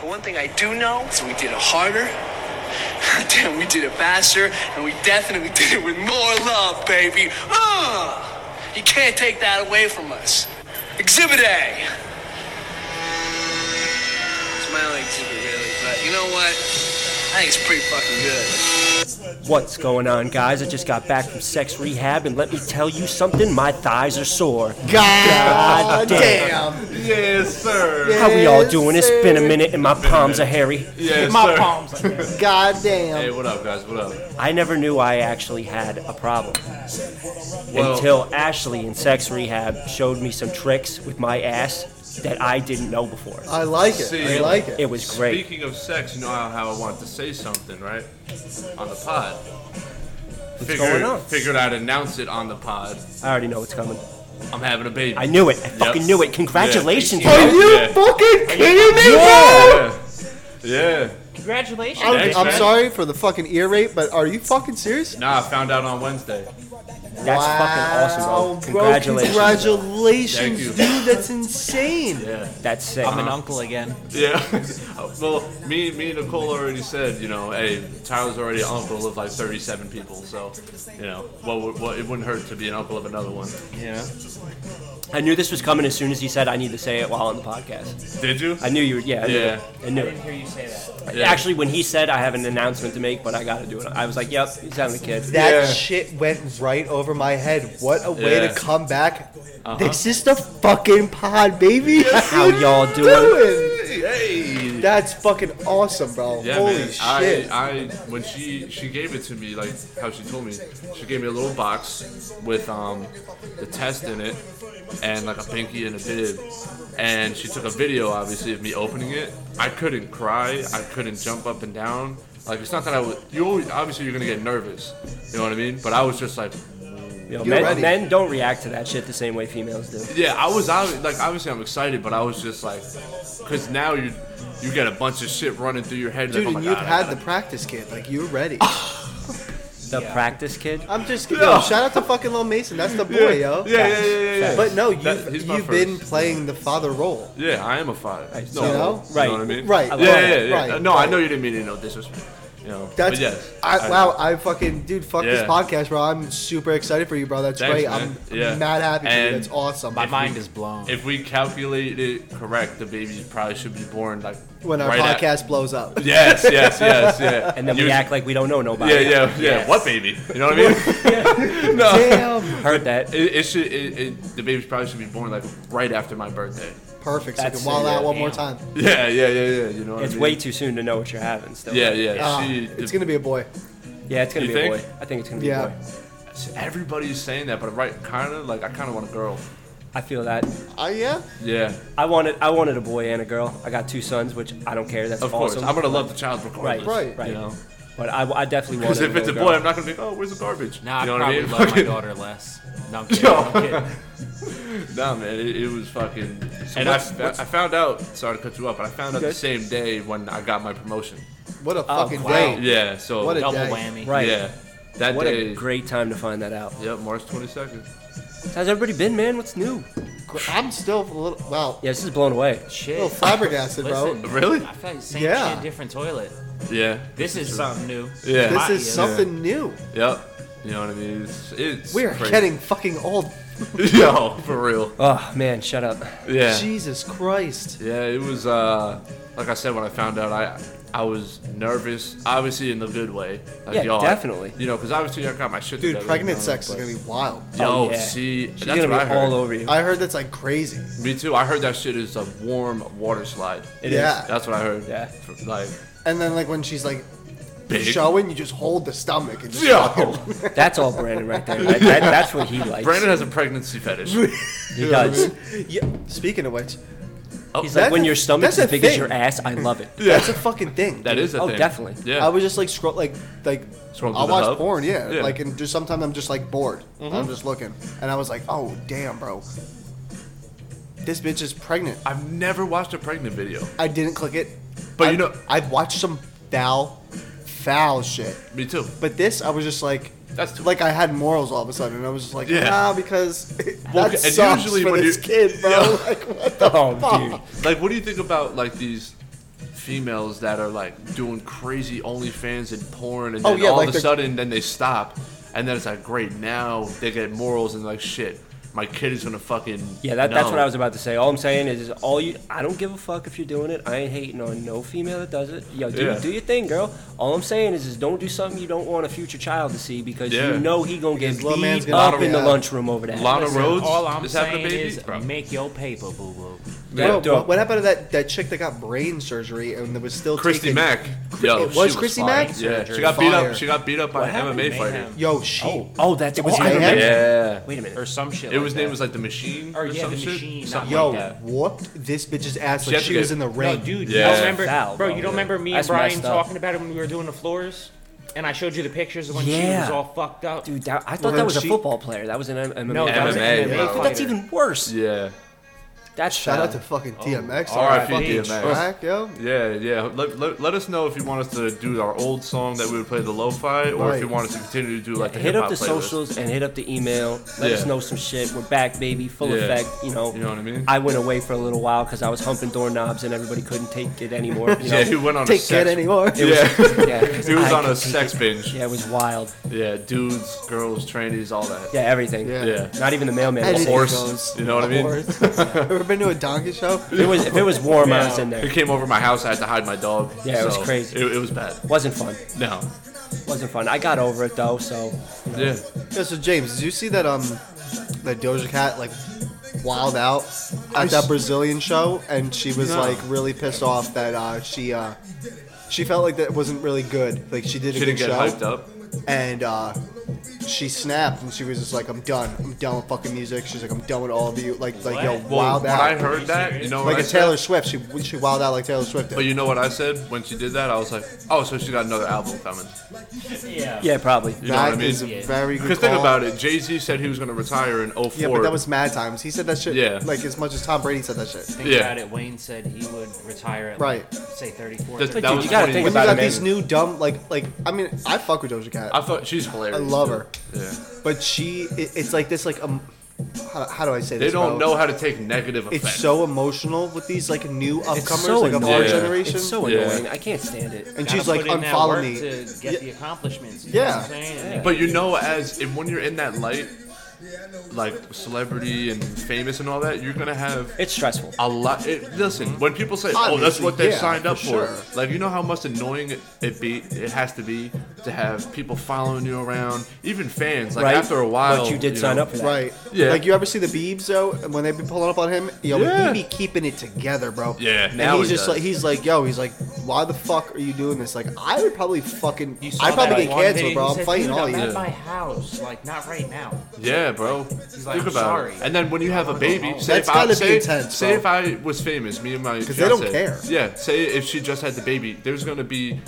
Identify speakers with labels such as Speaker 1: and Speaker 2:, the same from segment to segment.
Speaker 1: But one thing I do know is we did it harder, damn, we did it faster, and we definitely did it with more love, baby. Ah! You can't take that away from us. Exhibit A. It's my only exhibit, really, but you know what? I think it's pretty fucking good.
Speaker 2: What's going on, guys? I just got back from sex rehab, and let me tell you something. My thighs are sore.
Speaker 3: God
Speaker 2: damn.
Speaker 3: damn.
Speaker 4: Yes, sir.
Speaker 2: How we all
Speaker 3: Yes,
Speaker 2: doing? It's been a
Speaker 3: sir.
Speaker 2: minute, and my palms are hairy.
Speaker 4: Yes,
Speaker 5: My
Speaker 4: sir.
Speaker 5: palms. Like that.
Speaker 3: God damn.
Speaker 4: Hey, what up, guys? What up?
Speaker 2: I never knew I actually had a problem
Speaker 4: Well-
Speaker 2: until Ashley in sex rehab showed me some tricks with my ass that I didn't know before.
Speaker 3: I like it.
Speaker 4: See,
Speaker 3: I like it.
Speaker 2: It was great.
Speaker 4: Speaking of sex, you know how, how I wanted to say something, right? On the pod. What's
Speaker 2: going on?
Speaker 4: Figured I'd announce it on the pod.
Speaker 2: I already know what's coming.
Speaker 4: I'm having a baby.
Speaker 2: I knew it. I fucking knew it. Congratulations, bro.
Speaker 4: Yeah,
Speaker 3: Are you
Speaker 4: Oh, Yeah.
Speaker 3: fucking kidding me, bro?
Speaker 4: Yeah. Yeah.
Speaker 5: Congratulations.
Speaker 3: I'm,
Speaker 4: Thanks,
Speaker 3: I'm
Speaker 4: man.
Speaker 3: sorry for the fucking ear rape, but are you fucking serious?
Speaker 4: Nah, I found out on Wednesday.
Speaker 2: That's fucking awesome, bro.
Speaker 3: Wow, bro.
Speaker 2: Congratulations.
Speaker 3: Congratulations,
Speaker 4: Thank you.
Speaker 3: dude. That's insane.
Speaker 2: That's sick.
Speaker 5: I'm an uncle again.
Speaker 4: Yeah. well, me, me and Nicole already said, you know, hey, Tyler's already an uncle of like 37 people, so, you know, what, would- what, it wouldn't hurt to be an uncle of another one.
Speaker 5: Yeah.
Speaker 2: I knew this was coming as soon as he said I need to say it while on the podcast.
Speaker 4: Did you?
Speaker 2: I knew you. Yeah. I knew
Speaker 4: Yeah.
Speaker 2: It. I knew it.
Speaker 5: hear you say that.
Speaker 4: Yeah.
Speaker 2: Actually, when he said I have an announcement to make, but I got to do it, I was like, "Yep, he's having a kid."
Speaker 3: That
Speaker 4: Yeah.
Speaker 3: shit went right over my head. What a way
Speaker 4: Yeah. Uh-huh.
Speaker 3: to come back. This is the fucking pod, baby.
Speaker 2: How y'all doing?
Speaker 4: Hey!
Speaker 3: That's fucking awesome, bro.
Speaker 4: Yeah,
Speaker 3: Holy
Speaker 4: man.
Speaker 3: shit.
Speaker 4: I, I when she she gave it to me like how she told me she gave me a little box with um the test in it and like a pinky and a bib and she took a video obviously of me opening it. I couldn't cry. I couldn't jump up and down. Like it's not that I was you always, obviously you're gonna get nervous. You know what I mean? But I was just like
Speaker 2: You know,
Speaker 3: You're
Speaker 2: men,
Speaker 3: ready.
Speaker 2: men don't react to that shit the same way females do.
Speaker 4: yeah, I was obvi- like obviously I'm excited, but I was just like, cause now you you got a bunch of shit running through your head.
Speaker 3: Dude,
Speaker 4: like, oh my
Speaker 3: and you've
Speaker 4: God, I
Speaker 3: had
Speaker 4: gotta
Speaker 3: the practice kid. Like, you're ready.
Speaker 2: The practice kid.
Speaker 3: I'm just kidding.
Speaker 4: Yeah.
Speaker 3: Yo, shout out to fucking Lil Mason. That's the boy, yo.
Speaker 4: Yeah, yeah, yeah, yeah. yeah.
Speaker 3: But no, you've,
Speaker 4: That- he's my
Speaker 3: you've been
Speaker 4: first.
Speaker 3: playing the father role.
Speaker 4: Yeah, I am a father. Right.
Speaker 3: so- You know?
Speaker 2: Right,
Speaker 4: what I mean?
Speaker 3: right,
Speaker 4: Yeah, yeah,
Speaker 3: right,
Speaker 4: yeah.
Speaker 3: right,
Speaker 4: no,
Speaker 3: right.
Speaker 4: I know you didn't mean it. No disrespect. You know.
Speaker 3: That's
Speaker 4: but yes.
Speaker 3: I, wow! I fucking dude, fuck this
Speaker 4: Yeah.
Speaker 3: podcast, bro. I'm super excited for you, bro. That's
Speaker 4: Thanks,
Speaker 3: great.
Speaker 4: man.
Speaker 3: I'm
Speaker 4: Yeah.
Speaker 3: mad happy. for you.
Speaker 4: And
Speaker 3: That's awesome.
Speaker 5: My mind is blown.
Speaker 4: If we calculate it correct, the baby probably should be born like
Speaker 3: when our
Speaker 4: right at-
Speaker 3: podcast blows up.
Speaker 4: yes, yes, yes, yeah.
Speaker 2: And then
Speaker 4: You-
Speaker 2: we act like we don't know nobody.
Speaker 4: Yeah, yeah, yeah.
Speaker 5: Yes.
Speaker 4: What baby? You know what I mean? no.
Speaker 3: Damn,
Speaker 2: Heard that.
Speaker 4: It, it should. It, it, the baby probably should be born like right after my birthday.
Speaker 3: perfect. So I
Speaker 2: That's-
Speaker 3: can wild out one
Speaker 5: yeah,
Speaker 3: more
Speaker 5: damn.
Speaker 3: time.
Speaker 4: Yeah, yeah, yeah, yeah. You know what
Speaker 2: It's
Speaker 4: I mean?
Speaker 2: way too soon to know what you're having. Still.
Speaker 4: Yeah, yeah.
Speaker 3: Ah,
Speaker 4: she,
Speaker 3: it's
Speaker 4: the-
Speaker 3: gonna be a boy.
Speaker 2: Yeah, it's gonna
Speaker 4: You
Speaker 2: be a boy.
Speaker 4: think?
Speaker 2: I think it's gonna be a
Speaker 3: Yeah,
Speaker 2: boy.
Speaker 4: Everybody's saying that, but right, kind of like I kind of want a girl.
Speaker 2: I feel that.
Speaker 3: uh, yeah.
Speaker 4: Yeah,
Speaker 2: I wanted. I wanted a boy and a girl. I got two sons, which I don't care. That's
Speaker 4: of
Speaker 2: awesome.
Speaker 4: course. I'm gonna love the child
Speaker 2: Right,
Speaker 4: regardless.
Speaker 3: Right.
Speaker 2: right.
Speaker 4: You know.
Speaker 2: But I, I definitely want.
Speaker 4: Because if it's a boy, I'm not gonna be. Oh, where's the garbage?
Speaker 5: Nah,
Speaker 4: you know
Speaker 5: I
Speaker 4: what
Speaker 5: probably
Speaker 4: I mean?
Speaker 5: love my
Speaker 4: Fucking-
Speaker 5: daughter less. No, I'm kidding. I'm kidding.
Speaker 4: Nah, man, it, it was fucking. and I,
Speaker 2: what's-
Speaker 4: fa- I found out. Sorry to cut you up, but I found out
Speaker 2: Good.
Speaker 4: the same day when I got my promotion.
Speaker 3: What a fucking
Speaker 2: wow.
Speaker 3: day.
Speaker 4: Yeah. So.
Speaker 3: What a
Speaker 5: Oh, Double
Speaker 3: day.
Speaker 5: whammy.
Speaker 2: Right.
Speaker 4: Yeah. That
Speaker 2: What
Speaker 4: day.
Speaker 2: a great time to find that out.
Speaker 4: Yep, March 22nd.
Speaker 2: How's everybody been, man? What's new?
Speaker 3: I'm still a little wow,
Speaker 2: Yeah, this is blown away.
Speaker 3: a
Speaker 5: Shit.
Speaker 3: little flabbergasted, bro.
Speaker 5: Listen,
Speaker 4: Really?
Speaker 5: I feel like same
Speaker 3: Yeah.
Speaker 5: shit, different toilet.
Speaker 4: Yeah.
Speaker 5: This is something new.
Speaker 4: Yeah.
Speaker 3: This
Speaker 5: My
Speaker 3: is
Speaker 5: ears.
Speaker 3: something new.
Speaker 4: Yep. You know what I mean? It's. it's
Speaker 3: We are
Speaker 4: crazy.
Speaker 3: getting fucking old.
Speaker 4: Yo, for real.
Speaker 2: Oh man, shut up.
Speaker 4: Yeah.
Speaker 3: Jesus Christ.
Speaker 4: Yeah, it was uh like I said when I found out I I was nervous, obviously in the good way. Like,
Speaker 2: Yeah,
Speaker 4: yo, I-
Speaker 2: definitely.
Speaker 4: you know, because obviously I got my shit.
Speaker 3: Dude,
Speaker 4: together,
Speaker 3: pregnant
Speaker 4: you know,
Speaker 3: sex is
Speaker 4: but-
Speaker 3: gonna be wild.
Speaker 4: Yo,
Speaker 2: Oh, yeah.
Speaker 4: see,
Speaker 2: She's
Speaker 4: that's
Speaker 2: gonna be
Speaker 4: what I heard.
Speaker 2: all over you.
Speaker 3: I heard that's like crazy.
Speaker 4: Me too. I heard that shit is a warm water slide.
Speaker 2: It is.
Speaker 3: yeah.
Speaker 4: That's what I heard.
Speaker 2: Yeah.
Speaker 4: F- Like,
Speaker 3: And then like when she's like
Speaker 4: Big.
Speaker 3: showing, you just hold the stomach and just fucking-
Speaker 4: yo,
Speaker 2: That's all Brandon right there. That, that- that's what he likes.
Speaker 4: Brandon has a pregnancy fetish.
Speaker 2: he does.
Speaker 3: Yeah. Speaking of which,
Speaker 4: Oh,
Speaker 2: He's
Speaker 3: That's
Speaker 2: like, when
Speaker 3: a-
Speaker 2: your
Speaker 3: that's
Speaker 2: stomach's
Speaker 3: a
Speaker 2: as big as
Speaker 3: thing.
Speaker 2: your ass, I love it.
Speaker 3: that's a fucking thing.
Speaker 4: That is a
Speaker 2: Oh,
Speaker 4: thing.
Speaker 2: definitely.
Speaker 4: Yeah.
Speaker 3: I was just like scroll, like like
Speaker 4: Scroll
Speaker 3: I
Speaker 4: through the
Speaker 3: watch
Speaker 4: hub?
Speaker 3: porn, yeah.
Speaker 4: Yeah. Mm-hmm.
Speaker 3: Like and just sometimes I'm just like bored. I'm just looking, and I was like, oh damn, bro, this bitch is pregnant.
Speaker 4: I've never watched a pregnant video.
Speaker 3: I didn't click it,
Speaker 4: But
Speaker 3: I-
Speaker 4: you know-
Speaker 3: I've watched some foul, foul shit.
Speaker 4: Me too.
Speaker 3: But this, I was just like,
Speaker 4: That's too-
Speaker 3: like I had morals all of a sudden, and I was just like,
Speaker 4: Yeah.
Speaker 3: nah, because
Speaker 4: Well,
Speaker 3: that
Speaker 4: and
Speaker 3: sucks
Speaker 4: usually
Speaker 3: for
Speaker 4: when
Speaker 3: this
Speaker 4: you-
Speaker 3: kid, bro. Like what the
Speaker 2: Oh,
Speaker 3: fuck?
Speaker 2: dude.
Speaker 4: Like, what do you think about like these females that are like doing crazy OnlyFans and porn, and
Speaker 3: Oh,
Speaker 4: then
Speaker 3: yeah,
Speaker 4: all
Speaker 3: like
Speaker 4: of a
Speaker 3: they're-
Speaker 4: sudden, then they stop, and then it's like, great, now they get morals and like, shit, my kid is gonna fucking
Speaker 2: Yeah, that, that's
Speaker 4: know.
Speaker 2: what I was about to say. All I'm saying is, all you. I don't give a fuck if you're doing it. I ain't hating on no female that does it. Yo, do,
Speaker 4: Yeah.
Speaker 2: do your thing, girl. All I'm saying is, is don't do something you don't want a future child to see because
Speaker 4: Yeah.
Speaker 2: you know he gonna get
Speaker 3: little man's
Speaker 2: beat
Speaker 3: gonna
Speaker 2: up
Speaker 3: be
Speaker 2: in the
Speaker 3: out.
Speaker 2: lunchroom over that.
Speaker 4: Lana
Speaker 5: Listen,
Speaker 4: Rhodes
Speaker 5: all I'm
Speaker 4: is having a
Speaker 5: saying
Speaker 4: baby,
Speaker 5: is
Speaker 4: Bro.
Speaker 5: make your paper, boo boo.
Speaker 4: Yeah.
Speaker 3: Bro,
Speaker 2: do
Speaker 3: what,
Speaker 2: it.
Speaker 3: what happened to that, that chick that got brain surgery and that was still
Speaker 4: Christy
Speaker 3: taking,
Speaker 4: Mack. Yo,
Speaker 3: it
Speaker 4: she
Speaker 3: was Christy
Speaker 4: fire.
Speaker 3: Mack?
Speaker 4: Yeah, she
Speaker 3: Surgery.
Speaker 4: got beat
Speaker 3: Fire.
Speaker 4: up. She got beat up by
Speaker 5: What
Speaker 4: an
Speaker 5: happened
Speaker 4: MMA
Speaker 5: to
Speaker 4: fighter.
Speaker 5: Mayhem?
Speaker 3: Yo, she.
Speaker 2: Oh, oh, that's it. Was
Speaker 3: Oh,
Speaker 2: Iron
Speaker 3: Mayhem?
Speaker 2: Man?
Speaker 4: Yeah,
Speaker 2: Wait a minute.
Speaker 5: or some shit.
Speaker 4: it
Speaker 5: like
Speaker 4: was
Speaker 5: that.
Speaker 4: name was like the machine
Speaker 5: Or
Speaker 4: or,
Speaker 5: yeah,
Speaker 4: some
Speaker 5: The
Speaker 4: shit.
Speaker 5: Machine, not
Speaker 4: Something
Speaker 3: Yo,
Speaker 4: like that.
Speaker 3: whooped this bitch's ass
Speaker 4: She
Speaker 3: like
Speaker 4: had to
Speaker 3: she
Speaker 4: get-
Speaker 3: was in the ring.
Speaker 5: No, dude,
Speaker 4: Yeah.
Speaker 5: you don't remember,
Speaker 2: Foul,
Speaker 5: bro,
Speaker 2: bro.
Speaker 5: You don't remember me
Speaker 2: That's
Speaker 5: and Brian
Speaker 2: messed up.
Speaker 5: talking about it when we were doing the floors, and I showed you the pictures of when she
Speaker 2: Yeah.
Speaker 5: was all fucked up.
Speaker 2: Dude, that, I thought
Speaker 3: Well,
Speaker 2: that was
Speaker 3: she-
Speaker 2: a football player. That was an M- MMA.
Speaker 5: no, that was an
Speaker 4: MMA,
Speaker 5: MMA
Speaker 4: bro.
Speaker 5: fighter.
Speaker 2: that's even worse.
Speaker 4: Yeah,
Speaker 2: That's
Speaker 3: Shout out
Speaker 2: uh,
Speaker 3: to fucking DMX.
Speaker 4: Oh,
Speaker 3: all right,
Speaker 4: RIP
Speaker 3: fucking
Speaker 4: DMX.
Speaker 3: Track, yo.
Speaker 4: yeah, yeah. Let, let, let us know if you want us to do our old song that we would play the lo-fi, or
Speaker 3: Right.
Speaker 4: if you want us to continue to do like the
Speaker 2: Hit
Speaker 4: hip-hop
Speaker 2: up the
Speaker 4: playlist.
Speaker 2: socials and hit up the email. Let
Speaker 4: Yeah.
Speaker 2: us know some shit. We're back, baby. Full
Speaker 4: Yeah.
Speaker 2: effect. You know.
Speaker 4: You know what I mean?
Speaker 2: I went away for a little while because I was humping doorknobs and everybody couldn't take it anymore. You know?
Speaker 4: Yeah, he went on a
Speaker 3: Take
Speaker 4: sex.
Speaker 3: that anymore.
Speaker 4: Yeah,
Speaker 2: Yeah,
Speaker 4: he was
Speaker 2: I
Speaker 4: on a
Speaker 2: could-
Speaker 4: sex binge. Yeah.
Speaker 2: Yeah, it was wild.
Speaker 4: dudes, girls, trannies, all that.
Speaker 2: Yeah, everything.
Speaker 3: Yeah.
Speaker 4: Yeah.
Speaker 2: Not even the mailman.
Speaker 3: Anything
Speaker 2: Was
Speaker 4: Anything. horse,
Speaker 3: goes.
Speaker 4: you know what I mean?
Speaker 3: Horse. Ever been to a donkey show?
Speaker 2: if it was if it was warm, I was in
Speaker 4: He
Speaker 2: there.
Speaker 4: came over my house. I had to hide my dog.
Speaker 2: Yeah, it was
Speaker 4: so
Speaker 2: crazy.
Speaker 4: It, it was bad.
Speaker 2: Wasn't fun.
Speaker 4: No.
Speaker 2: Wasn't fun. I got over it though. So
Speaker 4: Yeah.
Speaker 3: Yeah, so James, did you see that um that Doja Cat like wild out at that Brazilian show and she was
Speaker 4: No.
Speaker 3: like really pissed off that uh she uh she felt like that wasn't really good. Like she did a
Speaker 4: She
Speaker 3: good
Speaker 4: didn't get
Speaker 3: show
Speaker 4: hyped up.
Speaker 3: and uh she snapped and she was just like, I'm done. I'm done with fucking music. She's like, I'm done with all of you. Like like yo,
Speaker 5: What?
Speaker 4: Well,
Speaker 3: wild
Speaker 4: when
Speaker 3: out.
Speaker 4: I heard that, you know what
Speaker 3: like a
Speaker 4: I said?
Speaker 3: Taylor Swift. She she wild out like Taylor Swift.
Speaker 4: But
Speaker 3: Did.
Speaker 4: you know what I said when she did that? I was like, oh, so she got another album coming.
Speaker 5: Yeah.
Speaker 2: yeah, probably.
Speaker 4: You know what I
Speaker 3: That
Speaker 4: mean?
Speaker 3: is a very good
Speaker 4: Because think
Speaker 3: call.
Speaker 4: about it, Jay Z said he was going to retire in 04.
Speaker 3: Yeah, but that was mad times. He said that shit
Speaker 4: Yeah.
Speaker 3: like as much as Tom Brady said that shit.
Speaker 5: Think
Speaker 4: Yeah.
Speaker 5: about it. Wayne said he would retire at
Speaker 3: Right.
Speaker 5: like, say 34.
Speaker 4: That-
Speaker 2: But
Speaker 4: that
Speaker 2: dude,
Speaker 4: was
Speaker 2: you gotta
Speaker 4: 20
Speaker 2: think
Speaker 3: When you
Speaker 2: about
Speaker 3: got
Speaker 2: it, man.
Speaker 3: these new dumb like like I mean I fuck with Doja Cat.
Speaker 4: I thought she's hilarious.
Speaker 3: I love her.
Speaker 4: Yeah.
Speaker 3: But she, it, it's like this, like um, how, how do I say
Speaker 4: They
Speaker 3: this? bro?
Speaker 4: don't know how to take negative
Speaker 3: It's
Speaker 4: effects.
Speaker 3: so emotional with these like new
Speaker 2: it's
Speaker 3: upcomers,
Speaker 2: so
Speaker 3: like of
Speaker 2: annoying.
Speaker 3: our
Speaker 4: Yeah.
Speaker 3: generation.
Speaker 2: It's so
Speaker 4: Yeah.
Speaker 2: annoying. I can't stand it.
Speaker 3: and
Speaker 5: Gotta
Speaker 3: she's like,
Speaker 5: put in that
Speaker 3: unfollow
Speaker 5: work
Speaker 3: me.
Speaker 5: to get
Speaker 3: Yeah.
Speaker 5: the accomplishments. you
Speaker 3: Yeah.
Speaker 5: know what I'm saying? And
Speaker 4: But you know, as if when you're in that light, like celebrity and famous and all that, you're going to have
Speaker 2: It's stressful.
Speaker 4: a lot. It, listen, when people say, "Oh, that's
Speaker 3: Obviously,
Speaker 4: what they
Speaker 3: yeah,
Speaker 4: signed up
Speaker 3: for
Speaker 4: for,"
Speaker 3: sure.
Speaker 4: like you know how much annoying it, it be it has to be to have people following you around, even fans. Like
Speaker 2: right?
Speaker 4: after a while,
Speaker 2: but you did sign
Speaker 4: know,
Speaker 2: up for that.
Speaker 3: Right.
Speaker 4: Yeah.
Speaker 3: Like you ever see the Biebs though? When they be pulling up on him, yo,
Speaker 4: Yeah.
Speaker 3: he be keeping it together, bro.
Speaker 4: Yeah,
Speaker 3: And
Speaker 4: now
Speaker 3: he's
Speaker 4: he
Speaker 3: just
Speaker 4: does.
Speaker 3: like, he's like, yo, he's like, why the fuck are you doing this? Like, I would probably fucking,
Speaker 5: you saw
Speaker 3: I
Speaker 5: that
Speaker 3: probably get
Speaker 5: one
Speaker 3: canceled,
Speaker 5: video,
Speaker 3: bro.
Speaker 5: he
Speaker 3: I'm
Speaker 5: said,
Speaker 3: fighting
Speaker 5: "Dude,
Speaker 3: all
Speaker 5: I'm
Speaker 3: you.
Speaker 5: at my house, like not right now.
Speaker 4: Yeah, bro.
Speaker 5: He's like,
Speaker 4: Think
Speaker 5: "I'm
Speaker 4: about
Speaker 5: sorry."
Speaker 4: it. And then when you have a
Speaker 5: wanna go
Speaker 4: baby,
Speaker 5: home.
Speaker 4: say
Speaker 3: That's
Speaker 4: if I
Speaker 3: gotta be
Speaker 4: say,
Speaker 3: intense,
Speaker 4: say
Speaker 3: bro.
Speaker 4: if I was famous, me and my because
Speaker 3: they don't care.
Speaker 4: Yeah, say if she just had the baby, there's gonna be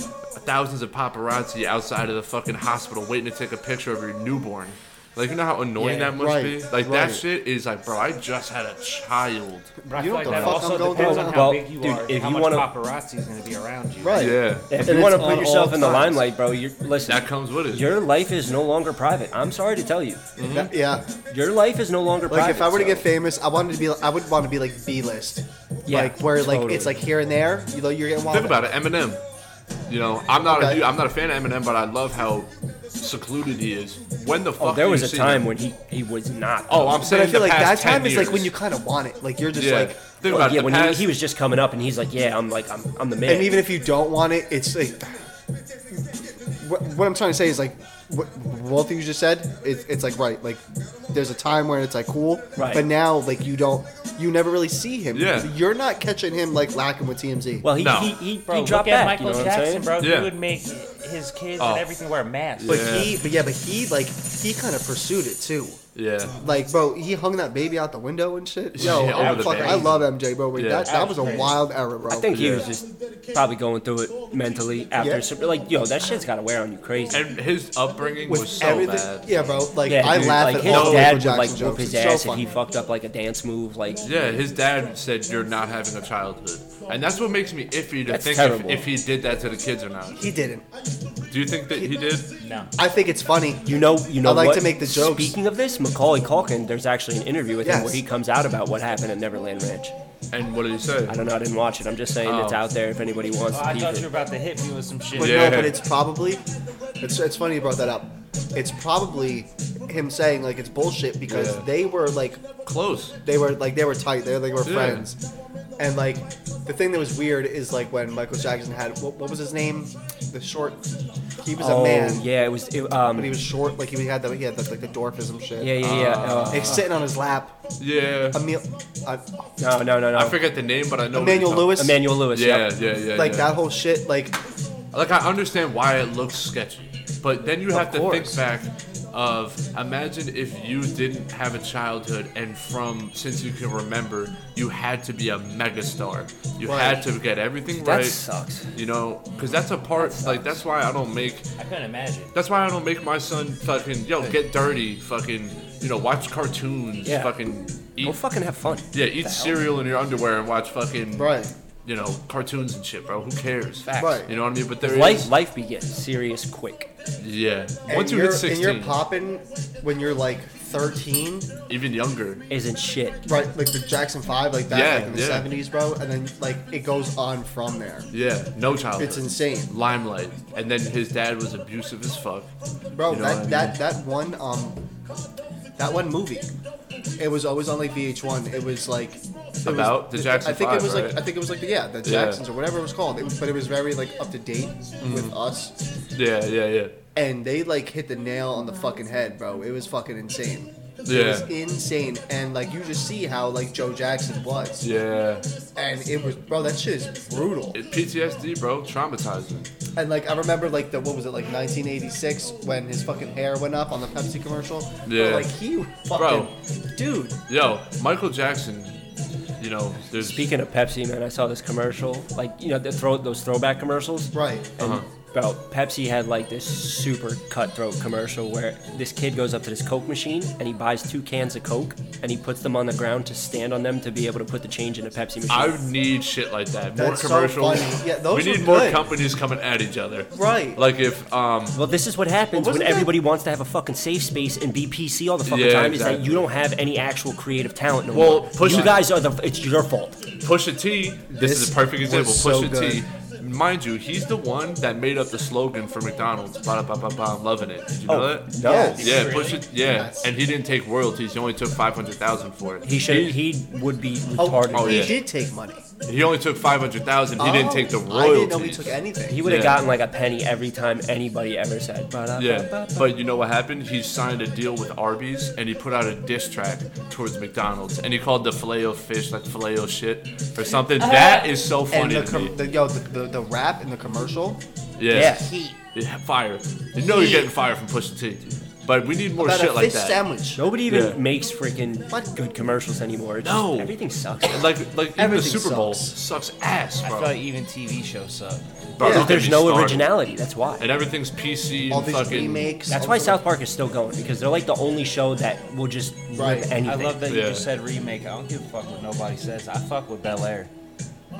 Speaker 4: thousands of paparazzi outside of the fucking hospital waiting to take a picture of your newborn. Like you know how annoying
Speaker 5: Yeah,
Speaker 4: that must
Speaker 3: right,
Speaker 4: be. Like
Speaker 3: right.
Speaker 4: that shit is like, bro, I just had a child.
Speaker 5: But I
Speaker 3: You
Speaker 5: feel
Speaker 3: know
Speaker 5: like
Speaker 3: what the
Speaker 5: that
Speaker 3: fuck
Speaker 5: also
Speaker 3: I'm going
Speaker 5: depends
Speaker 3: through?
Speaker 5: on how
Speaker 2: Well,
Speaker 5: big you
Speaker 2: dude,
Speaker 5: are,
Speaker 2: if
Speaker 5: how
Speaker 2: you
Speaker 5: much
Speaker 2: wanna-
Speaker 5: paparazzi is going to be around you.
Speaker 3: Right.
Speaker 4: Yeah,
Speaker 2: If
Speaker 3: And
Speaker 2: you want to
Speaker 3: it's on
Speaker 2: put yourself
Speaker 3: all
Speaker 2: in the
Speaker 3: times.
Speaker 2: limelight, bro, you're listen.
Speaker 4: that comes with it.
Speaker 2: Your life is no longer private. I'm sorry to tell you.
Speaker 3: That- Mm-hmm. yeah.
Speaker 2: Your life is no longer private.
Speaker 3: Like if I were to
Speaker 2: so-
Speaker 3: get famous, I wanted to be. I would want to be like B list.
Speaker 2: Yeah,
Speaker 3: like where like
Speaker 2: totally.
Speaker 3: it's like here and there. You know, you're getting wild.
Speaker 4: Think about it, Eminem. You know, I'm not
Speaker 3: Okay.
Speaker 4: a, I'm not a fan of Eminem, but I love how secluded he is. When the fuck?
Speaker 2: oh, there
Speaker 4: do
Speaker 2: was
Speaker 4: you
Speaker 2: a
Speaker 4: see
Speaker 2: time
Speaker 4: him?
Speaker 2: when he he was not.
Speaker 4: Oh, I'm
Speaker 3: But
Speaker 4: saying
Speaker 3: I feel
Speaker 4: the
Speaker 3: like that
Speaker 4: past 10
Speaker 3: time is like
Speaker 4: years.
Speaker 3: when you kind of want it. Like you're just
Speaker 4: yeah.
Speaker 3: like,
Speaker 4: Think
Speaker 2: Well,
Speaker 4: about it,
Speaker 2: yeah,
Speaker 4: the
Speaker 2: when
Speaker 4: past,
Speaker 2: he, he was just coming up and he's like, yeah, I'm like, I'm, I'm the man.
Speaker 3: and even if you don't want it, it's like. What, what I'm trying to say is like, what both of you just said. It, it's like right. Like there's a time where it's like cool,
Speaker 2: Right.
Speaker 3: but now like you don't. You never really see him.
Speaker 4: Yeah.
Speaker 3: You're not catching him like lacking with TMZ.
Speaker 2: well, he
Speaker 4: No.
Speaker 2: he, he,
Speaker 5: Bro,
Speaker 2: he dropped
Speaker 5: look at
Speaker 2: back. You
Speaker 5: Michael
Speaker 2: know what I'm
Speaker 5: Jackson,
Speaker 2: saying?
Speaker 5: bro.
Speaker 4: Yeah.
Speaker 5: He would make his kids
Speaker 4: Oh.
Speaker 5: and everything wear masks.
Speaker 3: but
Speaker 4: Yeah.
Speaker 3: he, but yeah, but he like he kind of pursued it too.
Speaker 4: yeah.
Speaker 3: Like, bro, he hung that baby out the window and shit.
Speaker 4: Yeah,
Speaker 3: Yo,
Speaker 4: over
Speaker 3: I'm
Speaker 4: the
Speaker 3: fucking-
Speaker 4: baby.
Speaker 3: I love MJ, bro. Wait,
Speaker 4: Yeah.
Speaker 3: that, that was a
Speaker 5: Absolutely.
Speaker 3: wild era, bro.
Speaker 2: I think he
Speaker 4: Yeah.
Speaker 2: was just probably going through it mentally after.
Speaker 3: Yeah.
Speaker 2: some- like, yo, that shit's gotta wear on you crazy.
Speaker 4: And his upbringing was so bad.
Speaker 3: Yeah, bro. Like,
Speaker 2: yeah,
Speaker 3: I
Speaker 2: dude,
Speaker 3: laugh
Speaker 2: like
Speaker 3: at
Speaker 2: his
Speaker 3: all
Speaker 2: dad
Speaker 3: Michael
Speaker 2: would like
Speaker 3: Jackson
Speaker 2: whoop
Speaker 3: jokes.
Speaker 2: his
Speaker 3: It's so
Speaker 2: ass if
Speaker 3: funny.
Speaker 2: he fucked up like a dance move. Like,
Speaker 4: Yeah, his dad said you're not having a childhood, and that's what makes me iffy to
Speaker 2: That's
Speaker 4: think if,
Speaker 2: terrible.
Speaker 4: if he did that to the kids or not.
Speaker 3: He didn't.
Speaker 4: Do you think that he did?
Speaker 5: no.
Speaker 3: I think it's funny.
Speaker 2: You know, you know.
Speaker 3: I like
Speaker 2: what?
Speaker 3: to make the jokes.
Speaker 2: Speaking of this, Macaulay Culkin, there's actually an interview with him
Speaker 3: Yes.
Speaker 2: where he comes out about what happened at Neverland Ranch.
Speaker 4: And what did he say?
Speaker 2: I don't know. I didn't watch it. I'm just saying it's
Speaker 4: Oh.
Speaker 2: out there if anybody wants
Speaker 5: Oh,
Speaker 2: to
Speaker 5: I
Speaker 2: peep
Speaker 5: thought you were
Speaker 2: it.
Speaker 5: about to hit me with some shit.
Speaker 3: But
Speaker 4: Yeah.
Speaker 3: no, but it's probably. It's it's funny you brought that up. It's probably him saying like it's bullshit because
Speaker 4: Yeah.
Speaker 3: they were like
Speaker 4: Close.
Speaker 3: they were like they were tight. They were, they were
Speaker 4: Yeah.
Speaker 3: friends. And like the thing that was weird is like when Michael Jackson had what, what was his name? The short. He was
Speaker 2: Oh
Speaker 3: a man,
Speaker 2: yeah, it was. It, um,
Speaker 3: but
Speaker 2: yeah,
Speaker 3: he was short. Like he had the he had the, like the dwarfism shit.
Speaker 2: yeah, yeah. Uh,
Speaker 3: Like sitting on his lap.
Speaker 4: Yeah.
Speaker 3: Emil, uh,
Speaker 2: Oh, no, no, no, no.
Speaker 4: I forget the name, but I know. what
Speaker 3: Emmanuel
Speaker 4: you're talking-
Speaker 3: Lewis.
Speaker 2: Emmanuel Lewis.
Speaker 4: Yeah,
Speaker 2: yep.
Speaker 4: yeah, yeah.
Speaker 3: Like
Speaker 4: yeah.
Speaker 3: that whole shit. Like
Speaker 4: Like I understand why it looks sketchy, but then you have to
Speaker 3: course.
Speaker 4: think back of imagine if you didn't have a childhood and from since you can remember you had to be a megastar. You
Speaker 3: Right.
Speaker 4: had to get everything
Speaker 2: That
Speaker 4: right.
Speaker 2: sucks.
Speaker 4: You know, because that's a part. like that's why I don't make.
Speaker 5: I couldn't imagine.
Speaker 4: That's why I don't make my son fucking yo get dirty. Fucking you know watch cartoons.
Speaker 2: Yeah.
Speaker 4: Fucking eat.
Speaker 2: Go fucking have fun.
Speaker 4: yeah, eat cereal in your underwear and watch fucking
Speaker 3: right.
Speaker 4: you know, cartoons and shit, bro. Who cares? Facts.
Speaker 3: Right.
Speaker 4: You know what I mean? But there is,
Speaker 2: Life, life begins serious quick.
Speaker 4: yeah.
Speaker 3: And
Speaker 4: Once you
Speaker 3: you're-
Speaker 4: hit 16,
Speaker 3: and you're popping when you're like 13.
Speaker 4: even younger.
Speaker 2: Isn't shit.
Speaker 3: Right, like the Jackson Five, like that,
Speaker 4: Yeah,
Speaker 3: like in the
Speaker 4: yeah.
Speaker 3: seventies, bro, and then like it goes on from there.
Speaker 4: Yeah, no childhood.
Speaker 3: It's insane,
Speaker 4: Limelight, and then his dad was abusive as fuck.
Speaker 3: bro.
Speaker 4: You know
Speaker 3: that
Speaker 4: what I
Speaker 3: that that one um, that one movie, it was always on like VH1. It was like it
Speaker 4: About the
Speaker 3: was,
Speaker 4: Jackson
Speaker 3: I think
Speaker 4: Five,
Speaker 3: it was like
Speaker 4: right?
Speaker 3: I think it was like the, yeah, the
Speaker 4: Yeah. Mm-hmm.
Speaker 3: Jacksons or whatever it was called. It was, but it was very like up to date with us,
Speaker 4: Yeah, yeah, yeah.
Speaker 3: and they like hit the nail on the fucking head, bro. It was fucking insane. It was
Speaker 4: Yeah.
Speaker 3: insane, and like you just see how like Joe Jackson was,
Speaker 4: Yeah.
Speaker 3: and it was bro. That shit is brutal.
Speaker 4: It, PTSD, bro. Traumatizing.
Speaker 3: And like I remember, like the what was it, like 1986 when his fucking hair went up on the Pepsi commercial.
Speaker 4: Yeah.
Speaker 3: Bro, like he fucking
Speaker 4: Bro.
Speaker 3: dude.
Speaker 4: Yo, Michael Jackson, you know, there's.
Speaker 2: Speaking of Pepsi, man, I saw this commercial. Like, you know, the throw those throwback commercials.
Speaker 3: Right.
Speaker 2: And
Speaker 4: Uh-huh.
Speaker 2: bro, Pepsi had like this super cutthroat commercial where this kid goes up to this Coke machine and he buys two cans of Coke and he puts them on the ground to stand on them to be able to put the change in a Pepsi machine.
Speaker 4: I need shit like that. More
Speaker 3: That's so
Speaker 4: commercials.
Speaker 3: funny. Yeah, those
Speaker 4: we
Speaker 3: were
Speaker 4: need more
Speaker 3: good.
Speaker 4: companies coming at each other.
Speaker 3: Right.
Speaker 4: Like if um
Speaker 2: well, this is what happens
Speaker 3: Well,
Speaker 2: when
Speaker 3: wasn't that-
Speaker 2: everybody wants to have a fucking safe space and be PC all the fucking
Speaker 4: Yeah,
Speaker 2: time. Is that
Speaker 4: exactly.
Speaker 2: you don't have any actual creative talent no
Speaker 4: Well,
Speaker 2: more.
Speaker 4: push
Speaker 2: you
Speaker 4: it.
Speaker 2: guys are the. It's your fault.
Speaker 4: Pusha T, this,
Speaker 3: This
Speaker 4: is a perfect example.
Speaker 3: was so
Speaker 4: Pusha T, mind you, he's the one that made up the slogan for McDonald's. Ba ba ba ba. I'm loving it. Did you
Speaker 3: Oh,
Speaker 4: know that?
Speaker 2: Oh, no.
Speaker 3: Yes.
Speaker 4: Yeah,
Speaker 5: Really?
Speaker 4: Pusha. Yeah,
Speaker 3: Yes.
Speaker 4: and he didn't take royalties. He only took five hundred thousand for it.
Speaker 2: He should. He would be retarded.
Speaker 4: Oh,
Speaker 3: he
Speaker 4: yeah.
Speaker 3: did take money.
Speaker 4: He only took five hundred thousand. He didn't
Speaker 3: Oh,
Speaker 4: take the
Speaker 3: I didn't know he
Speaker 4: royalties.
Speaker 3: took anything.
Speaker 2: He would have
Speaker 4: Yeah.
Speaker 2: gotten like a penny every time anybody ever said. "Ba-da-ba-ba-ba."
Speaker 4: Yeah, but you know what happened? He signed a deal with Arby's and he put out a diss track towards McDonald's and he called the filet o fish like filet o shit or something. that is so
Speaker 3: Uh-huh. and
Speaker 4: funny
Speaker 3: the,
Speaker 4: to Oh, me.
Speaker 3: com- the yo the, the the rap in the commercial.
Speaker 2: Yeah.
Speaker 3: Heat.
Speaker 4: Yeah, fire. You know you're getting fire from Pusha T, but we need more
Speaker 3: About
Speaker 4: shit
Speaker 3: a
Speaker 4: like
Speaker 3: fish
Speaker 4: that.
Speaker 3: sandwich.
Speaker 2: Nobody even
Speaker 4: Yeah.
Speaker 2: makes freaking
Speaker 3: What?
Speaker 2: good commercials anymore. It's
Speaker 4: No.
Speaker 2: just, everything sucks. man.
Speaker 4: like, like even the
Speaker 3: Everything
Speaker 4: Super Bowl
Speaker 3: sucks.
Speaker 4: sucks ass,
Speaker 5: I
Speaker 4: bro.
Speaker 5: feel like even TV shows suck.
Speaker 4: Bro,
Speaker 3: Yeah.
Speaker 4: don't get
Speaker 2: There's
Speaker 4: me
Speaker 2: no
Speaker 4: started.
Speaker 2: originality. That's why.
Speaker 4: and everything's PC
Speaker 3: All
Speaker 4: and
Speaker 3: these
Speaker 4: fucking.
Speaker 3: remakes.
Speaker 2: That's
Speaker 3: all
Speaker 2: why
Speaker 3: the-
Speaker 2: South Park is still going because they're like the only show that will just
Speaker 3: Right.
Speaker 2: rip
Speaker 3: I
Speaker 2: anything.
Speaker 5: I love that you
Speaker 4: Yeah.
Speaker 5: just said remake. I don't give a fuck what nobody says. I fuck with Bel Air.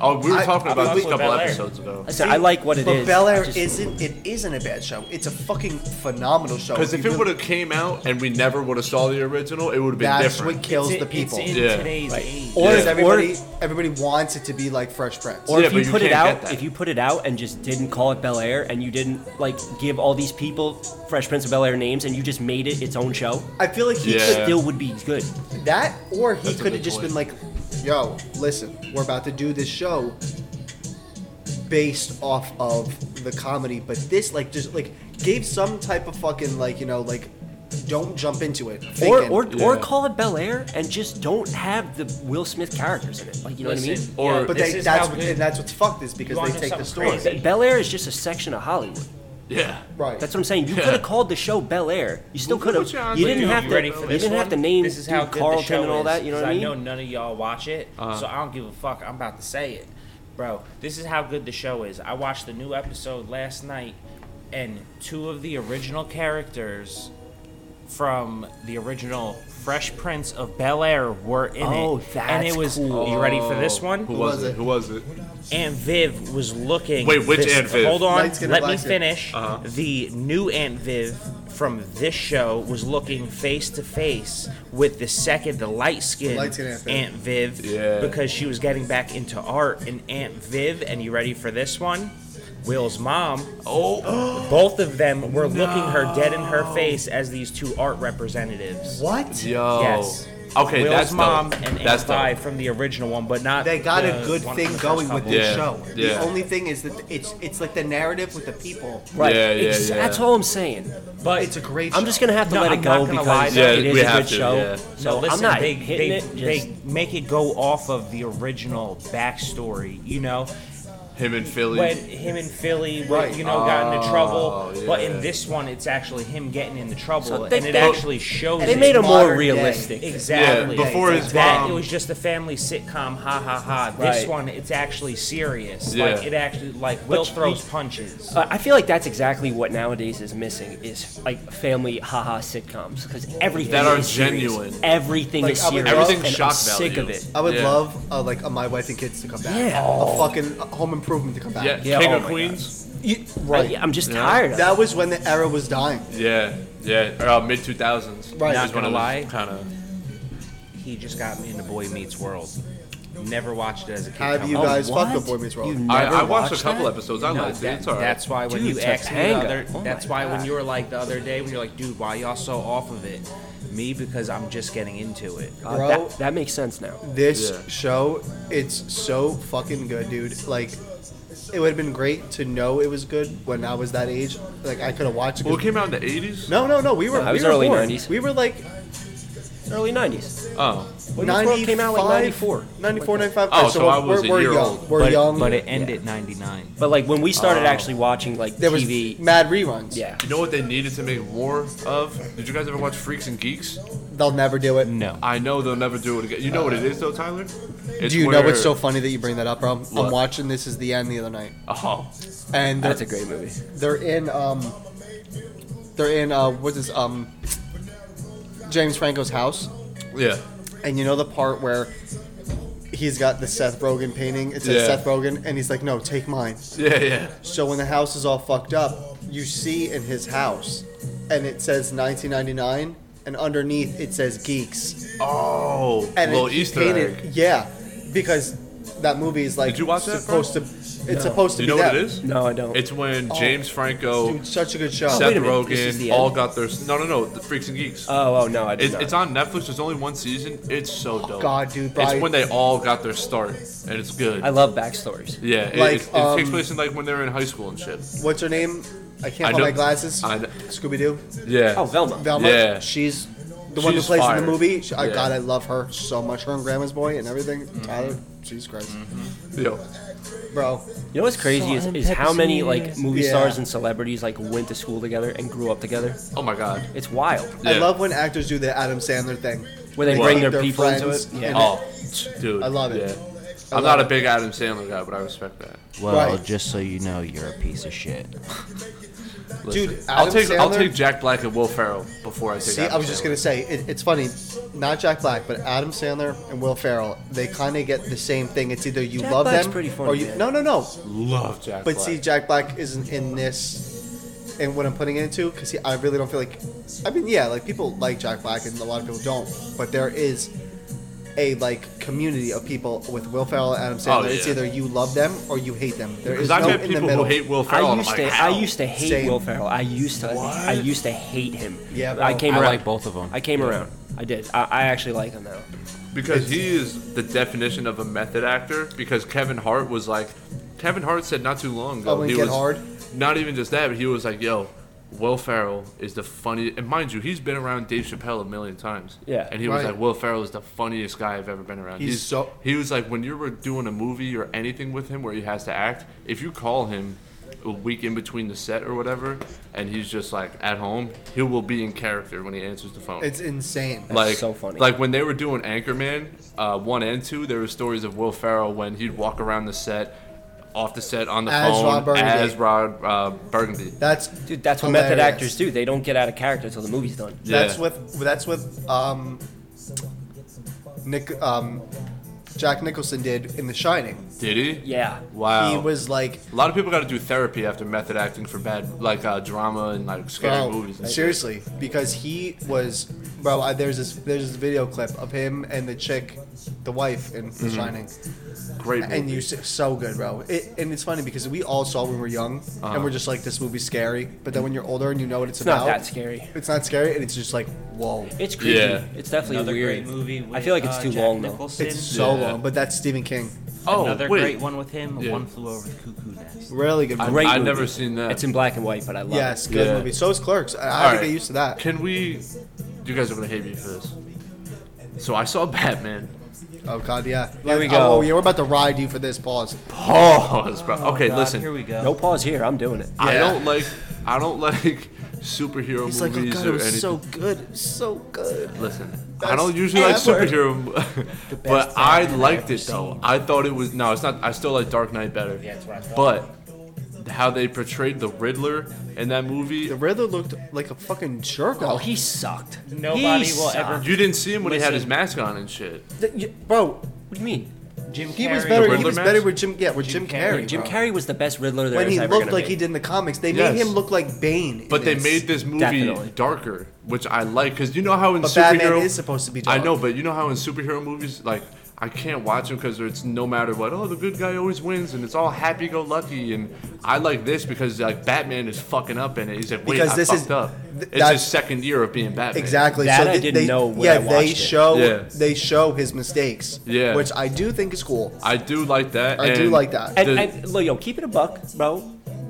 Speaker 4: Oh, we were
Speaker 3: I-
Speaker 4: talking
Speaker 3: I
Speaker 4: about
Speaker 5: fuck
Speaker 4: this a
Speaker 5: with
Speaker 4: couple
Speaker 5: Bel Air.
Speaker 4: episodes ago.
Speaker 2: Listen, I like what it is.
Speaker 3: But Bel
Speaker 2: I
Speaker 3: Air
Speaker 2: just-
Speaker 3: isn't. It isn't a bad show. It's a fucking phenomenal show.
Speaker 4: Because
Speaker 3: You
Speaker 4: if it
Speaker 3: really-
Speaker 4: would have came out and we never would have saw the original, it would have been
Speaker 3: that's
Speaker 4: different.
Speaker 3: what kills the
Speaker 5: It's
Speaker 3: people.
Speaker 5: in
Speaker 4: Yeah.
Speaker 5: today's
Speaker 2: Right.
Speaker 5: age.
Speaker 2: Or-
Speaker 3: Because
Speaker 2: or-
Speaker 3: everybody, everybody wants it to be like Fresh Prince.
Speaker 2: Or
Speaker 4: Yeah,
Speaker 2: if
Speaker 4: but
Speaker 2: you
Speaker 4: you
Speaker 2: put it
Speaker 4: can't get
Speaker 2: out,
Speaker 4: that.
Speaker 2: if you put it out and just didn't call it Bel Air and you didn't like give all these people Fresh Prince of Bel Air names and you just made it its own show,
Speaker 3: I feel like he
Speaker 4: Yeah.
Speaker 3: could
Speaker 2: it still would be good.
Speaker 3: That or he
Speaker 4: That's a
Speaker 3: could have
Speaker 4: good
Speaker 3: just
Speaker 4: point.
Speaker 3: been like, "Yo, listen, we're about to do this show based off of the comedy, but this like just like gave some type of fucking like you know like don't jump into it."
Speaker 2: Or
Speaker 3: thinking,
Speaker 2: or, or
Speaker 4: Yeah.
Speaker 2: call it Bel Air and just don't have the Will Smith characters in it. Like you know what I mean?
Speaker 5: Listen,
Speaker 4: Or-
Speaker 5: yeah,
Speaker 3: but
Speaker 5: this
Speaker 3: they,
Speaker 5: is
Speaker 3: that's
Speaker 5: how
Speaker 3: what,
Speaker 5: good-
Speaker 3: and that's what's fucked is
Speaker 5: You
Speaker 3: because
Speaker 5: wanna
Speaker 3: they
Speaker 5: know
Speaker 3: take the
Speaker 5: something
Speaker 3: story.
Speaker 5: crazy?
Speaker 2: Bel Air is just a section of Hollywood.
Speaker 4: Yeah.
Speaker 3: Right.
Speaker 2: That's what I'm saying. You
Speaker 4: Yeah.
Speaker 2: could have called the show Bel Air. You still
Speaker 4: Well,
Speaker 2: could
Speaker 4: what y'all
Speaker 2: have. You
Speaker 4: do?
Speaker 2: didn't have
Speaker 4: You
Speaker 2: to.
Speaker 4: ready
Speaker 2: You
Speaker 4: for
Speaker 5: this
Speaker 2: didn't have to
Speaker 5: one?
Speaker 2: name
Speaker 5: This is how
Speaker 2: Dude
Speaker 5: good the
Speaker 2: Carlton
Speaker 5: show
Speaker 2: and all
Speaker 5: is,
Speaker 2: that. You know
Speaker 5: 'cause
Speaker 2: what I mean? Uh-huh.
Speaker 5: know none of y'all watch it, so I don't give a fuck. I'm about to say it, bro. This is how good the show is. I watched the new episode last night, and two of the original characters from the original Fresh Prince of Bel Air were in
Speaker 2: Oh,
Speaker 5: it, and
Speaker 2: that's
Speaker 5: it was.
Speaker 2: cool.
Speaker 5: You ready for this one?
Speaker 4: Who was it? Who was it?
Speaker 5: Aunt Viv was looking.
Speaker 4: Wait, which
Speaker 5: this-
Speaker 4: Aunt Viv? Uh-huh.
Speaker 5: Hold on,
Speaker 3: Light-skinned
Speaker 5: let
Speaker 3: black
Speaker 5: me
Speaker 3: kid.
Speaker 5: finish. The new Aunt Viv from this show was looking face to face with the second, the light skinned
Speaker 3: light-skinned Aunt Viv.
Speaker 5: Aunt Viv,
Speaker 4: Yeah.
Speaker 5: because she was getting back into art. And Aunt Viv, and you ready for this one? Will's mom.
Speaker 4: Oh,
Speaker 5: Both of them were looking her dead in her face as these two art representatives.
Speaker 3: What?
Speaker 4: yo.
Speaker 5: Yes.
Speaker 4: Okay,
Speaker 5: Will's
Speaker 4: that's
Speaker 5: mom
Speaker 4: dope.
Speaker 5: and Aunt
Speaker 4: that's
Speaker 5: Vi
Speaker 4: dope.
Speaker 5: from the original one, but not.
Speaker 3: They got
Speaker 5: the
Speaker 3: a good
Speaker 5: one
Speaker 3: thing
Speaker 5: from the
Speaker 3: going
Speaker 5: first
Speaker 3: with
Speaker 5: couple.
Speaker 3: this
Speaker 4: Yeah,
Speaker 3: show. The
Speaker 4: yeah.
Speaker 3: only thing is that it's it's like the narrative with the people.
Speaker 2: Right.
Speaker 4: Yeah, yeah,
Speaker 2: Ex-
Speaker 4: yeah.
Speaker 2: That's all I'm saying. But
Speaker 3: It's a great
Speaker 2: I'm
Speaker 3: show.
Speaker 2: just gonna have to
Speaker 5: No,
Speaker 2: let
Speaker 5: I'm
Speaker 2: it
Speaker 5: not
Speaker 2: go
Speaker 5: gonna lie,
Speaker 2: because
Speaker 5: though.
Speaker 2: it
Speaker 4: Yeah,
Speaker 2: is
Speaker 4: we
Speaker 2: a
Speaker 4: have
Speaker 2: good
Speaker 4: to,
Speaker 2: show.
Speaker 4: yeah.
Speaker 5: No,
Speaker 2: So
Speaker 5: listen,
Speaker 2: I'm not
Speaker 5: they,
Speaker 2: hitting
Speaker 5: they,
Speaker 2: it.
Speaker 5: they
Speaker 2: just-
Speaker 5: make it go off of the original backstory, you know?
Speaker 4: Him and Philly.
Speaker 5: When him and Philly, were,
Speaker 3: Right.
Speaker 5: you know, got into trouble.
Speaker 4: Oh,
Speaker 5: But
Speaker 4: yeah.
Speaker 5: in this one, it's actually him getting into trouble,
Speaker 2: So they-
Speaker 5: and it
Speaker 2: they-
Speaker 5: actually shows
Speaker 2: they
Speaker 5: it.
Speaker 2: made a more
Speaker 3: modern day.
Speaker 2: realistic.
Speaker 5: Exactly.
Speaker 4: Yeah, before his
Speaker 5: that,
Speaker 4: mom-
Speaker 5: it was just a family sitcom. Ha ha ha. This
Speaker 2: Right.
Speaker 5: one, it's actually serious.
Speaker 4: Yeah.
Speaker 5: Like it actually, like Will
Speaker 2: you-
Speaker 5: throws punches.
Speaker 2: Uh, I feel like that's exactly what nowadays is missing is like family haha sitcoms because everything
Speaker 4: That are
Speaker 2: is serious.
Speaker 4: genuine.
Speaker 2: Everything
Speaker 3: Like,
Speaker 2: is
Speaker 3: I would
Speaker 2: serious.
Speaker 3: love-
Speaker 2: and
Speaker 4: Everything's
Speaker 2: I'm
Speaker 4: shock
Speaker 2: sick of
Speaker 4: value.
Speaker 2: it.
Speaker 3: I would
Speaker 4: Yeah.
Speaker 3: love uh, like a My Wife and Kids to come back.
Speaker 2: Yeah.
Speaker 3: A fucking uh, Home Improvement to come back.
Speaker 4: yeah,
Speaker 2: Yeah,
Speaker 4: King
Speaker 2: oh
Speaker 4: of
Speaker 2: my
Speaker 4: Queens.
Speaker 2: You- right. I'm just
Speaker 4: Yeah.
Speaker 2: tired. Of it.
Speaker 3: That was when the era was dying.
Speaker 4: Yeah, yeah. Or, uh, Mid two thousands.
Speaker 3: Right. Not
Speaker 5: gonna lie.
Speaker 4: Kind of.
Speaker 5: He just got me into Boy Meets World. Never watched it as a kid.
Speaker 3: Have
Speaker 5: Come
Speaker 3: you
Speaker 5: on.
Speaker 3: guys
Speaker 2: what?
Speaker 3: fucked with Boy Meets World?
Speaker 2: You
Speaker 4: I,
Speaker 2: never
Speaker 4: I watched a
Speaker 2: watched
Speaker 4: couple
Speaker 2: that?
Speaker 4: episodes. I liked it.
Speaker 5: That-
Speaker 4: It's alright.
Speaker 5: That's why when
Speaker 2: Dude,
Speaker 5: you asked me the
Speaker 2: Topanga.
Speaker 5: other,
Speaker 2: Oh
Speaker 5: that's
Speaker 2: my
Speaker 5: why when
Speaker 2: God.
Speaker 5: you were like the other day when you're like, dude, why y'all so off of it? Me because I'm just getting into it.
Speaker 2: Uh,
Speaker 3: Bro.
Speaker 2: that, that makes sense now.
Speaker 3: This
Speaker 4: Yeah.
Speaker 3: show, it's so fucking good, dude. Like, it would have been great to know it was good when I was that age. Like, I could have watched it.
Speaker 4: Well, it came out in the eighties.
Speaker 3: no, no, no. We were.
Speaker 2: No, I was
Speaker 3: we were
Speaker 2: early
Speaker 3: born.
Speaker 2: 90s.
Speaker 3: We were like
Speaker 2: Early 90s.
Speaker 4: Oh,
Speaker 2: When this world
Speaker 3: 95,
Speaker 2: came out like 94.
Speaker 3: 94, 95.
Speaker 4: Oh,
Speaker 3: Right,
Speaker 4: so I
Speaker 3: we're-
Speaker 4: was
Speaker 3: we're,
Speaker 4: a
Speaker 3: we're
Speaker 4: year
Speaker 3: young.
Speaker 4: old.
Speaker 3: We're
Speaker 5: but,
Speaker 3: young.
Speaker 5: but it ended 99.
Speaker 2: But like when we
Speaker 4: Oh.
Speaker 2: started actually watching like
Speaker 3: there was
Speaker 2: TV.
Speaker 3: mad reruns.
Speaker 2: yeah.
Speaker 4: you know what they needed to make more of? Did you guys ever watch Freaks and Geeks?
Speaker 3: They'll never do it.
Speaker 5: No.
Speaker 4: I know they'll never do it again. You know what it is though, Tyler? It's
Speaker 3: Do you know
Speaker 4: where-
Speaker 3: what's so funny that you bring that up, bro?
Speaker 4: What?
Speaker 3: I'm watching This Is the End the other night,
Speaker 4: Oh,
Speaker 3: and they're,
Speaker 2: That's a great movie.
Speaker 3: they're in um, they're in uh, what's this um, James Franco's house,
Speaker 4: yeah.
Speaker 3: and you know the part where he's got the Seth Rogen painting. It says
Speaker 4: Yeah.
Speaker 3: Seth Rogen, and he's like, "No, take mine."
Speaker 4: Yeah, yeah.
Speaker 3: So when the house is all fucked up, you see in his house, and it says 1999, and underneath it says Geeks,
Speaker 4: Oh,
Speaker 3: and
Speaker 4: little
Speaker 3: it
Speaker 4: Easter
Speaker 3: painted,
Speaker 4: egg.
Speaker 3: Yeah, because that movie is like
Speaker 4: Did you watch that, bro?
Speaker 3: supposed to. It's supposed to
Speaker 4: Do you
Speaker 3: be
Speaker 4: know what
Speaker 3: that.
Speaker 4: it is?
Speaker 2: No, I don't.
Speaker 4: It's when James Franco,
Speaker 3: Dude, such Oh. a good show.
Speaker 4: Seth
Speaker 2: wait a minute, this is
Speaker 4: Rogen
Speaker 2: the
Speaker 4: all
Speaker 2: end?
Speaker 4: got their no, no, no. The Freaks and Geeks.
Speaker 2: oh, oh no, I did
Speaker 4: It's,
Speaker 2: not.
Speaker 4: it's on Netflix. There's only one season. It's so dope.
Speaker 3: Oh, God, dude,
Speaker 4: It's
Speaker 3: Brian-
Speaker 4: when they all got their start, and it's good.
Speaker 2: I love backstories.
Speaker 4: yeah, it,
Speaker 3: Like,
Speaker 4: it's- it, takes
Speaker 3: um, Oh.
Speaker 4: place in like when they're in high school and shit.
Speaker 3: What's her name? I can't
Speaker 4: I
Speaker 3: find
Speaker 4: know-
Speaker 3: my glasses.
Speaker 4: I know-
Speaker 3: Scooby Doo.
Speaker 4: Yeah.
Speaker 2: Oh, Velma.
Speaker 3: Velma.
Speaker 4: Yeah.
Speaker 3: She's the one who
Speaker 4: She's
Speaker 3: plays in
Speaker 4: fire.
Speaker 3: the movie. She, I,
Speaker 4: Yeah. Mm-hmm.
Speaker 3: God, I love her so much. Her and Grandma's Boy and everything. Tyler, Jesus Christ,
Speaker 4: Yo,
Speaker 3: bro.
Speaker 2: You know what's crazy is, is how many like movie
Speaker 3: Yeah.
Speaker 2: stars and celebrities like went to school together and grew up together.
Speaker 4: oh my God.
Speaker 2: It's wild.
Speaker 3: I
Speaker 4: Yeah.
Speaker 3: love when actors do the Adam Sandler thing.
Speaker 2: Where they
Speaker 3: They
Speaker 2: bring
Speaker 3: keep
Speaker 2: their,
Speaker 3: their
Speaker 2: people into
Speaker 3: friends
Speaker 2: it. Yeah.
Speaker 3: and-
Speaker 4: Oh, dude.
Speaker 3: I love it.
Speaker 4: Yeah.
Speaker 3: I
Speaker 4: I'm
Speaker 3: love
Speaker 4: not a
Speaker 3: it.
Speaker 4: big Adam Sandler guy, but I respect that.
Speaker 5: Well,
Speaker 3: Right.
Speaker 5: just so you know, you're a piece of shit.
Speaker 3: Dude,
Speaker 4: Listen, I'll
Speaker 3: Adam
Speaker 4: take I'll
Speaker 3: Sandler-
Speaker 4: take Jack Black and Will Ferrell before I take.
Speaker 3: See,
Speaker 4: Adam
Speaker 3: I was just
Speaker 4: Sandler.
Speaker 3: gonna say it, it's funny. Not Jack Black, but Adam Sandler and Will Ferrell. They kind of get the same thing. It's either you
Speaker 2: Jack
Speaker 3: love
Speaker 2: Black's
Speaker 3: them
Speaker 2: pretty funny,
Speaker 3: or you.
Speaker 2: man.
Speaker 3: No, no, no.
Speaker 4: love Jack.
Speaker 3: But
Speaker 4: Black.
Speaker 3: see, Jack Black isn't in this, and what I'm putting it into, because I really don't feel like. I mean, yeah, like people like Jack Black, and a lot of people don't. But there is a like community of people with Will Ferrell, and Adam Sandler. It's
Speaker 4: Oh, yeah.
Speaker 3: either you love them or you hate them. There is
Speaker 4: because I've
Speaker 3: no in
Speaker 4: met
Speaker 3: the
Speaker 4: people
Speaker 3: middle.
Speaker 4: who hate Will Ferrell.
Speaker 2: I
Speaker 4: and
Speaker 2: used
Speaker 4: I'm
Speaker 2: to
Speaker 4: like, how?
Speaker 2: I used to hate
Speaker 3: Same.
Speaker 2: Will Ferrell. I used to I used to hate him.
Speaker 3: Yeah,
Speaker 2: I
Speaker 3: bro.
Speaker 2: came
Speaker 5: I
Speaker 2: around.
Speaker 5: like both of 'em.
Speaker 2: I came around. I did. I, I actually like him now.
Speaker 4: because he is the definition of a method actor. Because Kevin Hart was like, Kevin Hart said not too long ago.
Speaker 3: Oh, when
Speaker 4: he
Speaker 3: Get
Speaker 4: was
Speaker 3: Hard?
Speaker 4: Not even just that, but he was like, "Yo, Will Ferrell is the funniest." And mind you, he's been around Dave Chappelle a million times.
Speaker 2: Yeah.
Speaker 4: and he was
Speaker 3: Right.
Speaker 4: like, "Will Ferrell is the funniest guy I've ever been around."
Speaker 3: He's so-
Speaker 4: He was like, when you were doing a movie or anything with him where he has to act, if you call him. A week in between the set or whatever, and he's just like at home. He will be in character when he answers the phone
Speaker 3: It's insane.
Speaker 4: like
Speaker 2: so funny.
Speaker 4: Like when they were doing Anchorman uh, one and two, there were stories of Will Ferrell when he'd walk around the set, off the set on the
Speaker 3: As
Speaker 4: phone
Speaker 3: Ron Burgundy.
Speaker 4: as Rod uh, Burgundy.
Speaker 3: That's
Speaker 2: Dude, that's what method
Speaker 3: hilarious.
Speaker 2: actors do. They don't get out of character until the movie's done.
Speaker 4: Yeah.
Speaker 3: That's with that's with um Nick um Jack Nicholson did in The Shining.
Speaker 4: Did he?
Speaker 2: Yeah.
Speaker 4: Wow.
Speaker 3: He was like,
Speaker 4: a lot of people got to do therapy after method acting for bad, like uh, drama and like scary
Speaker 3: bro,
Speaker 4: movies. And shit.
Speaker 3: Oh, seriously, because he was, bro. I, there's this there's this video clip of him and the chick, the wife in The Shining,
Speaker 4: Mm-hmm. Great movie.
Speaker 3: and you s- so good, bro. It, and it's funny because we all saw when we were young,
Speaker 4: Uh-huh.
Speaker 3: and we're just like, this movie's scary. But then when you're older and you know what it's,
Speaker 2: It's not
Speaker 3: about,
Speaker 2: that scary.
Speaker 3: It's not scary, and it's just like, whoa.
Speaker 2: It's creepy.
Speaker 4: Yeah.
Speaker 2: It's definitely
Speaker 5: Another
Speaker 2: weird.
Speaker 5: great movie. With,
Speaker 2: I feel like it's
Speaker 5: uh,
Speaker 2: too
Speaker 5: Jack
Speaker 2: long though.
Speaker 5: Nicholson.
Speaker 3: It's so
Speaker 4: Yeah.
Speaker 3: long, but that's Stephen King.
Speaker 4: oh,
Speaker 5: Another
Speaker 4: wait.
Speaker 5: great one with him.
Speaker 4: Yeah.
Speaker 5: One flew over the cuckoo nest.
Speaker 3: Really good.
Speaker 4: I-
Speaker 3: Movie.
Speaker 2: Great.
Speaker 4: I've
Speaker 2: movie.
Speaker 4: never seen that.
Speaker 2: It's in black and white, but I love
Speaker 3: Yes,
Speaker 2: it.
Speaker 3: good
Speaker 4: Yeah.
Speaker 3: movie. So is Clerks. I, I
Speaker 4: All
Speaker 3: had to
Speaker 4: right.
Speaker 3: get used to that.
Speaker 4: Can we? You guys are gonna hate me for this. So I saw Batman.
Speaker 3: Oh God, yeah. Here
Speaker 2: we
Speaker 3: Oh,
Speaker 2: go.
Speaker 3: yeah, we're about to ride you for this. Pause.
Speaker 4: Pause, bro. okay,
Speaker 5: Oh, God,
Speaker 4: listen.
Speaker 5: Here we go.
Speaker 2: No pause here. I'm doing it.
Speaker 4: I
Speaker 3: Yeah.
Speaker 4: don't like. I don't like superhero
Speaker 3: He's like, oh
Speaker 4: movies
Speaker 3: God,
Speaker 4: or
Speaker 3: it was
Speaker 4: anything.
Speaker 3: so good, It was so good.
Speaker 4: Listen,
Speaker 3: Best
Speaker 4: I don't usually like
Speaker 3: ever.
Speaker 4: superhero, mo- but I liked it though. I thought it was no, it's not. I still like Dark Knight better.
Speaker 5: Yeah, that's what I thought.
Speaker 4: But how they portrayed the Riddler in that movie,
Speaker 3: The Riddler looked like a fucking jerk.
Speaker 2: Oh,
Speaker 3: off.
Speaker 2: he sucked.
Speaker 5: Nobody
Speaker 2: He
Speaker 5: will ever-
Speaker 4: you didn't see him when he had his
Speaker 5: Listen.
Speaker 4: mask on and shit.
Speaker 2: Th- you- bro, what do you mean?
Speaker 5: Jim
Speaker 3: He
Speaker 5: Carrey.
Speaker 3: was better. He
Speaker 4: Riddler
Speaker 3: was
Speaker 4: mask?
Speaker 3: better with Jim. Yeah, with Jim,
Speaker 5: Jim
Speaker 3: Carrey.
Speaker 5: Carrey.
Speaker 2: Jim
Speaker 3: bro.
Speaker 2: Carey was the best Riddler there
Speaker 3: When
Speaker 2: is
Speaker 3: he
Speaker 2: ever
Speaker 3: looked
Speaker 2: gonna
Speaker 3: like
Speaker 2: be.
Speaker 3: he did in the comics, they
Speaker 4: Yes.
Speaker 3: made him look like Bane. in
Speaker 4: But they
Speaker 3: this.
Speaker 4: made this movie
Speaker 2: Definitely.
Speaker 4: darker, which I like because you know how in
Speaker 3: But
Speaker 4: superhero
Speaker 3: Batman is supposed to be dark.
Speaker 4: I know, but you know how in superhero movies, like I can't watch them because it's no matter what. Oh, the good guy always wins, and it's all happy-go-lucky. And I like this because like Batman is fucking up in it. He's like, wait,
Speaker 3: Because
Speaker 4: I
Speaker 3: this
Speaker 4: fucked
Speaker 3: is-
Speaker 4: up.
Speaker 3: th-
Speaker 4: it's
Speaker 3: that's-
Speaker 4: his second year of being Batman.
Speaker 3: Exactly.
Speaker 2: That
Speaker 3: so
Speaker 2: I
Speaker 3: they,
Speaker 2: didn't
Speaker 3: they-
Speaker 2: know when
Speaker 3: yeah,
Speaker 2: I watched
Speaker 3: they
Speaker 2: it.
Speaker 3: show
Speaker 4: Yeah.
Speaker 3: they show his mistakes.
Speaker 4: Yeah.
Speaker 3: Which I do think is cool.
Speaker 4: I do like that.
Speaker 3: I do
Speaker 4: and
Speaker 3: like that.
Speaker 2: And,
Speaker 4: the-
Speaker 2: and look, yo, keep it a buck, bro.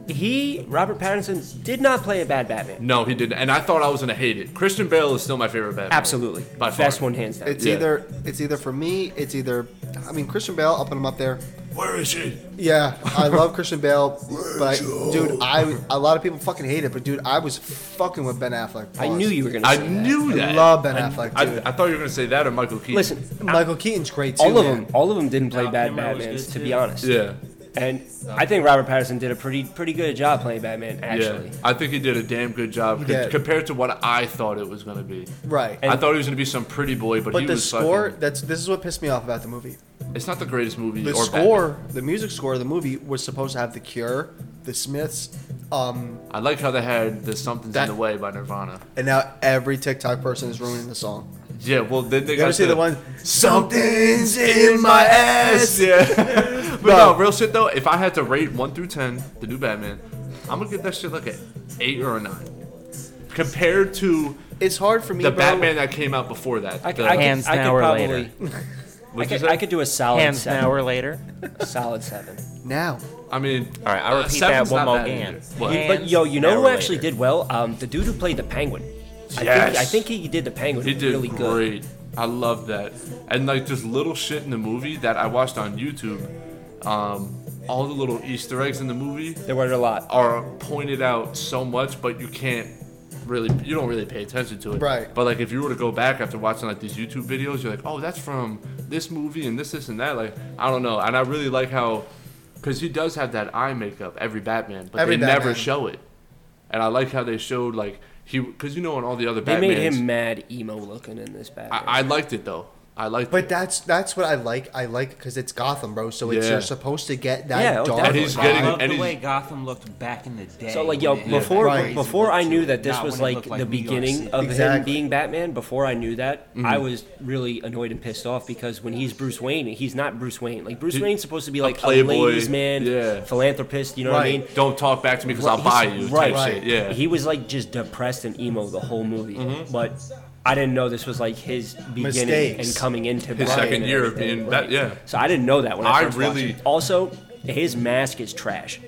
Speaker 2: He, Robert Pattinson, did not play a bad Batman.
Speaker 4: no, he didn't. And I thought I was gonna hate it. Christian Bale is still my favorite Batman.
Speaker 2: Absolutely,
Speaker 4: by far.
Speaker 2: best one hands down.
Speaker 3: It's
Speaker 4: Yeah.
Speaker 3: either it's either for me. It's either I mean Christian Bale up and him up there.
Speaker 4: Where is she?
Speaker 3: Yeah, I love Christian Bale, but I, dude, I a lot of people fucking hate it, but dude, I was fucking with Ben Affleck.
Speaker 2: I
Speaker 3: Pause.
Speaker 2: knew you were gonna.
Speaker 4: I
Speaker 2: say that.
Speaker 4: knew
Speaker 3: I
Speaker 4: that.
Speaker 3: love Ben
Speaker 4: I-
Speaker 3: Affleck,
Speaker 4: I,
Speaker 3: dude.
Speaker 4: I thought you were gonna say that or Michael Keaton.
Speaker 2: Listen,
Speaker 3: Michael Keaton's great too.
Speaker 2: all of
Speaker 3: man.
Speaker 2: them, all of them didn't play
Speaker 5: Val
Speaker 2: bad
Speaker 5: Kilmer was
Speaker 2: Batmans,
Speaker 5: good,
Speaker 2: to be
Speaker 5: too.
Speaker 2: honest.
Speaker 4: Yeah.
Speaker 2: And I think Robert Pattinson did a pretty pretty good job playing Batman, actually.
Speaker 4: Yeah, I think he did a damn good job co-
Speaker 3: did.
Speaker 4: compared to what I thought it was going to be.
Speaker 3: Right.
Speaker 4: I
Speaker 2: And-
Speaker 4: thought he was going to be some pretty boy, but,
Speaker 3: but
Speaker 4: he
Speaker 3: the
Speaker 4: was
Speaker 3: score
Speaker 4: fucking-
Speaker 3: that's this is what pissed me off about the movie.
Speaker 4: It's not the greatest movie.
Speaker 3: The
Speaker 4: or
Speaker 3: score,
Speaker 4: Batman.
Speaker 3: the music score of the movie was supposed to have The Cure, The Smiths, um,
Speaker 4: I like how they had the "Something's
Speaker 3: That-
Speaker 4: in the Way" by Nirvana.
Speaker 3: and now every TikTok person is ruining the song.
Speaker 4: Yeah, well then they
Speaker 3: You ever
Speaker 4: got
Speaker 3: see the one?
Speaker 4: "Something's in my ass." Yeah, but no, real shit though. If I had to rate one through ten the new Batman, I'm gonna give that shit like an eight or a nine. Compared to
Speaker 3: It's hard for me.
Speaker 4: the
Speaker 3: bro.
Speaker 4: Batman that came out before that,
Speaker 2: I, c-
Speaker 4: the,
Speaker 2: I, could-
Speaker 5: Hands
Speaker 2: I could
Speaker 5: now or
Speaker 2: probably,
Speaker 5: later.
Speaker 2: I
Speaker 4: what'd you
Speaker 2: could,
Speaker 4: say?
Speaker 2: I could do a solid
Speaker 5: Hands an
Speaker 2: seven.
Speaker 5: hour later.
Speaker 2: Solid seven.
Speaker 3: now.
Speaker 4: I mean,
Speaker 5: All right, I'll
Speaker 4: uh,
Speaker 5: repeat
Speaker 4: seven's
Speaker 5: that one
Speaker 4: not
Speaker 5: more
Speaker 4: bad
Speaker 5: again.
Speaker 4: either. What?
Speaker 5: Yeah.
Speaker 2: But yo, you know
Speaker 5: now
Speaker 2: who
Speaker 5: or
Speaker 2: actually
Speaker 5: later.
Speaker 2: did well? Um, the dude who played the Penguin.
Speaker 4: Yes.
Speaker 2: I think, I think he did the Penguin
Speaker 4: He did
Speaker 2: really good.
Speaker 4: great. I love that. And like just little shit in the movie that I watched on YouTube, um, all the little Easter eggs in the movie
Speaker 2: There were a lot.
Speaker 4: are pointed out so much, but you can't really, you don't really pay attention to it.
Speaker 3: Right.
Speaker 4: But like if you were to go back after watching like these YouTube videos, you're like, oh, that's from this movie and this, this, and that. Like I don't know. And I really like how, because he does have that eye makeup every Batman, but
Speaker 3: Every
Speaker 4: they never
Speaker 3: Batman.
Speaker 4: show it. And I like how they showed like he, because you know in all the other
Speaker 2: They
Speaker 4: Batmans,
Speaker 2: made him mad emo looking in this Batman.
Speaker 4: I, I liked it though. I liked
Speaker 3: But
Speaker 4: it.
Speaker 3: that's that's what I like. I like because it's Gotham, bro. So it's
Speaker 4: Yeah.
Speaker 3: you're supposed to get that
Speaker 2: Yeah, oh,
Speaker 3: dark.
Speaker 2: definitely.
Speaker 4: And he's
Speaker 3: vibe.
Speaker 4: getting-
Speaker 5: I love
Speaker 4: and
Speaker 5: the
Speaker 4: he's-
Speaker 5: way Gotham looked back in the day.
Speaker 2: so like
Speaker 5: when
Speaker 2: yo,
Speaker 5: it-
Speaker 2: before
Speaker 3: Right.
Speaker 2: before I knew that this
Speaker 5: Not
Speaker 2: was
Speaker 5: when it
Speaker 2: like
Speaker 5: looked
Speaker 2: the
Speaker 5: New York
Speaker 2: beginning
Speaker 5: City.
Speaker 2: of him
Speaker 3: Exactly.
Speaker 2: being Batman, before I knew that, I
Speaker 4: Mm-hmm.
Speaker 2: was really annoyed and pissed off because when he's Bruce Wayne, he's not Bruce Wayne. Like Bruce
Speaker 4: He-
Speaker 2: Wayne's supposed to be
Speaker 4: a
Speaker 2: like a,
Speaker 4: playboy,
Speaker 2: ladies' man,
Speaker 4: yeah.
Speaker 2: philanthropist. You know what I
Speaker 3: Right.
Speaker 2: mean?
Speaker 4: Don't talk back to me because I'll buy
Speaker 2: Right,
Speaker 4: you.
Speaker 2: he's-
Speaker 4: Right,
Speaker 2: right,
Speaker 4: type shit. Yeah. Mm-hmm.
Speaker 2: He was like just depressed and emo the whole movie, but I didn't know this was like his beginning
Speaker 3: Mistakes.
Speaker 2: and coming into
Speaker 4: His
Speaker 2: Batman
Speaker 4: second
Speaker 2: and
Speaker 4: year of
Speaker 2: everything,
Speaker 4: being Bat- yeah.
Speaker 2: So I didn't know that when I,
Speaker 4: I
Speaker 2: first watched
Speaker 4: really-
Speaker 2: it. Also, his mask is trash.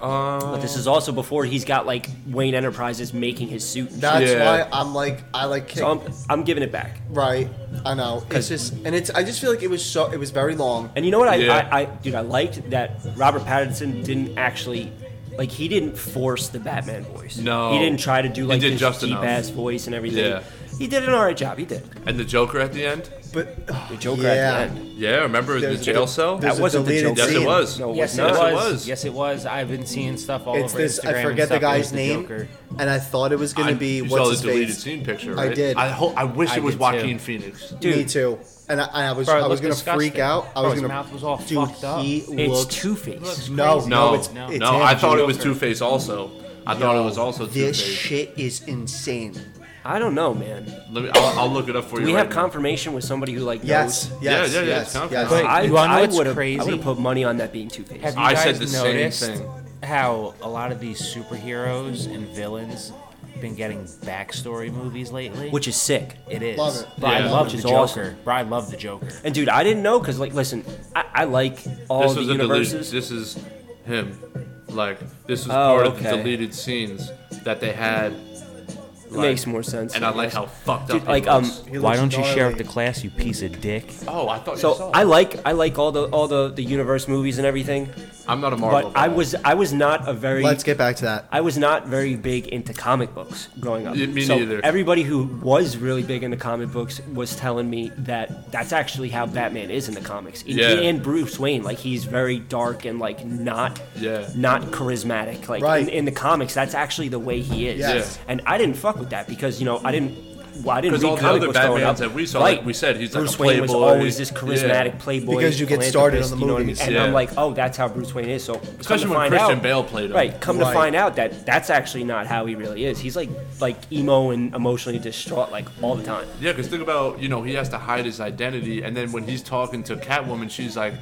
Speaker 2: But
Speaker 4: Um,
Speaker 2: this is also before he's got like Wayne Enterprises making his suit. And shit.
Speaker 3: That's
Speaker 4: Yeah.
Speaker 3: why I'm like I like
Speaker 2: So I'm, I'm giving it back.
Speaker 3: right. I know. It's just and it's I just feel like it was so it was very long.
Speaker 2: And you know what? I,
Speaker 4: Yeah.
Speaker 2: I, I dude, I liked that Robert Pattinson didn't actually. Like he didn't force the Batman voice.
Speaker 4: No.
Speaker 2: he didn't try to do
Speaker 4: He
Speaker 2: like
Speaker 4: did
Speaker 2: this
Speaker 4: just
Speaker 2: deep
Speaker 4: enough.
Speaker 2: ass voice and everything.
Speaker 4: Yeah.
Speaker 2: He did an alright job. He did.
Speaker 4: And the Joker at the end?
Speaker 3: But
Speaker 2: The Joker
Speaker 3: Yeah.
Speaker 2: at the end.
Speaker 4: Yeah, remember
Speaker 3: There's
Speaker 4: the
Speaker 3: a-
Speaker 4: jail cell?
Speaker 3: there's
Speaker 2: That wasn't the
Speaker 3: deleted
Speaker 2: Joker.
Speaker 4: Yes, it
Speaker 3: scene.
Speaker 4: was.
Speaker 2: No, it
Speaker 5: Yes,
Speaker 2: was
Speaker 5: it
Speaker 2: not.
Speaker 4: Yes, it
Speaker 5: was.
Speaker 4: was.
Speaker 5: Yes, it was. I've been seeing stuff all
Speaker 3: it's
Speaker 5: over
Speaker 3: this.
Speaker 5: Instagram.
Speaker 3: I
Speaker 5: and
Speaker 3: forget the
Speaker 5: stuff. It was
Speaker 3: guy's name,
Speaker 5: Joker.
Speaker 3: and I thought it was gonna
Speaker 4: I-
Speaker 3: be
Speaker 4: you
Speaker 3: what's
Speaker 4: saw
Speaker 3: his
Speaker 4: the deleted
Speaker 3: face.
Speaker 4: scene picture,
Speaker 3: I
Speaker 4: right?
Speaker 3: did.
Speaker 4: I, ho- I wish
Speaker 5: I
Speaker 4: it was
Speaker 5: did, too.
Speaker 4: Joaquin Phoenix.
Speaker 3: Me
Speaker 2: Dude,
Speaker 3: too. And I, I was
Speaker 5: Bro, it
Speaker 3: I was
Speaker 5: looked
Speaker 3: gonna freak
Speaker 5: disgusting.
Speaker 3: out. I
Speaker 5: Bro,
Speaker 3: was
Speaker 5: his
Speaker 3: gonna.
Speaker 5: mouth was all
Speaker 3: dude,
Speaker 5: fucked up.
Speaker 3: he
Speaker 2: it's
Speaker 3: looked.
Speaker 2: Two
Speaker 5: Looks
Speaker 2: Face.
Speaker 3: no,
Speaker 5: crazy.
Speaker 3: no,
Speaker 4: No,
Speaker 3: it's
Speaker 5: No.
Speaker 3: it's
Speaker 4: no, I
Speaker 3: him,
Speaker 4: thought
Speaker 3: dude.
Speaker 4: it was Two Face also. I thought it was also Two
Speaker 3: This
Speaker 4: Face.
Speaker 3: shit is insane.
Speaker 2: I don't know, man.
Speaker 4: Let me. I'll, I'll look it up for
Speaker 2: Do
Speaker 4: you.
Speaker 2: we
Speaker 4: right
Speaker 2: have
Speaker 4: now.
Speaker 2: confirmation with somebody who like
Speaker 3: Yes,
Speaker 2: knows?
Speaker 3: yes,
Speaker 4: yeah, yeah,
Speaker 3: yes,
Speaker 4: it's
Speaker 3: yes.
Speaker 4: confident.
Speaker 2: I,
Speaker 5: You wanna know
Speaker 2: I
Speaker 5: what's
Speaker 2: would've-
Speaker 5: crazy?
Speaker 2: I would have put money on that being Two Face.
Speaker 5: Have you
Speaker 4: I
Speaker 5: guys
Speaker 4: said the same
Speaker 5: noticed
Speaker 4: thing.
Speaker 5: how a lot of these superheroes and villains been getting backstory movies lately?
Speaker 2: Which is sick.
Speaker 5: it is.
Speaker 3: Love it.
Speaker 5: Bro, I
Speaker 4: Yeah.
Speaker 5: love
Speaker 2: Which
Speaker 5: the
Speaker 2: is
Speaker 5: Joker.
Speaker 2: awesome.
Speaker 5: Bro, I love the Joker.
Speaker 2: And dude, I didn't know because like, listen, I, I like all
Speaker 4: This
Speaker 2: the
Speaker 4: was a deleted.
Speaker 2: universes.
Speaker 4: This is him. Like this was
Speaker 2: Oh,
Speaker 4: part of the
Speaker 2: okay.
Speaker 4: deleted scenes that they had.
Speaker 2: It makes more sense.
Speaker 4: And I like
Speaker 2: guess.
Speaker 4: how fucked
Speaker 2: Dude,
Speaker 4: up.
Speaker 2: like
Speaker 4: Like
Speaker 2: um.
Speaker 3: He
Speaker 5: Why
Speaker 3: looks
Speaker 5: don't you share with
Speaker 3: gnarly.
Speaker 5: the class, you piece of dick?
Speaker 4: Oh, I thought You
Speaker 2: So
Speaker 4: saw
Speaker 2: I
Speaker 4: it.
Speaker 2: like I like all the all the the universe movies and everything,
Speaker 4: I'm not a Marvel.
Speaker 2: but I
Speaker 4: guy.
Speaker 2: was I was not a very
Speaker 3: Let's get back to that.
Speaker 2: I was not very big into comic books growing up.
Speaker 4: Yeah, me
Speaker 2: so
Speaker 4: neither.
Speaker 2: Everybody who was really big into comic books was telling me that that's actually how Batman is in the comics. And,
Speaker 4: Yeah.
Speaker 2: and Bruce Wayne, like he's very dark and like not
Speaker 4: Yeah.
Speaker 2: not charismatic. Like
Speaker 3: Right.
Speaker 2: in, in the comics, that's actually the way he is.
Speaker 3: Yes.
Speaker 2: And I didn't fuck with that because you know I didn't. Well, I didn't
Speaker 4: Because all
Speaker 2: read
Speaker 4: the
Speaker 2: comic
Speaker 4: other
Speaker 2: books growing up.
Speaker 4: Batmans that we saw,
Speaker 2: right.
Speaker 4: like we said, he's like
Speaker 2: Bruce
Speaker 4: a
Speaker 2: Wayne was
Speaker 4: playboy.
Speaker 2: always this charismatic
Speaker 4: Yeah.
Speaker 2: playboy.
Speaker 3: Because you get started on
Speaker 2: philanthropist,
Speaker 3: the
Speaker 2: you know what I mean?
Speaker 3: movies.
Speaker 2: And I'm
Speaker 4: Yeah.
Speaker 2: like, oh, that's how Bruce Wayne is. So, come to
Speaker 4: Especially when
Speaker 2: find
Speaker 4: Christian
Speaker 2: out-
Speaker 4: Bale played him.
Speaker 2: Right. Come to
Speaker 3: Right.
Speaker 2: find out that that's actually not how he really is. He's like like emo and emotionally distraught like all the time.
Speaker 4: Yeah, because think about, you know, he has to hide his identity, and then when he's talking to Catwoman, she's like,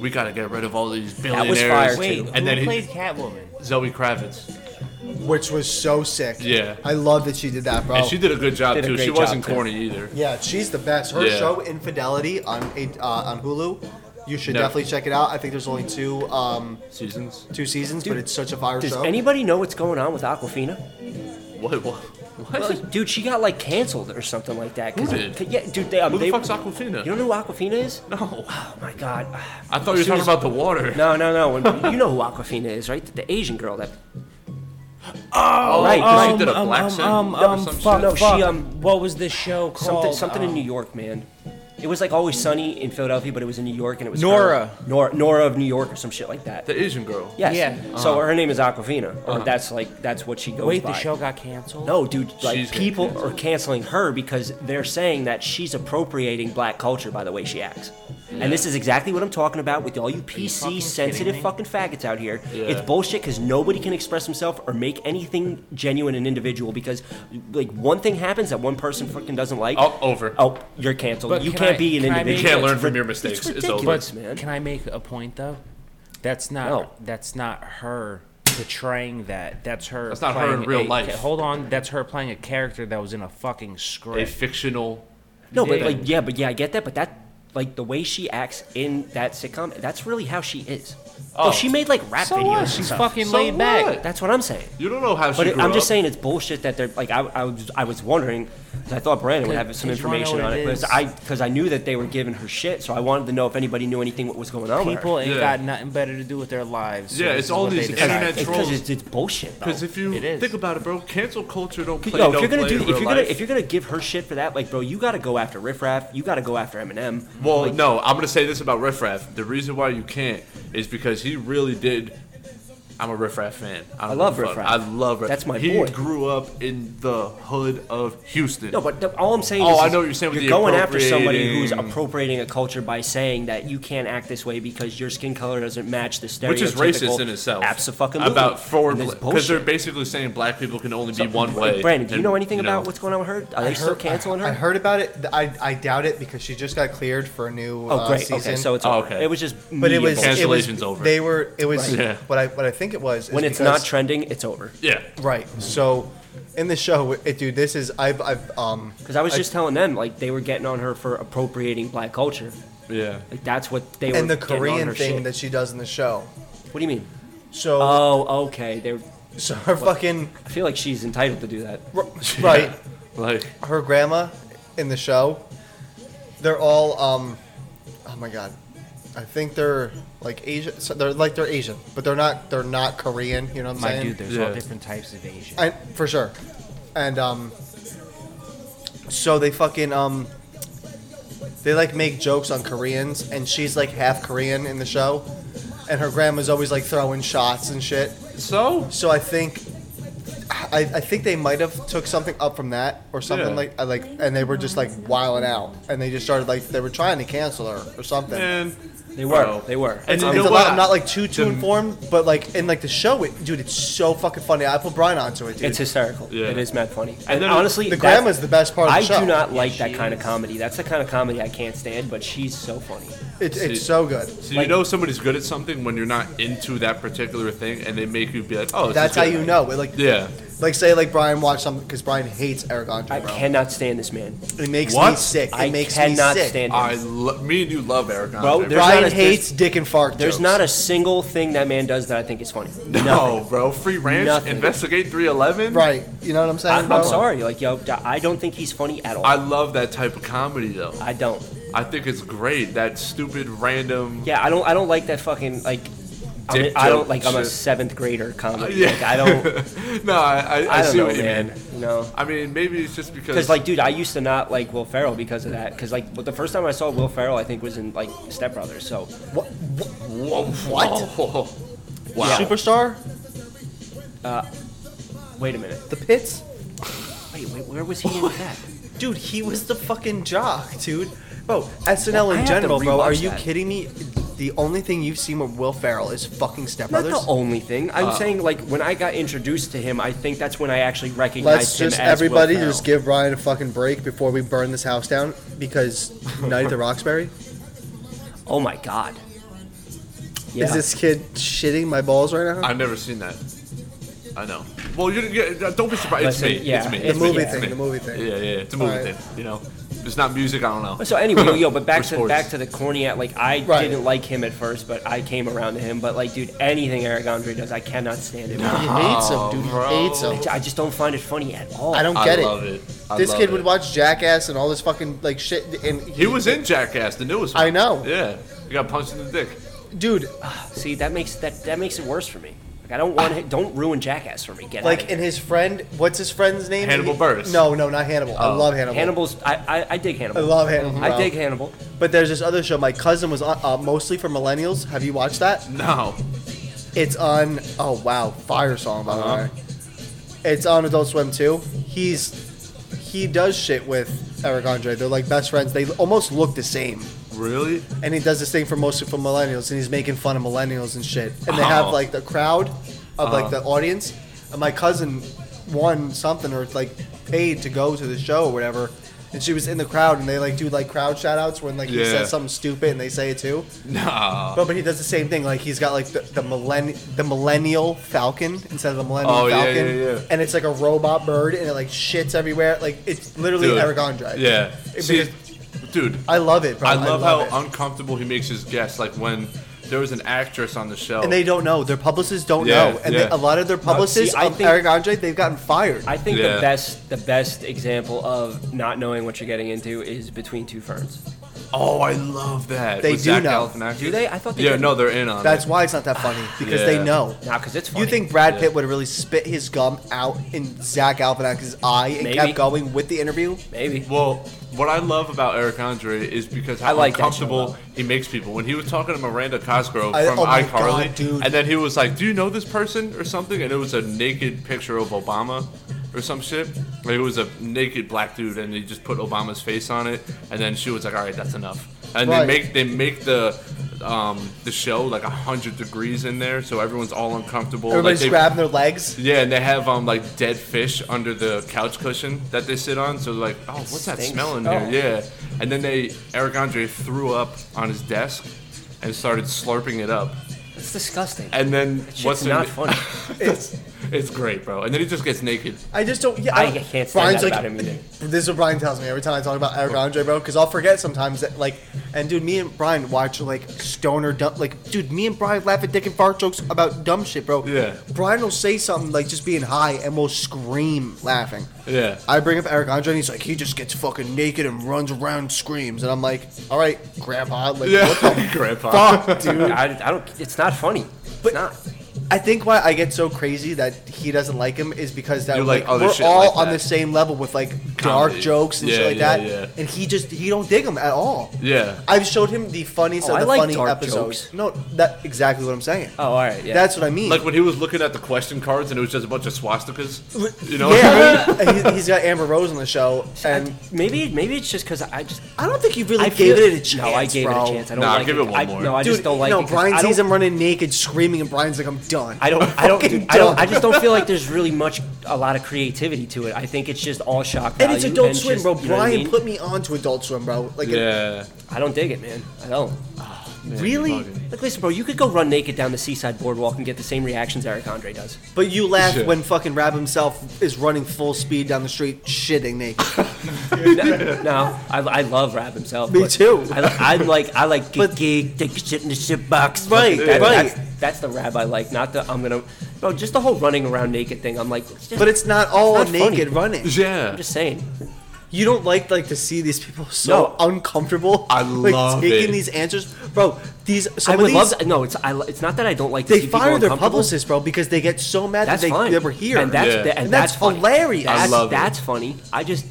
Speaker 4: "We gotta get rid of all these
Speaker 2: That was
Speaker 4: billionaires."
Speaker 2: fire,
Speaker 5: Wait,
Speaker 2: too.
Speaker 5: who
Speaker 4: And then he-
Speaker 5: played Catwoman?
Speaker 4: Zoe Kravitz,
Speaker 3: Which was so sick.
Speaker 4: Yeah.
Speaker 3: I love that she did that, bro.
Speaker 4: and she did a good job
Speaker 2: Did a
Speaker 4: too.
Speaker 2: great
Speaker 4: She wasn't
Speaker 2: job, too.
Speaker 4: corny either.
Speaker 3: Yeah, she's the best. Her
Speaker 4: Yeah.
Speaker 3: show Infidelity on uh, on Hulu. You should
Speaker 4: No.
Speaker 3: definitely check it out. I think there's only two um,
Speaker 4: Seasons.
Speaker 3: two seasons, but
Speaker 2: Dude,
Speaker 3: it's such a fire
Speaker 2: Does
Speaker 3: show.
Speaker 2: anybody know what's going on with Aquafina?
Speaker 4: What? What? what?
Speaker 2: Well, dude, she got like canceled or something like that. 'cause-
Speaker 4: Who did?
Speaker 2: 'cause- Yeah, dude, they, um,
Speaker 4: Who the
Speaker 2: they-
Speaker 4: fuck's Aquafina?
Speaker 2: You don't know who Aquafina is?
Speaker 4: no,
Speaker 2: Oh my god.
Speaker 4: I thought you were
Speaker 2: As soon
Speaker 4: talking
Speaker 2: as-
Speaker 4: about the water.
Speaker 2: No, no, no. When, you know who Aquafina is, right? The, Asian girl that
Speaker 4: oh,
Speaker 2: right,
Speaker 4: 'cause
Speaker 2: right.
Speaker 4: she did a
Speaker 5: um,
Speaker 4: black
Speaker 5: um,
Speaker 4: scene
Speaker 5: um,
Speaker 4: or
Speaker 5: um,
Speaker 4: some
Speaker 5: fuck,
Speaker 4: shit.
Speaker 2: No, she,
Speaker 5: fuck.
Speaker 2: um,
Speaker 5: what was this show called?
Speaker 2: something something
Speaker 4: uh,
Speaker 2: in
Speaker 5: Um,
Speaker 2: New York, man. It was like always sunny in Philadelphia, but it was in New York and it was her.
Speaker 5: Nora.
Speaker 2: Nora, Nora of New York or some shit like that.
Speaker 4: The Uh-huh. Asian girl.
Speaker 2: Yes.
Speaker 5: Yeah.
Speaker 2: So her name is Aquafina, or that's like that's what she goes
Speaker 5: Wait,
Speaker 2: by.
Speaker 5: the show got canceled?
Speaker 2: No, dude, like
Speaker 4: She's getting
Speaker 2: people
Speaker 4: canceled.
Speaker 2: are canceling her because they're saying that she's appropriating black culture by the way she acts. And this is exactly what I'm talking about with all you PC
Speaker 5: fucking
Speaker 2: sensitive
Speaker 5: kidding me?
Speaker 2: fucking faggots out here.
Speaker 4: Yeah.
Speaker 2: It's bullshit because nobody can express himself or make anything genuine and individual because like one thing happens that one person fucking doesn't like.
Speaker 4: Oh, over.
Speaker 2: Oh, you're canceled.
Speaker 5: But
Speaker 2: you
Speaker 5: can
Speaker 2: can't
Speaker 5: I-
Speaker 2: be an
Speaker 5: can I make-
Speaker 2: individual.
Speaker 4: You can't
Speaker 2: It's
Speaker 4: learn from
Speaker 2: rid-
Speaker 4: your mistakes. It's over.
Speaker 2: ridiculous, man.
Speaker 5: Can I make a point though? That's not
Speaker 2: No.
Speaker 5: that's not her portraying that. That's her.
Speaker 4: That's not her
Speaker 5: playing
Speaker 4: in real
Speaker 5: a-
Speaker 4: life.
Speaker 5: Hold on, that's her playing a character that was in a fucking
Speaker 4: A
Speaker 5: script.
Speaker 4: fictional.
Speaker 2: No, but
Speaker 5: Yeah.
Speaker 2: like, yeah, but yeah, I get that. But that, like, the way she acts in that sitcom, that's really how she is. Oh,
Speaker 4: Oh.
Speaker 2: she made like rap
Speaker 5: So
Speaker 2: videos.
Speaker 5: what?
Speaker 2: and
Speaker 5: She's
Speaker 2: stuff.
Speaker 5: fucking
Speaker 4: So
Speaker 5: laid back.
Speaker 4: what?
Speaker 2: That's what I'm saying.
Speaker 4: You don't know how she
Speaker 2: But it,
Speaker 4: grew
Speaker 2: I'm just
Speaker 4: up.
Speaker 2: saying it's bullshit that they're like. I, I was, I was wondering. 'cause I thought Brandon would have some
Speaker 5: Did you wanna know
Speaker 2: information
Speaker 5: what
Speaker 2: on
Speaker 5: it
Speaker 2: it, because
Speaker 5: is?
Speaker 2: I, because I knew that they were giving her shit, so I wanted to know if anybody knew anything what was going on. with her.
Speaker 5: People ain't
Speaker 4: Yeah.
Speaker 5: got nothing better to do with their lives. so
Speaker 4: Yeah,
Speaker 5: this
Speaker 4: it's
Speaker 5: is
Speaker 4: all
Speaker 5: what they
Speaker 4: these
Speaker 5: decide.
Speaker 4: internet
Speaker 2: it's
Speaker 4: trolls.
Speaker 2: because it's, it's bullshit. Though.
Speaker 4: Because if you
Speaker 5: It is.
Speaker 4: think about it, bro, cancel culture don't play.
Speaker 2: No, if
Speaker 4: don't
Speaker 2: you're gonna
Speaker 4: play
Speaker 2: do,
Speaker 4: in
Speaker 2: if
Speaker 4: real
Speaker 2: you're gonna,
Speaker 4: life.
Speaker 2: if you're gonna give her shit for that, like, bro, you gotta go after Riff Raff. You gotta go after Eminem.
Speaker 4: Well,
Speaker 2: like,
Speaker 4: no, I'm gonna say this about Riff Raff. The reason why you can't is because he really did. I'm a Riff Raff fan. I, don't
Speaker 2: love
Speaker 4: give a
Speaker 2: Riff
Speaker 4: fuck.
Speaker 2: Raff.
Speaker 4: I love Riff.
Speaker 2: That's my
Speaker 4: he
Speaker 2: boy.
Speaker 4: He grew up in the hood of Houston.
Speaker 2: No, but the, all I'm saying
Speaker 4: Oh,
Speaker 2: is,
Speaker 4: I
Speaker 2: is
Speaker 4: know what you're saying with
Speaker 2: You're
Speaker 4: the
Speaker 2: going after somebody who's
Speaker 4: appropriating.
Speaker 2: appropriating a culture by saying that you can't act this way because your skin color doesn't match the stereotypical.
Speaker 4: which is racist in itself.
Speaker 2: Absolutely.
Speaker 4: About forward because
Speaker 2: because
Speaker 4: they're basically saying black people can only be one way.
Speaker 2: Brandon, do you
Speaker 4: and,
Speaker 2: know anything about what's going on with her? Are they still canceling her?
Speaker 3: I heard about it. Th- I, I doubt it because she just got cleared for a new
Speaker 2: oh, great.
Speaker 3: uh, season.
Speaker 2: Okay, so it's
Speaker 4: Oh,
Speaker 2: over.
Speaker 4: okay.
Speaker 2: It was just.
Speaker 3: but
Speaker 2: media
Speaker 3: it was it was-
Speaker 4: Cancellation's over.
Speaker 3: They were it was
Speaker 4: Right. Yeah.
Speaker 3: what I what I think it was is
Speaker 2: bullshit. when it's
Speaker 3: because-
Speaker 2: not trending, it's over.
Speaker 4: Yeah,
Speaker 3: right. So in the show, it, dude, this is I've I've um
Speaker 2: Because I was just telling them like they were getting on her for appropriating black culture.
Speaker 4: yeah.
Speaker 2: Like that's what they were.
Speaker 3: and the
Speaker 2: getting on
Speaker 3: Korean
Speaker 2: her
Speaker 3: thing
Speaker 2: shit.
Speaker 3: that she does in the show.
Speaker 2: What do you mean?
Speaker 3: So
Speaker 2: Oh, okay. They're.
Speaker 3: so her fucking
Speaker 2: I feel like she's entitled to do that.
Speaker 3: r- right.
Speaker 4: Like
Speaker 3: her grandma in the show, they're all um, oh my god, I think they're like Asian. So they're like they're Asian, but they're not. They're not Korean. You know what I'm
Speaker 5: My
Speaker 3: saying?
Speaker 5: dude, there's
Speaker 4: Yeah.
Speaker 5: all different types of Asian.
Speaker 3: I, for sure. And um, So they fucking um they like make jokes on Koreans and she's like half Korean in the show and her grandma's always like throwing shots and shit.
Speaker 4: So
Speaker 3: So I think I, I think they might have took something up from that or something
Speaker 4: Yeah.
Speaker 3: like I like and they were just like wiling out and they just started like they were trying to cancel her or something.
Speaker 4: man,
Speaker 2: They were.
Speaker 4: Bro.
Speaker 2: They were.
Speaker 4: And you
Speaker 3: Um,
Speaker 4: know
Speaker 3: it's a
Speaker 4: what?
Speaker 3: lot- I'm not like too too
Speaker 4: The-
Speaker 3: informed, but like in like the show, it, dude, it's so fucking funny. I put Brian onto it, dude.
Speaker 2: It's hysterical.
Speaker 4: Yeah.
Speaker 2: It is mad funny. And,
Speaker 4: then-
Speaker 2: honestly,
Speaker 3: the
Speaker 2: that-
Speaker 3: grandma's the best part of the
Speaker 2: I
Speaker 3: show.
Speaker 2: do not like that kind of comedy. That's the kind of comedy I can't stand. But she's so funny.
Speaker 3: It's
Speaker 4: See-
Speaker 3: it's so good.
Speaker 4: so you know somebody's good at something when you're not into that particular thing, and they make you be like, oh, this
Speaker 3: That's
Speaker 4: is
Speaker 3: how
Speaker 4: good.
Speaker 3: you know. It, like
Speaker 4: Yeah.
Speaker 3: like say like Brian watched something because Brian hates Eric Andre,
Speaker 2: I
Speaker 3: bro.
Speaker 2: cannot stand this man.
Speaker 3: It makes me
Speaker 4: What?
Speaker 3: sick. It
Speaker 2: I
Speaker 3: makes
Speaker 2: cannot
Speaker 3: me sick.
Speaker 2: stand
Speaker 4: I
Speaker 2: him.
Speaker 4: lo- me and you love Eric Andre.
Speaker 2: there's
Speaker 3: Brian
Speaker 2: not a-
Speaker 3: hates dick and fart.
Speaker 2: There's
Speaker 3: jokes.
Speaker 2: not a single thing that man does that I think is funny.
Speaker 4: no,
Speaker 2: Nothing.
Speaker 4: bro. Free ranch.
Speaker 2: Nothing.
Speaker 4: Investigate 311.
Speaker 3: right. You know what I'm saying?
Speaker 2: I'm,
Speaker 3: bro?
Speaker 2: I'm sorry. Like yo, I don't think he's funny at all.
Speaker 4: I
Speaker 2: I,
Speaker 4: love that type of comedy though.
Speaker 2: don't.
Speaker 4: I think it's great. That stupid random.
Speaker 2: Yeah, I don't. I don't like that fucking like. I'm
Speaker 4: Dick
Speaker 2: a, I don't
Speaker 4: joke
Speaker 2: like. I'm a
Speaker 4: shit.
Speaker 2: seventh grader comedy.
Speaker 4: Yeah.
Speaker 2: Like I don't.
Speaker 4: no, I, I, I,
Speaker 2: I, don't
Speaker 4: see
Speaker 2: know,
Speaker 4: what you
Speaker 2: man.
Speaker 4: mean.
Speaker 2: No.
Speaker 4: I mean, maybe it's just because
Speaker 2: Because like, dude, I used to not like Will Ferrell because of that. Because like, but the first time I saw Will Ferrell, I think was in like Step Brothers. So
Speaker 3: What?
Speaker 4: Whoa,
Speaker 3: What?
Speaker 4: whoa. Wow.
Speaker 3: Superstar?
Speaker 2: wait a minute.
Speaker 3: The pits?
Speaker 2: Wait, wait, where was he in that?
Speaker 3: Dude, he was the fucking jock, dude. Bro, SNL
Speaker 2: I
Speaker 3: in
Speaker 2: have to
Speaker 3: general, bro. Are
Speaker 2: rewatch
Speaker 3: you
Speaker 2: that.
Speaker 3: kidding me? The only thing you've seen with Will Ferrell is fucking Step
Speaker 2: Not
Speaker 3: Brothers.
Speaker 2: the only thing. I'm saying like when I got introduced to him, I think that's when I actually recognized
Speaker 3: Let's
Speaker 2: him
Speaker 3: just
Speaker 2: as Will
Speaker 3: everybody
Speaker 2: Ferrell.
Speaker 3: just give Ryan a fucking break before we burn this house down because Night at the Roxbury
Speaker 2: Oh my god. Yeah.
Speaker 3: is this kid shitting my balls right now?
Speaker 4: I've never seen that. I know. Well, you yeah, don't be surprised. It's
Speaker 2: Listen,
Speaker 4: me.
Speaker 2: yeah,
Speaker 4: it's me.
Speaker 2: The
Speaker 4: It's
Speaker 3: the
Speaker 4: me.
Speaker 3: movie
Speaker 2: yeah.
Speaker 3: thing, the movie thing. Oh,
Speaker 4: Yeah, yeah, it's a movie
Speaker 3: Alright.
Speaker 4: thing. You know, If it's not music. I don't know.
Speaker 2: So anyway, yo, but back
Speaker 4: We're
Speaker 2: to
Speaker 4: sports.
Speaker 2: back to the corny at like I
Speaker 3: Right.
Speaker 2: didn't like him at first, but I came around to him. But like, dude, anything Eric Andre does, I cannot stand it.
Speaker 3: He hates him, dude.
Speaker 4: bro.
Speaker 3: He hates him.
Speaker 2: I just don't find it funny at all.
Speaker 3: I don't
Speaker 4: I
Speaker 3: get
Speaker 4: love it. I
Speaker 3: This
Speaker 4: love
Speaker 3: kid
Speaker 4: it.
Speaker 3: would watch Jackass and all this fucking like shit. And
Speaker 4: He was in Jackass, the newest one.
Speaker 3: I know.
Speaker 4: Yeah, he got punched in the dick.
Speaker 3: dude.
Speaker 2: See, that makes that that makes it worse for me. Like I don't want it. Don't ruin Jackass for me. Get
Speaker 3: Like,
Speaker 2: out of
Speaker 3: and his friend, what's his friend's name?
Speaker 4: Hannibal
Speaker 3: He-
Speaker 4: Buress.
Speaker 3: No, no, not Hannibal. I love Hannibal.
Speaker 2: here. Hannibal's. I, I I dig
Speaker 3: I
Speaker 2: Hannibal.
Speaker 3: love Hannibal.
Speaker 2: Mm-hmm. I
Speaker 3: bro.
Speaker 2: dig Hannibal.
Speaker 3: But there's this other show. My cousin was on, uh, mostly for millennials. Have you watched that?
Speaker 4: No.
Speaker 3: It's on. Oh wow, fire song by the way. It's on Adult Swim too. He's he does shit with Eric Andre. They're like best friends. They almost look the same.
Speaker 4: Really?
Speaker 3: And he does this thing for mostly for millennials, and he's making fun of millennials and shit. And they have
Speaker 4: Oh. Uh-huh.
Speaker 3: like the crowd of like the audience. And my cousin won something or like paid to go to the show or whatever. And she was in the crowd, and they like do like crowd shout outs when like he
Speaker 4: Yeah.
Speaker 3: says something stupid and they say it too.
Speaker 4: Nah.
Speaker 3: But but he does the same thing. Like he's got like the, the millenn the millennial falcon instead of the millennial
Speaker 4: Oh, yeah,
Speaker 3: falcon,
Speaker 4: yeah, yeah.
Speaker 3: and it's like a robot bird, and it like shits everywhere. Like it's literally
Speaker 4: Dude.
Speaker 3: Eric Andre.
Speaker 4: Yeah.
Speaker 3: It-
Speaker 4: See,
Speaker 3: because-
Speaker 4: dude,
Speaker 3: I love it, bro.
Speaker 4: I love, how
Speaker 3: it.
Speaker 4: uncomfortable he makes his guests. Like when there was an actress on the show.
Speaker 3: and they don't know. Their publicists don't
Speaker 4: Yeah,
Speaker 3: know, and
Speaker 4: yeah.
Speaker 3: they, a lot of their publicists,
Speaker 2: I
Speaker 3: of
Speaker 2: think-
Speaker 3: Eric Andre, they've gotten fired.
Speaker 2: I think
Speaker 4: Yeah.
Speaker 2: the best the best example of not knowing what you're getting into is between two ferns.
Speaker 4: oh, I love that.
Speaker 3: They
Speaker 4: With
Speaker 3: do
Speaker 4: Zach
Speaker 3: know.
Speaker 4: Galifianakis.
Speaker 2: Do they? I thought they
Speaker 4: Yeah,
Speaker 2: didn't.
Speaker 4: no, they're in on
Speaker 3: That's
Speaker 4: it.
Speaker 3: why it's not that funny because they
Speaker 4: Yeah.
Speaker 3: know.
Speaker 2: Now, because it's funny.
Speaker 3: You think Brad
Speaker 4: Yeah.
Speaker 3: Pitt would have really spit his gum out in Zach Galifianakis' eye and
Speaker 2: Maybe.
Speaker 3: kept going with the interview?
Speaker 2: maybe?
Speaker 4: Well, what I love about Eric Andre is because how
Speaker 2: I like that
Speaker 4: uncomfortable
Speaker 2: show,
Speaker 4: he makes people. When he was talking to Miranda Cosgrove
Speaker 3: I-
Speaker 4: from
Speaker 3: oh my
Speaker 4: iCarly,
Speaker 3: God, dude.
Speaker 4: and then he was like, "Do you know this person or something?" And it was a naked picture of Obama or some shit. Like, it was a naked black dude, and he just put Obama's face on it. And then she was like, "All right, that's enough." And
Speaker 3: Right.
Speaker 4: they make they make the um, the show like hundred degrees in there, so everyone's all uncomfortable. Like,
Speaker 3: Everybody's
Speaker 4: they-
Speaker 3: grabbing their legs.
Speaker 4: yeah, and they have um like dead fish under the couch cushion that they sit on. So they're like, oh, what's that
Speaker 2: Stinks.
Speaker 4: smell in
Speaker 2: Oh.
Speaker 4: here? Yeah, and then they Eric Andre threw up on his desk and started slurping it up.
Speaker 2: It's disgusting.
Speaker 4: And then
Speaker 2: Shit's
Speaker 4: what's her
Speaker 2: not
Speaker 4: na-
Speaker 2: funny.
Speaker 4: it's it's great, bro. And then he just gets naked.
Speaker 3: I just don't. Yeah,
Speaker 2: I
Speaker 3: don't-
Speaker 2: can't stand that about him either.
Speaker 3: This is what Brian tells me every time I talk about Eric Andre, bro, because I'll forget sometimes that, like, and dude, me and Brian watch, like, stoner, dumb, like, dude, me and Brian laugh at dick and fart jokes about dumb shit, bro.
Speaker 4: Yeah.
Speaker 3: Brian will say something, like, just being high, and we'll scream laughing.
Speaker 4: Yeah.
Speaker 3: I bring up Eric Andre, and he's like, he just gets fucking naked and runs around and screams. And I'm like, all right, grandpa, like,
Speaker 4: Yeah,
Speaker 3: what the
Speaker 4: grandpa.
Speaker 3: fuck, dude?
Speaker 2: I, I don't. It's not funny. It's
Speaker 3: But-
Speaker 2: not.
Speaker 3: I think why I get so crazy that he doesn't like him is because that
Speaker 4: You
Speaker 3: like,
Speaker 4: like other
Speaker 3: we're
Speaker 4: shit
Speaker 3: all
Speaker 4: like
Speaker 3: on
Speaker 4: that.
Speaker 3: the same level with like dark
Speaker 4: Comedy.
Speaker 3: jokes and
Speaker 4: Yeah,
Speaker 3: shit like
Speaker 4: yeah,
Speaker 3: that,
Speaker 4: yeah.
Speaker 3: and he just he don't dig him at all.
Speaker 4: Yeah.
Speaker 3: I've showed him the funniest
Speaker 2: Oh,
Speaker 3: of
Speaker 2: I
Speaker 3: the
Speaker 2: like
Speaker 3: funny
Speaker 2: dark
Speaker 3: episodes.
Speaker 2: jokes.
Speaker 3: No, that exactly what I'm saying.
Speaker 2: Oh, all right. Yeah.
Speaker 3: That's what I mean.
Speaker 4: Like when he was looking at the question cards and it was just a bunch of swastikas. You know?
Speaker 3: yeah, I mean, he, he's got Amber Rose on the show, and
Speaker 2: maybe maybe it's just because I just
Speaker 3: I don't think he really
Speaker 2: I
Speaker 3: gave
Speaker 2: feel-
Speaker 3: it a chance.
Speaker 2: No, I gave
Speaker 3: bro.
Speaker 2: it a chance. I don't
Speaker 4: Nah,
Speaker 2: like
Speaker 4: give it one
Speaker 2: I-
Speaker 4: more.
Speaker 2: No, I
Speaker 3: Dude,
Speaker 2: just don't like
Speaker 3: no,
Speaker 2: it. 'cause
Speaker 3: Brian
Speaker 2: I don't,
Speaker 3: sees him running naked, screaming, and Brian's like, "I'm done."
Speaker 2: I don't. I don't.
Speaker 3: Fucking
Speaker 2: dude, I don't.
Speaker 3: done.
Speaker 2: I just don't feel like there's really much, a lot of creativity to it. I think it's just all shock
Speaker 3: And
Speaker 2: value.
Speaker 3: it's Adult
Speaker 2: just,
Speaker 3: Swim, bro.
Speaker 2: you know what I
Speaker 3: Brian
Speaker 2: mean?
Speaker 3: put me on to Adult Swim, bro. Like,
Speaker 4: Yeah.
Speaker 2: I don't dig it, man. I don't.
Speaker 3: really?
Speaker 4: fucking-
Speaker 2: Like, listen, bro. You could go run naked down the seaside boardwalk and get the same reactions Eric Andre does.
Speaker 3: But you laugh
Speaker 4: Shit.
Speaker 3: when fucking Rab himself is running full speed down the street, shitting naked.
Speaker 2: No, I, I love rap himself.
Speaker 3: Me
Speaker 2: but
Speaker 3: too.
Speaker 2: I, li- I like I like
Speaker 3: But-
Speaker 2: gig, gig take a shit in the shit box.
Speaker 3: Right,
Speaker 2: Fucking that-
Speaker 3: right.
Speaker 2: That's, that's the rap I like. Not the I'm gonna, bro. Just the whole running around naked thing. I'm like, it's just,
Speaker 3: But it's not all
Speaker 2: It's not funny.
Speaker 3: naked running.
Speaker 4: Yeah.
Speaker 2: I'm just saying.
Speaker 3: You don't like like to see these people so uncomfortable.
Speaker 4: I
Speaker 3: like,
Speaker 4: love
Speaker 3: taking
Speaker 4: it.
Speaker 3: these answers, bro. These some
Speaker 2: I
Speaker 3: of
Speaker 2: would
Speaker 3: these
Speaker 2: love. To, no, it's I, li- it's not that I don't like. to see
Speaker 3: they
Speaker 2: people
Speaker 3: fire their
Speaker 2: uncomfortable.
Speaker 3: publicists, bro, because they get so mad
Speaker 2: That's
Speaker 3: that they,
Speaker 2: fine.
Speaker 3: they were here.
Speaker 2: and that's
Speaker 4: Yeah.
Speaker 2: th- and,
Speaker 3: And
Speaker 2: that's,
Speaker 3: that's
Speaker 2: funny.
Speaker 3: hilarious. I
Speaker 2: That's,
Speaker 4: love it.
Speaker 2: That's funny. I just,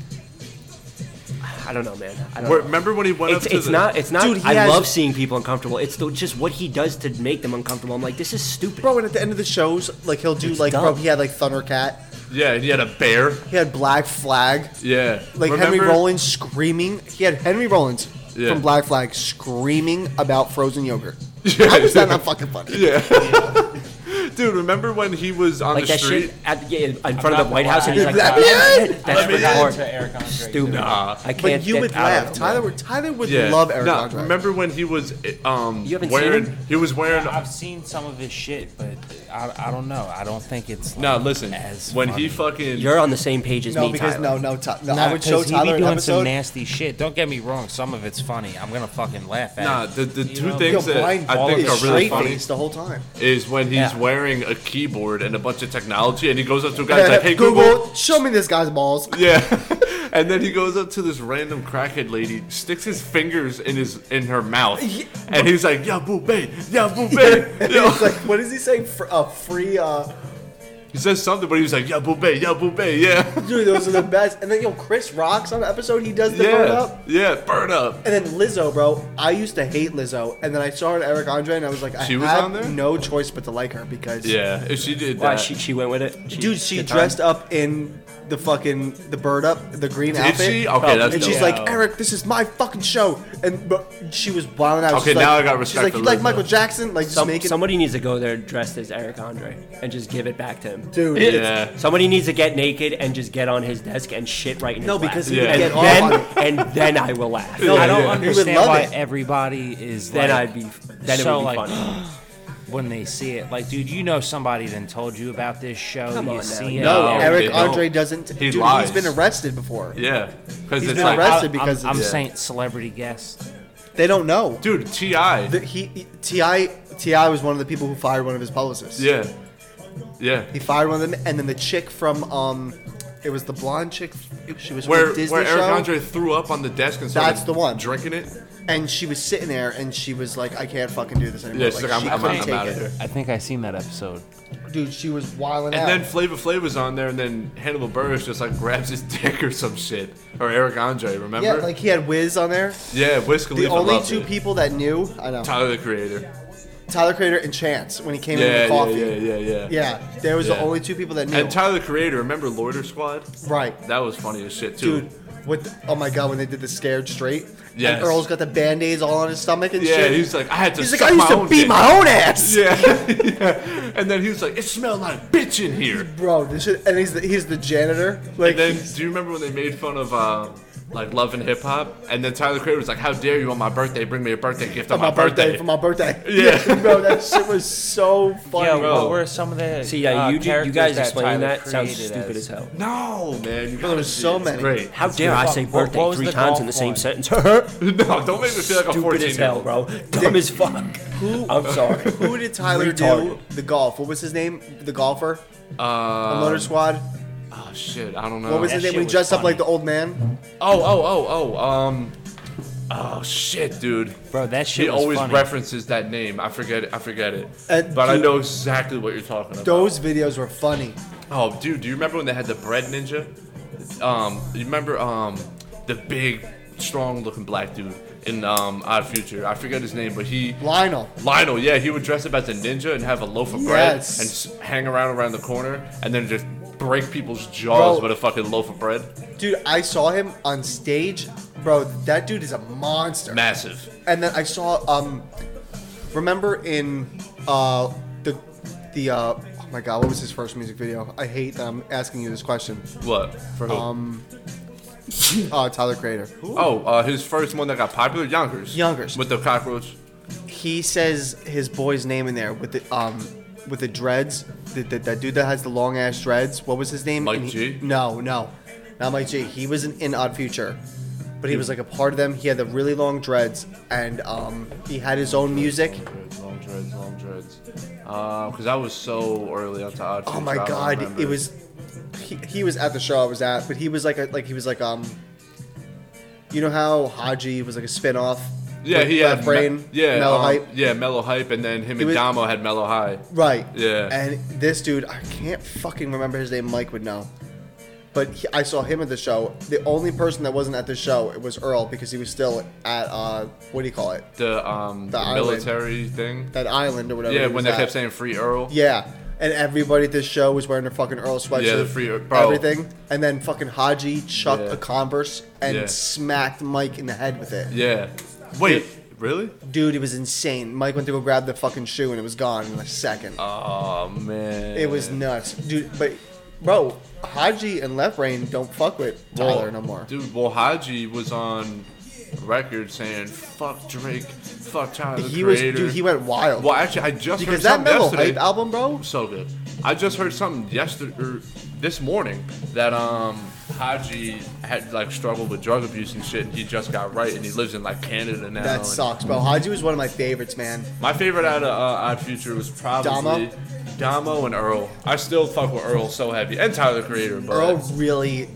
Speaker 2: I don't know, man. I don't.
Speaker 4: Where-
Speaker 2: know.
Speaker 4: Remember when he went
Speaker 2: It's,
Speaker 4: up to
Speaker 2: it's
Speaker 4: the
Speaker 2: not. It's not.
Speaker 3: Dude, he
Speaker 2: I
Speaker 3: has-
Speaker 2: love seeing people uncomfortable. It's the, just what he does to make them uncomfortable. I'm like, this is stupid.
Speaker 3: bro. And at the end of the shows, like he'll do
Speaker 2: It's
Speaker 3: like bro.
Speaker 2: dumb.
Speaker 3: He had like Thundercat.
Speaker 4: Yeah, and he had a bear.
Speaker 3: He had Black Flag.
Speaker 4: Yeah.
Speaker 3: Like Henry
Speaker 4: Remember-
Speaker 3: Rollins screaming. He had Henry Rollins
Speaker 4: Yeah.
Speaker 3: from Black Flag screaming about frozen yogurt.
Speaker 4: Yeah.
Speaker 3: How is that not fucking funny?
Speaker 4: Dude, remember when he was on
Speaker 2: like
Speaker 4: the
Speaker 2: that
Speaker 4: street?
Speaker 2: shit at, yeah, in front
Speaker 5: not
Speaker 2: of the White
Speaker 5: gonna
Speaker 2: House, and he's
Speaker 5: lie.
Speaker 2: like,
Speaker 3: That-
Speaker 2: "That's
Speaker 5: I never
Speaker 2: freaking
Speaker 5: got
Speaker 2: hard."
Speaker 5: into Eric Andre.
Speaker 2: stupid.
Speaker 4: Nah.
Speaker 2: I can't.
Speaker 3: But you
Speaker 2: get
Speaker 3: would
Speaker 2: out of
Speaker 3: laugh.
Speaker 2: it.
Speaker 3: Tyler would Tyler would
Speaker 4: Yeah.
Speaker 3: love Eric
Speaker 4: No,
Speaker 3: Andre.
Speaker 4: Remember when he was um
Speaker 2: You haven't seen
Speaker 4: wearing
Speaker 2: him?
Speaker 4: he was wearing
Speaker 5: I've seen some of his shit, but I, I don't know. I don't think it's.
Speaker 4: No,
Speaker 5: like,
Speaker 4: listen.
Speaker 5: As
Speaker 4: When
Speaker 5: funny.
Speaker 4: he fucking
Speaker 2: You're on the same page as
Speaker 3: No,
Speaker 2: me,
Speaker 3: because
Speaker 2: Tyler.
Speaker 3: no, no, Ty- no.
Speaker 5: Nah,
Speaker 3: I would show
Speaker 5: 'cause he be
Speaker 3: Tyler an
Speaker 5: doing some
Speaker 3: episode.
Speaker 5: nasty shit. Don't get me wrong. Some of it's funny. I'm gonna fucking laugh at.
Speaker 4: Nah,
Speaker 5: it.
Speaker 4: the, the
Speaker 5: You
Speaker 4: two
Speaker 5: know,
Speaker 4: things
Speaker 3: Yo,
Speaker 4: that
Speaker 3: Brian
Speaker 4: I
Speaker 3: Ball
Speaker 4: think
Speaker 3: is
Speaker 4: are really
Speaker 3: straight
Speaker 4: funny
Speaker 3: faced the whole time.
Speaker 4: is when he's
Speaker 5: Yeah.
Speaker 4: wearing a keyboard and a bunch of technology, and he goes up to a guy and he's like, "Hey,
Speaker 3: Google,
Speaker 4: Google."
Speaker 3: show me this guy's balls.
Speaker 4: Yeah, and then he goes up to this random crackhead lady, sticks his fingers in his in her mouth,
Speaker 3: Yeah.
Speaker 4: and he's like, "Ya boobay, ya boobay."
Speaker 3: And
Speaker 4: yo."
Speaker 3: it's like, what does he say? Fr- uh, free. Uh,
Speaker 4: He says something, but he was like, "Ya boobay, ya boobay," yeah,
Speaker 3: dude, those are the best. And then yo, Chris rocks on the episode. He does the burn
Speaker 4: yeah,
Speaker 3: up.
Speaker 4: yeah, burn up.
Speaker 3: And then Lizzo, bro. I used to hate Lizzo, and then I saw her at Eric Andre, and I was like, I
Speaker 4: She was
Speaker 3: have
Speaker 4: on there?
Speaker 3: no choice but to like her because
Speaker 4: Yeah, if she did
Speaker 2: Why
Speaker 4: that,
Speaker 2: she she went with it? She,
Speaker 3: dude, she
Speaker 2: good time.
Speaker 3: dressed up in the fucking the bird up, the green
Speaker 4: did
Speaker 3: outfit.
Speaker 4: she? Oh, Okay, that's
Speaker 3: And she's
Speaker 4: dope.
Speaker 3: like, Eric, this is my fucking show, and but she was wilding out.
Speaker 4: Okay,
Speaker 3: She's
Speaker 4: now
Speaker 3: like,
Speaker 4: I got
Speaker 3: She's
Speaker 4: respect
Speaker 3: like,
Speaker 4: for
Speaker 3: you like
Speaker 4: Lizzo."
Speaker 3: Michael Jackson? Like, just
Speaker 2: Some,
Speaker 3: make it,
Speaker 2: somebody needs to go there dressed as Eric Andre and just give it back to him.
Speaker 3: dude.
Speaker 4: yeah.
Speaker 2: Somebody needs to get naked and just get on his desk and shit right in
Speaker 3: No,
Speaker 2: his lap.
Speaker 3: because
Speaker 4: he would Yeah.
Speaker 3: get
Speaker 2: and
Speaker 3: off on it.
Speaker 2: then and then I will laugh.
Speaker 3: No,
Speaker 5: I don't
Speaker 3: yeah. He would
Speaker 5: understand
Speaker 3: love
Speaker 5: why
Speaker 3: it.
Speaker 5: everybody is.
Speaker 2: Then
Speaker 5: like,
Speaker 2: I'd be then it would
Speaker 5: so,
Speaker 2: be
Speaker 5: like,
Speaker 2: funny.
Speaker 5: when they see it. Like, dude, you know somebody then told you about this show.
Speaker 2: Come
Speaker 5: you
Speaker 2: on now,
Speaker 5: see
Speaker 2: you
Speaker 5: it.
Speaker 3: No,
Speaker 4: No, they
Speaker 3: Eric
Speaker 4: don't.
Speaker 3: Andre doesn't.
Speaker 4: He
Speaker 3: dude,
Speaker 4: lies.
Speaker 3: he's been arrested before.
Speaker 4: Yeah, because
Speaker 3: He's
Speaker 4: it's
Speaker 3: been
Speaker 4: like,
Speaker 3: arrested
Speaker 5: I-
Speaker 3: because
Speaker 5: I'm, I'm
Speaker 3: of-
Speaker 5: saying celebrity guest.
Speaker 3: They don't know.
Speaker 4: dude, Ti.
Speaker 3: The- he, he- Ti Ti was one of the people who fired one of his publicists.
Speaker 4: Yeah, yeah.
Speaker 3: He fired one of them, and then the chick from um, it was the blonde chick. She was from
Speaker 4: Where
Speaker 3: a Disney
Speaker 4: where Eric
Speaker 3: show,
Speaker 4: Andre threw up on the desk and started
Speaker 3: That's the one.
Speaker 4: drinking it.
Speaker 3: and she was sitting there, and she was like, "I can't fucking do this anymore."
Speaker 4: Yeah, she's like,
Speaker 3: she
Speaker 4: I'm, I'm,
Speaker 3: couldn't
Speaker 4: out, I'm
Speaker 3: take
Speaker 4: out
Speaker 3: it.
Speaker 4: of here.
Speaker 5: I think I seen that episode.
Speaker 3: Dude, she was wilding
Speaker 4: And
Speaker 3: out.
Speaker 4: then Flava Flav was on there, and then Hannibal Burris just like grabs his dick or some shit, or Eric Andre, remember?
Speaker 3: yeah, like he had Wiz on there.
Speaker 4: yeah, Wiz Khalifa
Speaker 3: The only
Speaker 4: loved
Speaker 3: two
Speaker 4: it.
Speaker 3: people that knew, I know,
Speaker 4: Tyler the Creator.
Speaker 3: Tyler Crater and Chance when he came in
Speaker 4: Yeah,
Speaker 3: with
Speaker 4: yeah,
Speaker 3: coffee.
Speaker 4: yeah, yeah, yeah,
Speaker 3: Yeah, there was the
Speaker 4: Yeah.
Speaker 3: only two people that knew.
Speaker 4: And Tyler the Creator, remember Loiter Squad?
Speaker 3: right.
Speaker 4: That was funny as shit too.
Speaker 3: dude. What? The, oh my god, when they did the scared straight. Yeah.
Speaker 4: Yes.
Speaker 3: And Earl's got the band aids all on his stomach and
Speaker 4: yeah,
Speaker 3: shit.
Speaker 4: he's like, I had to.
Speaker 3: He's
Speaker 4: suck
Speaker 3: like, I used
Speaker 4: my
Speaker 3: to
Speaker 4: own
Speaker 3: beat
Speaker 4: dick."
Speaker 3: my own ass.
Speaker 4: Yeah, yeah. And then he was like, it smelled like bitch in here.
Speaker 3: Bro, this shit, and he's the, he's the janitor. Like,
Speaker 4: And then, do you remember when they made fun of uh, like love and hip hop? And then Tyler the Creator was like, "How dare you on my birthday bring me a birthday gift
Speaker 3: for
Speaker 4: on my, birthday?"
Speaker 3: for my birthday.
Speaker 4: Yeah.
Speaker 3: bro, that shit was so funny.
Speaker 5: Yeah,
Speaker 4: bro.
Speaker 5: what were some of the
Speaker 2: See, yeah,
Speaker 5: uh,
Speaker 2: you, ju- you
Speaker 5: characters
Speaker 2: guys
Speaker 5: that
Speaker 2: explaining
Speaker 5: Tyler
Speaker 2: that sounds
Speaker 5: created
Speaker 2: stupid as
Speaker 5: as
Speaker 2: hell.
Speaker 4: no, man, you
Speaker 3: There
Speaker 4: gotta
Speaker 3: was
Speaker 4: see
Speaker 3: so
Speaker 4: it. It's
Speaker 3: many.
Speaker 4: Great.
Speaker 2: How dare I
Speaker 5: Fuck,
Speaker 2: say
Speaker 5: what- what
Speaker 2: birthday
Speaker 5: was
Speaker 2: three
Speaker 5: the
Speaker 2: times
Speaker 5: golf
Speaker 2: in the same
Speaker 5: one?
Speaker 2: sentence?
Speaker 4: No, don't make me feel like a
Speaker 2: Stupid
Speaker 4: fourteen
Speaker 2: as
Speaker 4: year
Speaker 2: hell,
Speaker 4: old.
Speaker 2: bro. Dumb as fuck.
Speaker 3: Who-
Speaker 2: I'm sorry.
Speaker 3: Who did Tyler do?
Speaker 2: Retarded.
Speaker 3: The golf. What was his name? The golfer.
Speaker 4: Uh,
Speaker 3: on Motor Squad.
Speaker 4: oh shit, I don't know.
Speaker 3: What was
Speaker 5: that
Speaker 3: his name
Speaker 5: shit
Speaker 3: when he
Speaker 5: was
Speaker 3: dressed up
Speaker 5: funny.
Speaker 3: like the old man?
Speaker 4: Oh, oh, oh, oh. Um, Oh shit, dude.
Speaker 5: Bro, that shit
Speaker 4: She
Speaker 5: was
Speaker 4: always
Speaker 5: funny.
Speaker 4: references that name. I forget it. I forget it.
Speaker 3: And
Speaker 4: but I
Speaker 3: dude-
Speaker 4: know exactly what you're talking about.
Speaker 3: Those videos were funny.
Speaker 4: Oh, dude, do you remember when they had the bread ninja? Um, you remember um, the big, strong-looking black dude in um, Odd Future? I forget his name, but he
Speaker 3: Lionel.
Speaker 4: Lionel, yeah, he would dress up as a ninja and have a loaf of
Speaker 3: Yes.
Speaker 4: bread and s- hang around around the corner and then just break people's jaws
Speaker 3: Bro.
Speaker 4: with a fucking loaf of bread.
Speaker 3: Dude, I saw him on stage. Bro, that dude is a monster.
Speaker 4: Massive.
Speaker 3: And then I saw um remember in uh the the uh oh my god, what was his first music video? I hate that I'm asking you this question.
Speaker 4: What? For who?
Speaker 3: Um uh Tyler Creator.
Speaker 4: oh, uh, his first one that got popular, Yonkers.
Speaker 3: Yonkers.
Speaker 4: With the cockroach.
Speaker 3: He says his boy's name in there with the um with the dreads. The, the, that dude that has the long ass dreads. What was his name?
Speaker 4: Mike
Speaker 3: And he-
Speaker 4: G?
Speaker 3: No, no. Not Mike G. He was in, in Odd Future. But he was like a part of them. He had the really long dreads and um he had his own music.
Speaker 4: Long dreads, long dreads. Because I was so early onto Odd
Speaker 3: Oh
Speaker 4: Future,
Speaker 3: my
Speaker 4: I don't
Speaker 3: god,
Speaker 4: remember.
Speaker 3: it was. He, he was at the show I was at, but he was like a like he was like um. You know how Haji was like a spinoff.
Speaker 4: Yeah,
Speaker 3: with
Speaker 4: he
Speaker 3: Left
Speaker 4: had
Speaker 3: brain.
Speaker 4: Me- yeah,
Speaker 3: mellow
Speaker 4: um,
Speaker 3: hype.
Speaker 4: Yeah, mellow hype, and then him
Speaker 3: He
Speaker 4: and
Speaker 3: was-
Speaker 4: Damo had mellow high.
Speaker 3: Right.
Speaker 4: Yeah.
Speaker 3: And this dude, I can't fucking remember his name. Mike would know. But he, I saw him at the show. The only person that wasn't at the show it was Earl because he was still at uh what do you call it?
Speaker 4: The um
Speaker 3: The island.
Speaker 4: military thing.
Speaker 3: That island or whatever.
Speaker 4: Yeah,
Speaker 3: he
Speaker 4: when
Speaker 3: was
Speaker 4: they
Speaker 3: at.
Speaker 4: kept saying free Earl.
Speaker 3: Yeah. And everybody at this show was wearing a fucking Earl sweatshirt.
Speaker 4: Yeah, the free- bro.
Speaker 3: Everything. And then fucking Haji chucked
Speaker 4: Yeah.
Speaker 3: a Converse and
Speaker 4: Yeah.
Speaker 3: smacked Mike in the head with it.
Speaker 4: Yeah. Wait, really?
Speaker 3: Dude, it was insane. Mike went to go grab the fucking shoe and it was gone in a second.
Speaker 4: Oh man.
Speaker 3: it was nuts. Dude, but, bro, Haji and Left Brain don't fuck with
Speaker 4: Well,
Speaker 3: Tyler no more.
Speaker 4: Dude, well Haji was on record saying fuck Drake, fuck Tyler the
Speaker 3: he
Speaker 4: Creator.
Speaker 3: was, dude, he went wild.
Speaker 4: Well, actually, I just
Speaker 3: because
Speaker 4: heard
Speaker 3: that
Speaker 4: something
Speaker 3: metal
Speaker 4: yesterday.
Speaker 3: hype album, bro,
Speaker 4: so good. I just heard something yesterday or this morning that um Haji had like struggled with drug abuse and shit, and he just got right, and he lives in like Canada now.
Speaker 3: that
Speaker 4: and-
Speaker 3: sucks, bro. Haji was one of my favorites, man.
Speaker 4: My favorite out of uh, Odd Future was probably
Speaker 3: Damo?
Speaker 4: Damo? and Earl. I still fuck with Earl so heavy, and Tyler the Creator, but
Speaker 3: Earl really,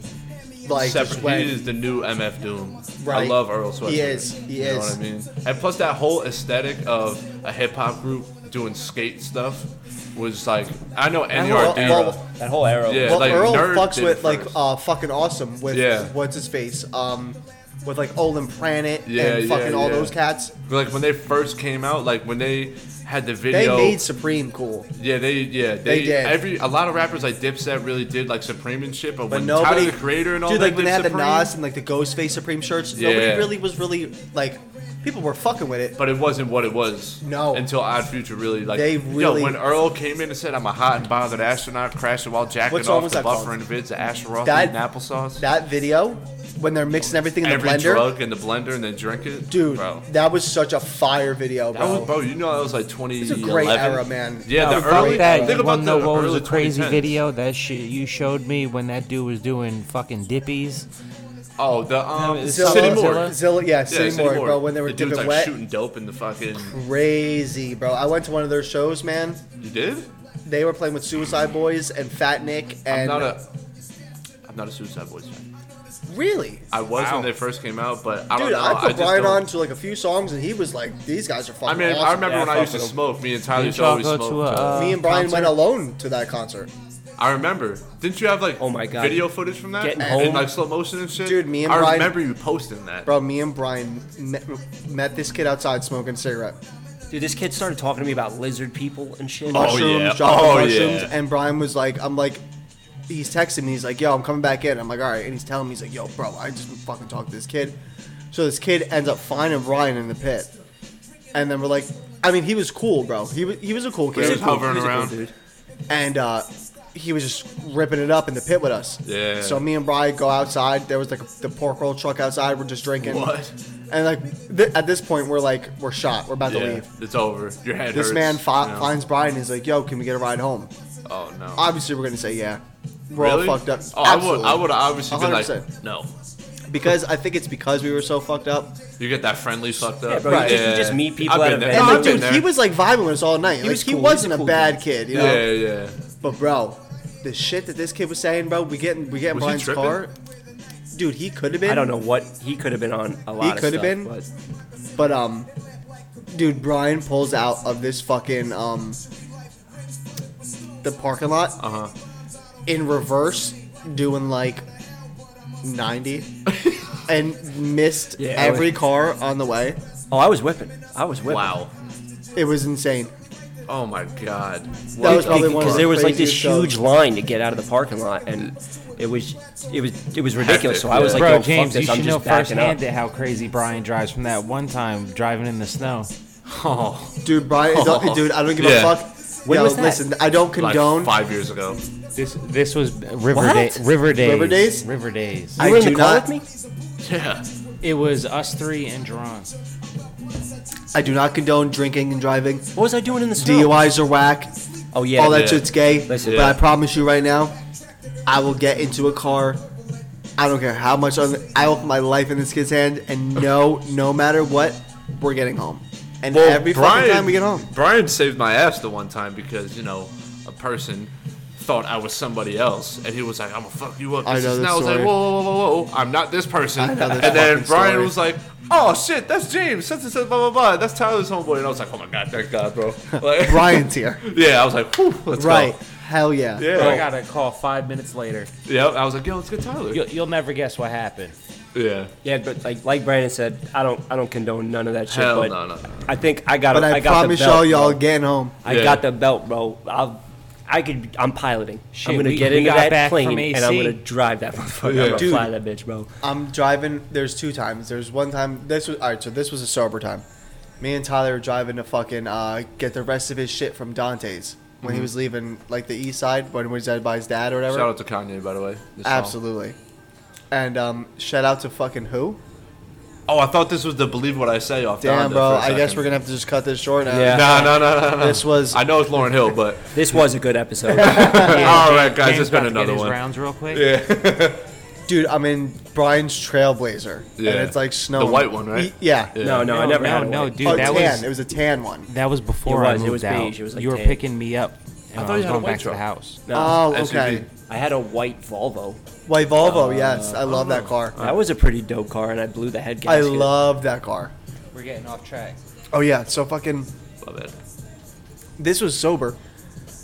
Speaker 3: like, just
Speaker 4: separate.
Speaker 3: went.
Speaker 4: he is the new MF Doom. I
Speaker 3: Right.
Speaker 4: love Earl Sweatshirt.
Speaker 3: He is, he
Speaker 4: you
Speaker 3: is.
Speaker 4: Know what I mean? And plus that whole aesthetic of a hip hop group doing skate stuff was like I know E
Speaker 3: I
Speaker 4: Andy
Speaker 3: know, well,
Speaker 4: Ardera.
Speaker 2: That whole arrow.
Speaker 4: Yeah.
Speaker 3: Well,
Speaker 4: like,
Speaker 3: Earl
Speaker 4: Nerd
Speaker 3: fucks
Speaker 4: did
Speaker 3: with
Speaker 4: it
Speaker 3: like
Speaker 4: first.
Speaker 3: uh, fucking awesome with
Speaker 4: Yeah.
Speaker 3: what's his face um with like Olin Planet
Speaker 4: Yeah,
Speaker 3: and
Speaker 4: yeah,
Speaker 3: fucking all
Speaker 4: yeah.
Speaker 3: those cats.
Speaker 4: Like when they first came out, like when they had the
Speaker 3: They
Speaker 4: video.
Speaker 3: made Supreme cool,
Speaker 4: yeah, they yeah they,
Speaker 3: did.
Speaker 4: every a lot of rappers like Dipset really did like Supreme and shit, but,
Speaker 3: but
Speaker 4: when
Speaker 3: nobody
Speaker 4: Tyler the Creator and all
Speaker 3: dude
Speaker 4: that
Speaker 3: like when they
Speaker 4: did
Speaker 3: had the
Speaker 4: Supreme-
Speaker 3: Nas and like the Ghostface Supreme shirts.
Speaker 4: Yeah.
Speaker 3: Nobody really was really like people were fucking with it.
Speaker 4: But it wasn't what it was.
Speaker 3: No.
Speaker 4: Until Odd Future really like.
Speaker 3: They
Speaker 4: Yo,
Speaker 3: really-
Speaker 4: when Earl came in and said, "I'm a hot and bothered astronaut crashing while jacking
Speaker 3: What song
Speaker 4: off
Speaker 3: was
Speaker 4: the
Speaker 3: that called?
Speaker 4: buffer and vids of Asheroth
Speaker 3: That-
Speaker 4: and applesauce."
Speaker 3: That video when they're mixing everything in
Speaker 4: Every
Speaker 3: the blender,
Speaker 4: drug in the blender and then drink it,
Speaker 3: dude,
Speaker 4: Bro.
Speaker 3: that was such a fire video,
Speaker 4: That
Speaker 3: bro.
Speaker 4: was, bro. You know that was like 20.
Speaker 3: it's a great era, man.
Speaker 4: Yeah, the
Speaker 3: Without
Speaker 4: early.
Speaker 3: that,
Speaker 4: think
Speaker 3: you
Speaker 4: about the
Speaker 6: what was
Speaker 4: early
Speaker 6: a crazy
Speaker 4: 2010s.
Speaker 6: video that shit you showed me when that dude was doing fucking dippies?
Speaker 4: Oh, the um,
Speaker 6: it's
Speaker 4: City
Speaker 3: Zilla,
Speaker 6: Zilla,
Speaker 4: Morgue.
Speaker 6: Zilla?
Speaker 3: Zilla, yeah,
Speaker 4: Yeah,
Speaker 3: City Morgue, bro. When they were
Speaker 4: the dude's
Speaker 3: dipping
Speaker 4: like
Speaker 3: wet,
Speaker 4: shooting dope in the fucking.
Speaker 3: crazy, bro. I went to one of their shows, man.
Speaker 4: You did?
Speaker 3: They were playing with Suicide Boys and Fat Nick
Speaker 4: I'm
Speaker 3: and
Speaker 4: not a. I'm not a Suicide Boys fan.
Speaker 3: really,
Speaker 4: I was
Speaker 5: Wow.
Speaker 4: when they first came out, but I don't
Speaker 3: dude.
Speaker 4: know.
Speaker 3: I put
Speaker 4: just
Speaker 3: Brian
Speaker 4: don't-
Speaker 3: on to like a few songs, and he was like, "These guys are fucking."
Speaker 4: I mean,
Speaker 3: awesome.
Speaker 4: I remember
Speaker 5: Yeah,
Speaker 4: when I
Speaker 5: fuck
Speaker 4: used to
Speaker 5: with 'em.
Speaker 4: smoke. Me and Tyler
Speaker 6: Didn't
Speaker 4: used to
Speaker 6: y'all
Speaker 4: always
Speaker 6: go
Speaker 4: smoke.
Speaker 6: to a,
Speaker 4: dope.
Speaker 6: uh,
Speaker 3: me and Brian went
Speaker 6: concert?
Speaker 3: alone to that concert,
Speaker 4: I remember. Didn't you have like
Speaker 2: Oh my God.
Speaker 4: video footage from that?
Speaker 2: Getting
Speaker 4: and,
Speaker 2: home.
Speaker 4: like slow motion and shit.
Speaker 3: Dude, me and
Speaker 4: I
Speaker 3: Brian-
Speaker 4: remember you posting that.
Speaker 3: bro. Me and Brian met, met this kid outside smoking a cigarette,
Speaker 2: Dude, this kid started talking to me about lizard people and shit.
Speaker 4: Oh,
Speaker 3: mushrooms,
Speaker 4: yeah.
Speaker 3: dropping
Speaker 4: Oh,
Speaker 3: mushrooms,
Speaker 4: yeah.
Speaker 3: and Brian was like, "I'm like." He's texting me. He's like, "Yo, I'm coming back in." I'm like, "All right," and he's telling me, "He's like, yo, bro, I just fucking talked to this kid." So this kid ends up finding Brian in the pit, and then we're like, "I mean, he was cool, bro. He was he was a cool kid."
Speaker 4: He was
Speaker 3: He was cool.
Speaker 4: hovering around.
Speaker 3: and uh, he was just ripping it up in the pit with us.
Speaker 4: Yeah.
Speaker 3: So me and Brian go outside. There was like the pork roll truck outside. We're just drinking.
Speaker 4: What?
Speaker 3: And like th- at this point, we're like we're shot. We're about to
Speaker 4: yeah,
Speaker 3: leave.
Speaker 4: it's over. Your head
Speaker 3: This
Speaker 4: hurts,
Speaker 3: man fi-
Speaker 4: you know?
Speaker 3: finds Brian. He's like, "Yo, can we get a ride home?"
Speaker 4: Oh no.
Speaker 3: Obviously, we're gonna say yeah. We're
Speaker 4: really?
Speaker 3: all fucked up.
Speaker 4: Oh, I would.
Speaker 3: Absolutely.
Speaker 4: I would have obviously been
Speaker 3: 100%.
Speaker 4: like, no.
Speaker 3: because I think it's because we were so fucked up.
Speaker 4: You get that friendly fucked up.
Speaker 2: Yeah, bro, you
Speaker 3: Right.
Speaker 2: just- you just meet people
Speaker 4: I've
Speaker 2: at
Speaker 4: been there.
Speaker 2: events.
Speaker 3: And
Speaker 4: I've
Speaker 3: like,
Speaker 4: been
Speaker 3: dude,
Speaker 4: there.
Speaker 3: he was like vibing with us all night. He like,
Speaker 2: was
Speaker 3: he
Speaker 2: cool. He was
Speaker 3: wasn't
Speaker 2: a
Speaker 3: a,
Speaker 2: cool
Speaker 3: bad kid, you know.
Speaker 4: Yeah, yeah.
Speaker 3: But bro, the shit that this kid was saying, bro, we get in, we get in
Speaker 4: Was he
Speaker 3: Brian's
Speaker 4: tripping?
Speaker 3: car. dude, he could have been.
Speaker 2: I don't know what he could have been on. A lot. of
Speaker 3: could
Speaker 2: stuff,
Speaker 3: have been.
Speaker 2: but-
Speaker 3: But um, dude, Brian pulls out of this fucking um, the parking lot
Speaker 4: Uh huh.
Speaker 3: in reverse, doing like ninety, and missed
Speaker 2: Yeah, I
Speaker 3: every
Speaker 2: would-
Speaker 3: car on the way.
Speaker 2: Oh, I was whipping. I was whipping.
Speaker 4: Wow.
Speaker 3: It was insane.
Speaker 4: Oh my God.
Speaker 3: That was
Speaker 4: the-
Speaker 3: probably one of
Speaker 2: because
Speaker 3: the
Speaker 2: there was like this
Speaker 3: craziest shows.
Speaker 2: huge line to get out of the parking lot, and it was it was it was ridiculous. So I was like,
Speaker 6: Bro,
Speaker 2: "Yo,
Speaker 6: James, you
Speaker 2: fuck this! I'm
Speaker 6: should know
Speaker 2: just backing up."
Speaker 6: firsthand that how crazy Brian drives from that one time driving in the snow.
Speaker 4: oh,
Speaker 3: Dude, Brian, dude, I don't give
Speaker 4: Yeah.
Speaker 3: a fuck. Yo,
Speaker 2: was that?
Speaker 3: listen, I don't
Speaker 4: like
Speaker 3: condone.
Speaker 4: five years ago.
Speaker 6: This this was River
Speaker 2: What?
Speaker 6: Day, River Days.
Speaker 3: River Days?
Speaker 6: River Days.
Speaker 3: I
Speaker 2: you were in
Speaker 3: do
Speaker 2: the car
Speaker 3: not-
Speaker 2: with me.
Speaker 4: Yeah.
Speaker 6: It was us three and Jerron.
Speaker 3: I do not condone drinking and driving.
Speaker 2: What was I doing in the snow?
Speaker 3: DUIs are whack.
Speaker 2: Oh yeah,
Speaker 3: all that
Speaker 4: yeah.
Speaker 3: shit's gay.
Speaker 2: Listen.
Speaker 3: But I
Speaker 4: Yeah.
Speaker 3: promise you right now, I will get into a car. I don't care how much I'm, I will put my life in this kid's hand, and no, no matter what, we're getting home. And every fucking time we get home,
Speaker 4: Brian saved my ass the one time because you know a person thought I was somebody else, and he was like, "I'm gonna fuck you up."
Speaker 3: I know
Speaker 4: is-
Speaker 3: this
Speaker 4: I was like,
Speaker 3: story.
Speaker 4: "Whoa, whoa, whoa, whoa, whoa! I'm not this person."
Speaker 3: I know this
Speaker 4: and then
Speaker 3: fucking
Speaker 4: Brian
Speaker 3: story.
Speaker 4: was like, "Oh shit, that's James. Such and such, blah blah blah. That's Tyler's homeboy." And I was like, "Oh my god, thank God, bro." Like,
Speaker 3: Brian's here.
Speaker 4: yeah, I was like, Whew, "Let's
Speaker 3: right.
Speaker 4: go."
Speaker 3: Hell yeah.
Speaker 4: Yeah.
Speaker 5: Bro, I got a call five minutes later.
Speaker 4: Yep. I was like, "Yo, let's get Tyler."
Speaker 5: You'll, you'll never guess what happened.
Speaker 4: Yeah.
Speaker 2: Yeah, but like like Brandon said, I don't I don't condone none of that shit.
Speaker 4: Hell
Speaker 2: but
Speaker 4: no, no, no.
Speaker 2: I think I got
Speaker 3: But
Speaker 2: I,
Speaker 3: I,
Speaker 2: got
Speaker 3: promise
Speaker 2: the belt,
Speaker 3: y'all, y'all
Speaker 2: bro.
Speaker 3: getting home.
Speaker 2: I
Speaker 4: Yeah.
Speaker 2: got the belt, bro. I'll, I could I'm piloting.
Speaker 6: Shit,
Speaker 2: I'm gonna
Speaker 6: we-
Speaker 2: get
Speaker 6: we
Speaker 2: into
Speaker 6: got
Speaker 2: that
Speaker 6: back from
Speaker 2: plane and I'm
Speaker 6: AC.
Speaker 2: gonna drive that motherfucker. I'm gonna
Speaker 3: Dude.
Speaker 2: fly that bitch, bro.
Speaker 3: I'm driving. There's two times. There's one time. This was all right. So this was a sober time. Me and Tyler were driving to fucking uh, get the rest of his shit from Dante's when he was leaving, like the east side when he was dead by his dad or whatever.
Speaker 4: Mm-hmm. Shout out to Kanye, by the way. this song.
Speaker 3: Absolutely. And um, shout out to fucking who?
Speaker 4: Oh, I thought this was the believe what I say off.
Speaker 3: Damn,
Speaker 4: Donda
Speaker 3: bro.
Speaker 4: for a
Speaker 3: I guess
Speaker 4: second.
Speaker 3: we're gonna have to just cut this short. Now.
Speaker 2: Yeah.
Speaker 4: No, no, no, no, no.
Speaker 3: This was-
Speaker 4: I know it's Lauren Hill, but
Speaker 2: This was a good episode.
Speaker 4: all right, guys, it's
Speaker 6: about
Speaker 4: been
Speaker 6: to get
Speaker 4: another
Speaker 6: his
Speaker 4: one.
Speaker 6: rounds real quick.
Speaker 3: Dude, I'm in Brian's Trailblazer,
Speaker 4: Yeah.
Speaker 3: and it's like snowing.
Speaker 4: white one, right?
Speaker 3: Y- Yeah.
Speaker 4: Yeah.
Speaker 2: no, no, I never
Speaker 6: no,
Speaker 2: had a
Speaker 6: no,
Speaker 2: white.
Speaker 6: dude,
Speaker 3: oh,
Speaker 6: that
Speaker 3: tan.
Speaker 6: was
Speaker 3: it was a tan one.
Speaker 6: that was before
Speaker 2: It
Speaker 6: I
Speaker 2: was, it
Speaker 6: moved
Speaker 2: was
Speaker 6: out.
Speaker 2: beige, it was like
Speaker 6: you were
Speaker 2: tan.
Speaker 6: picking me up, and I,
Speaker 4: thought you
Speaker 6: was
Speaker 4: had a
Speaker 6: going
Speaker 4: white
Speaker 6: back to
Speaker 4: truck.
Speaker 6: the house.
Speaker 2: No,
Speaker 3: Oh,
Speaker 4: SUV.
Speaker 3: okay.
Speaker 2: I had a white Volvo.
Speaker 3: White Volvo. yes, I love that car.
Speaker 2: That was a pretty dope car, and I blew the head
Speaker 3: I
Speaker 2: gasket.
Speaker 3: love that car.
Speaker 5: We're getting off track.
Speaker 3: Oh yeah. So fucking.
Speaker 4: Love it.
Speaker 3: this was sober.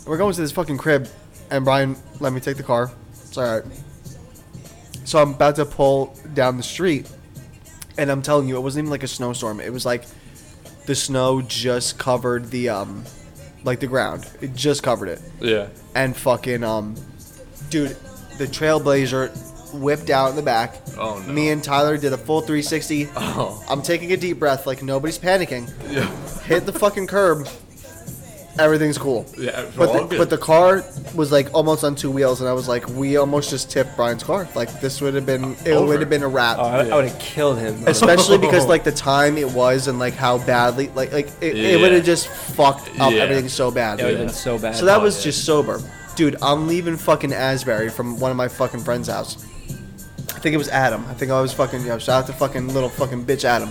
Speaker 3: We're going to this fucking crib, and Brian let me take the car. It's all right. So I'm about to pull down the street, and I'm telling you, it wasn't even like a snowstorm. It was like the snow just covered the um, like the ground. It just covered it,
Speaker 4: Yeah.
Speaker 3: and fucking um, dude, the Trailblazer whipped out in the back.
Speaker 4: Oh, no.
Speaker 3: Me and Tyler did a full 360.
Speaker 4: Oh.
Speaker 3: I'm taking a deep breath, like nobody's panicking
Speaker 4: Yeah.
Speaker 3: hit the fucking curb. Everything's cool.
Speaker 4: Yeah, it's all
Speaker 3: but the,
Speaker 4: good.
Speaker 3: but the car was like almost on two wheels, and I was like, we almost just tipped Brian's car. Like this would have been it
Speaker 4: Over.
Speaker 3: would have been a wrap.
Speaker 2: Oh, I, would have killed him. bro.
Speaker 3: Especially because like the time it was and like how badly like like it, it would
Speaker 4: Yeah.
Speaker 3: have just fucked up
Speaker 4: Yeah.
Speaker 3: everything so bad.
Speaker 2: It would have been so bad.
Speaker 3: So that
Speaker 4: Oh,
Speaker 3: was
Speaker 4: yeah.
Speaker 3: just sober, dude. I'm leaving fucking Asbury from one of my fucking friends' house. I think it was Adam. I think I was fucking yo. Shout out to fucking little fucking bitch Adam.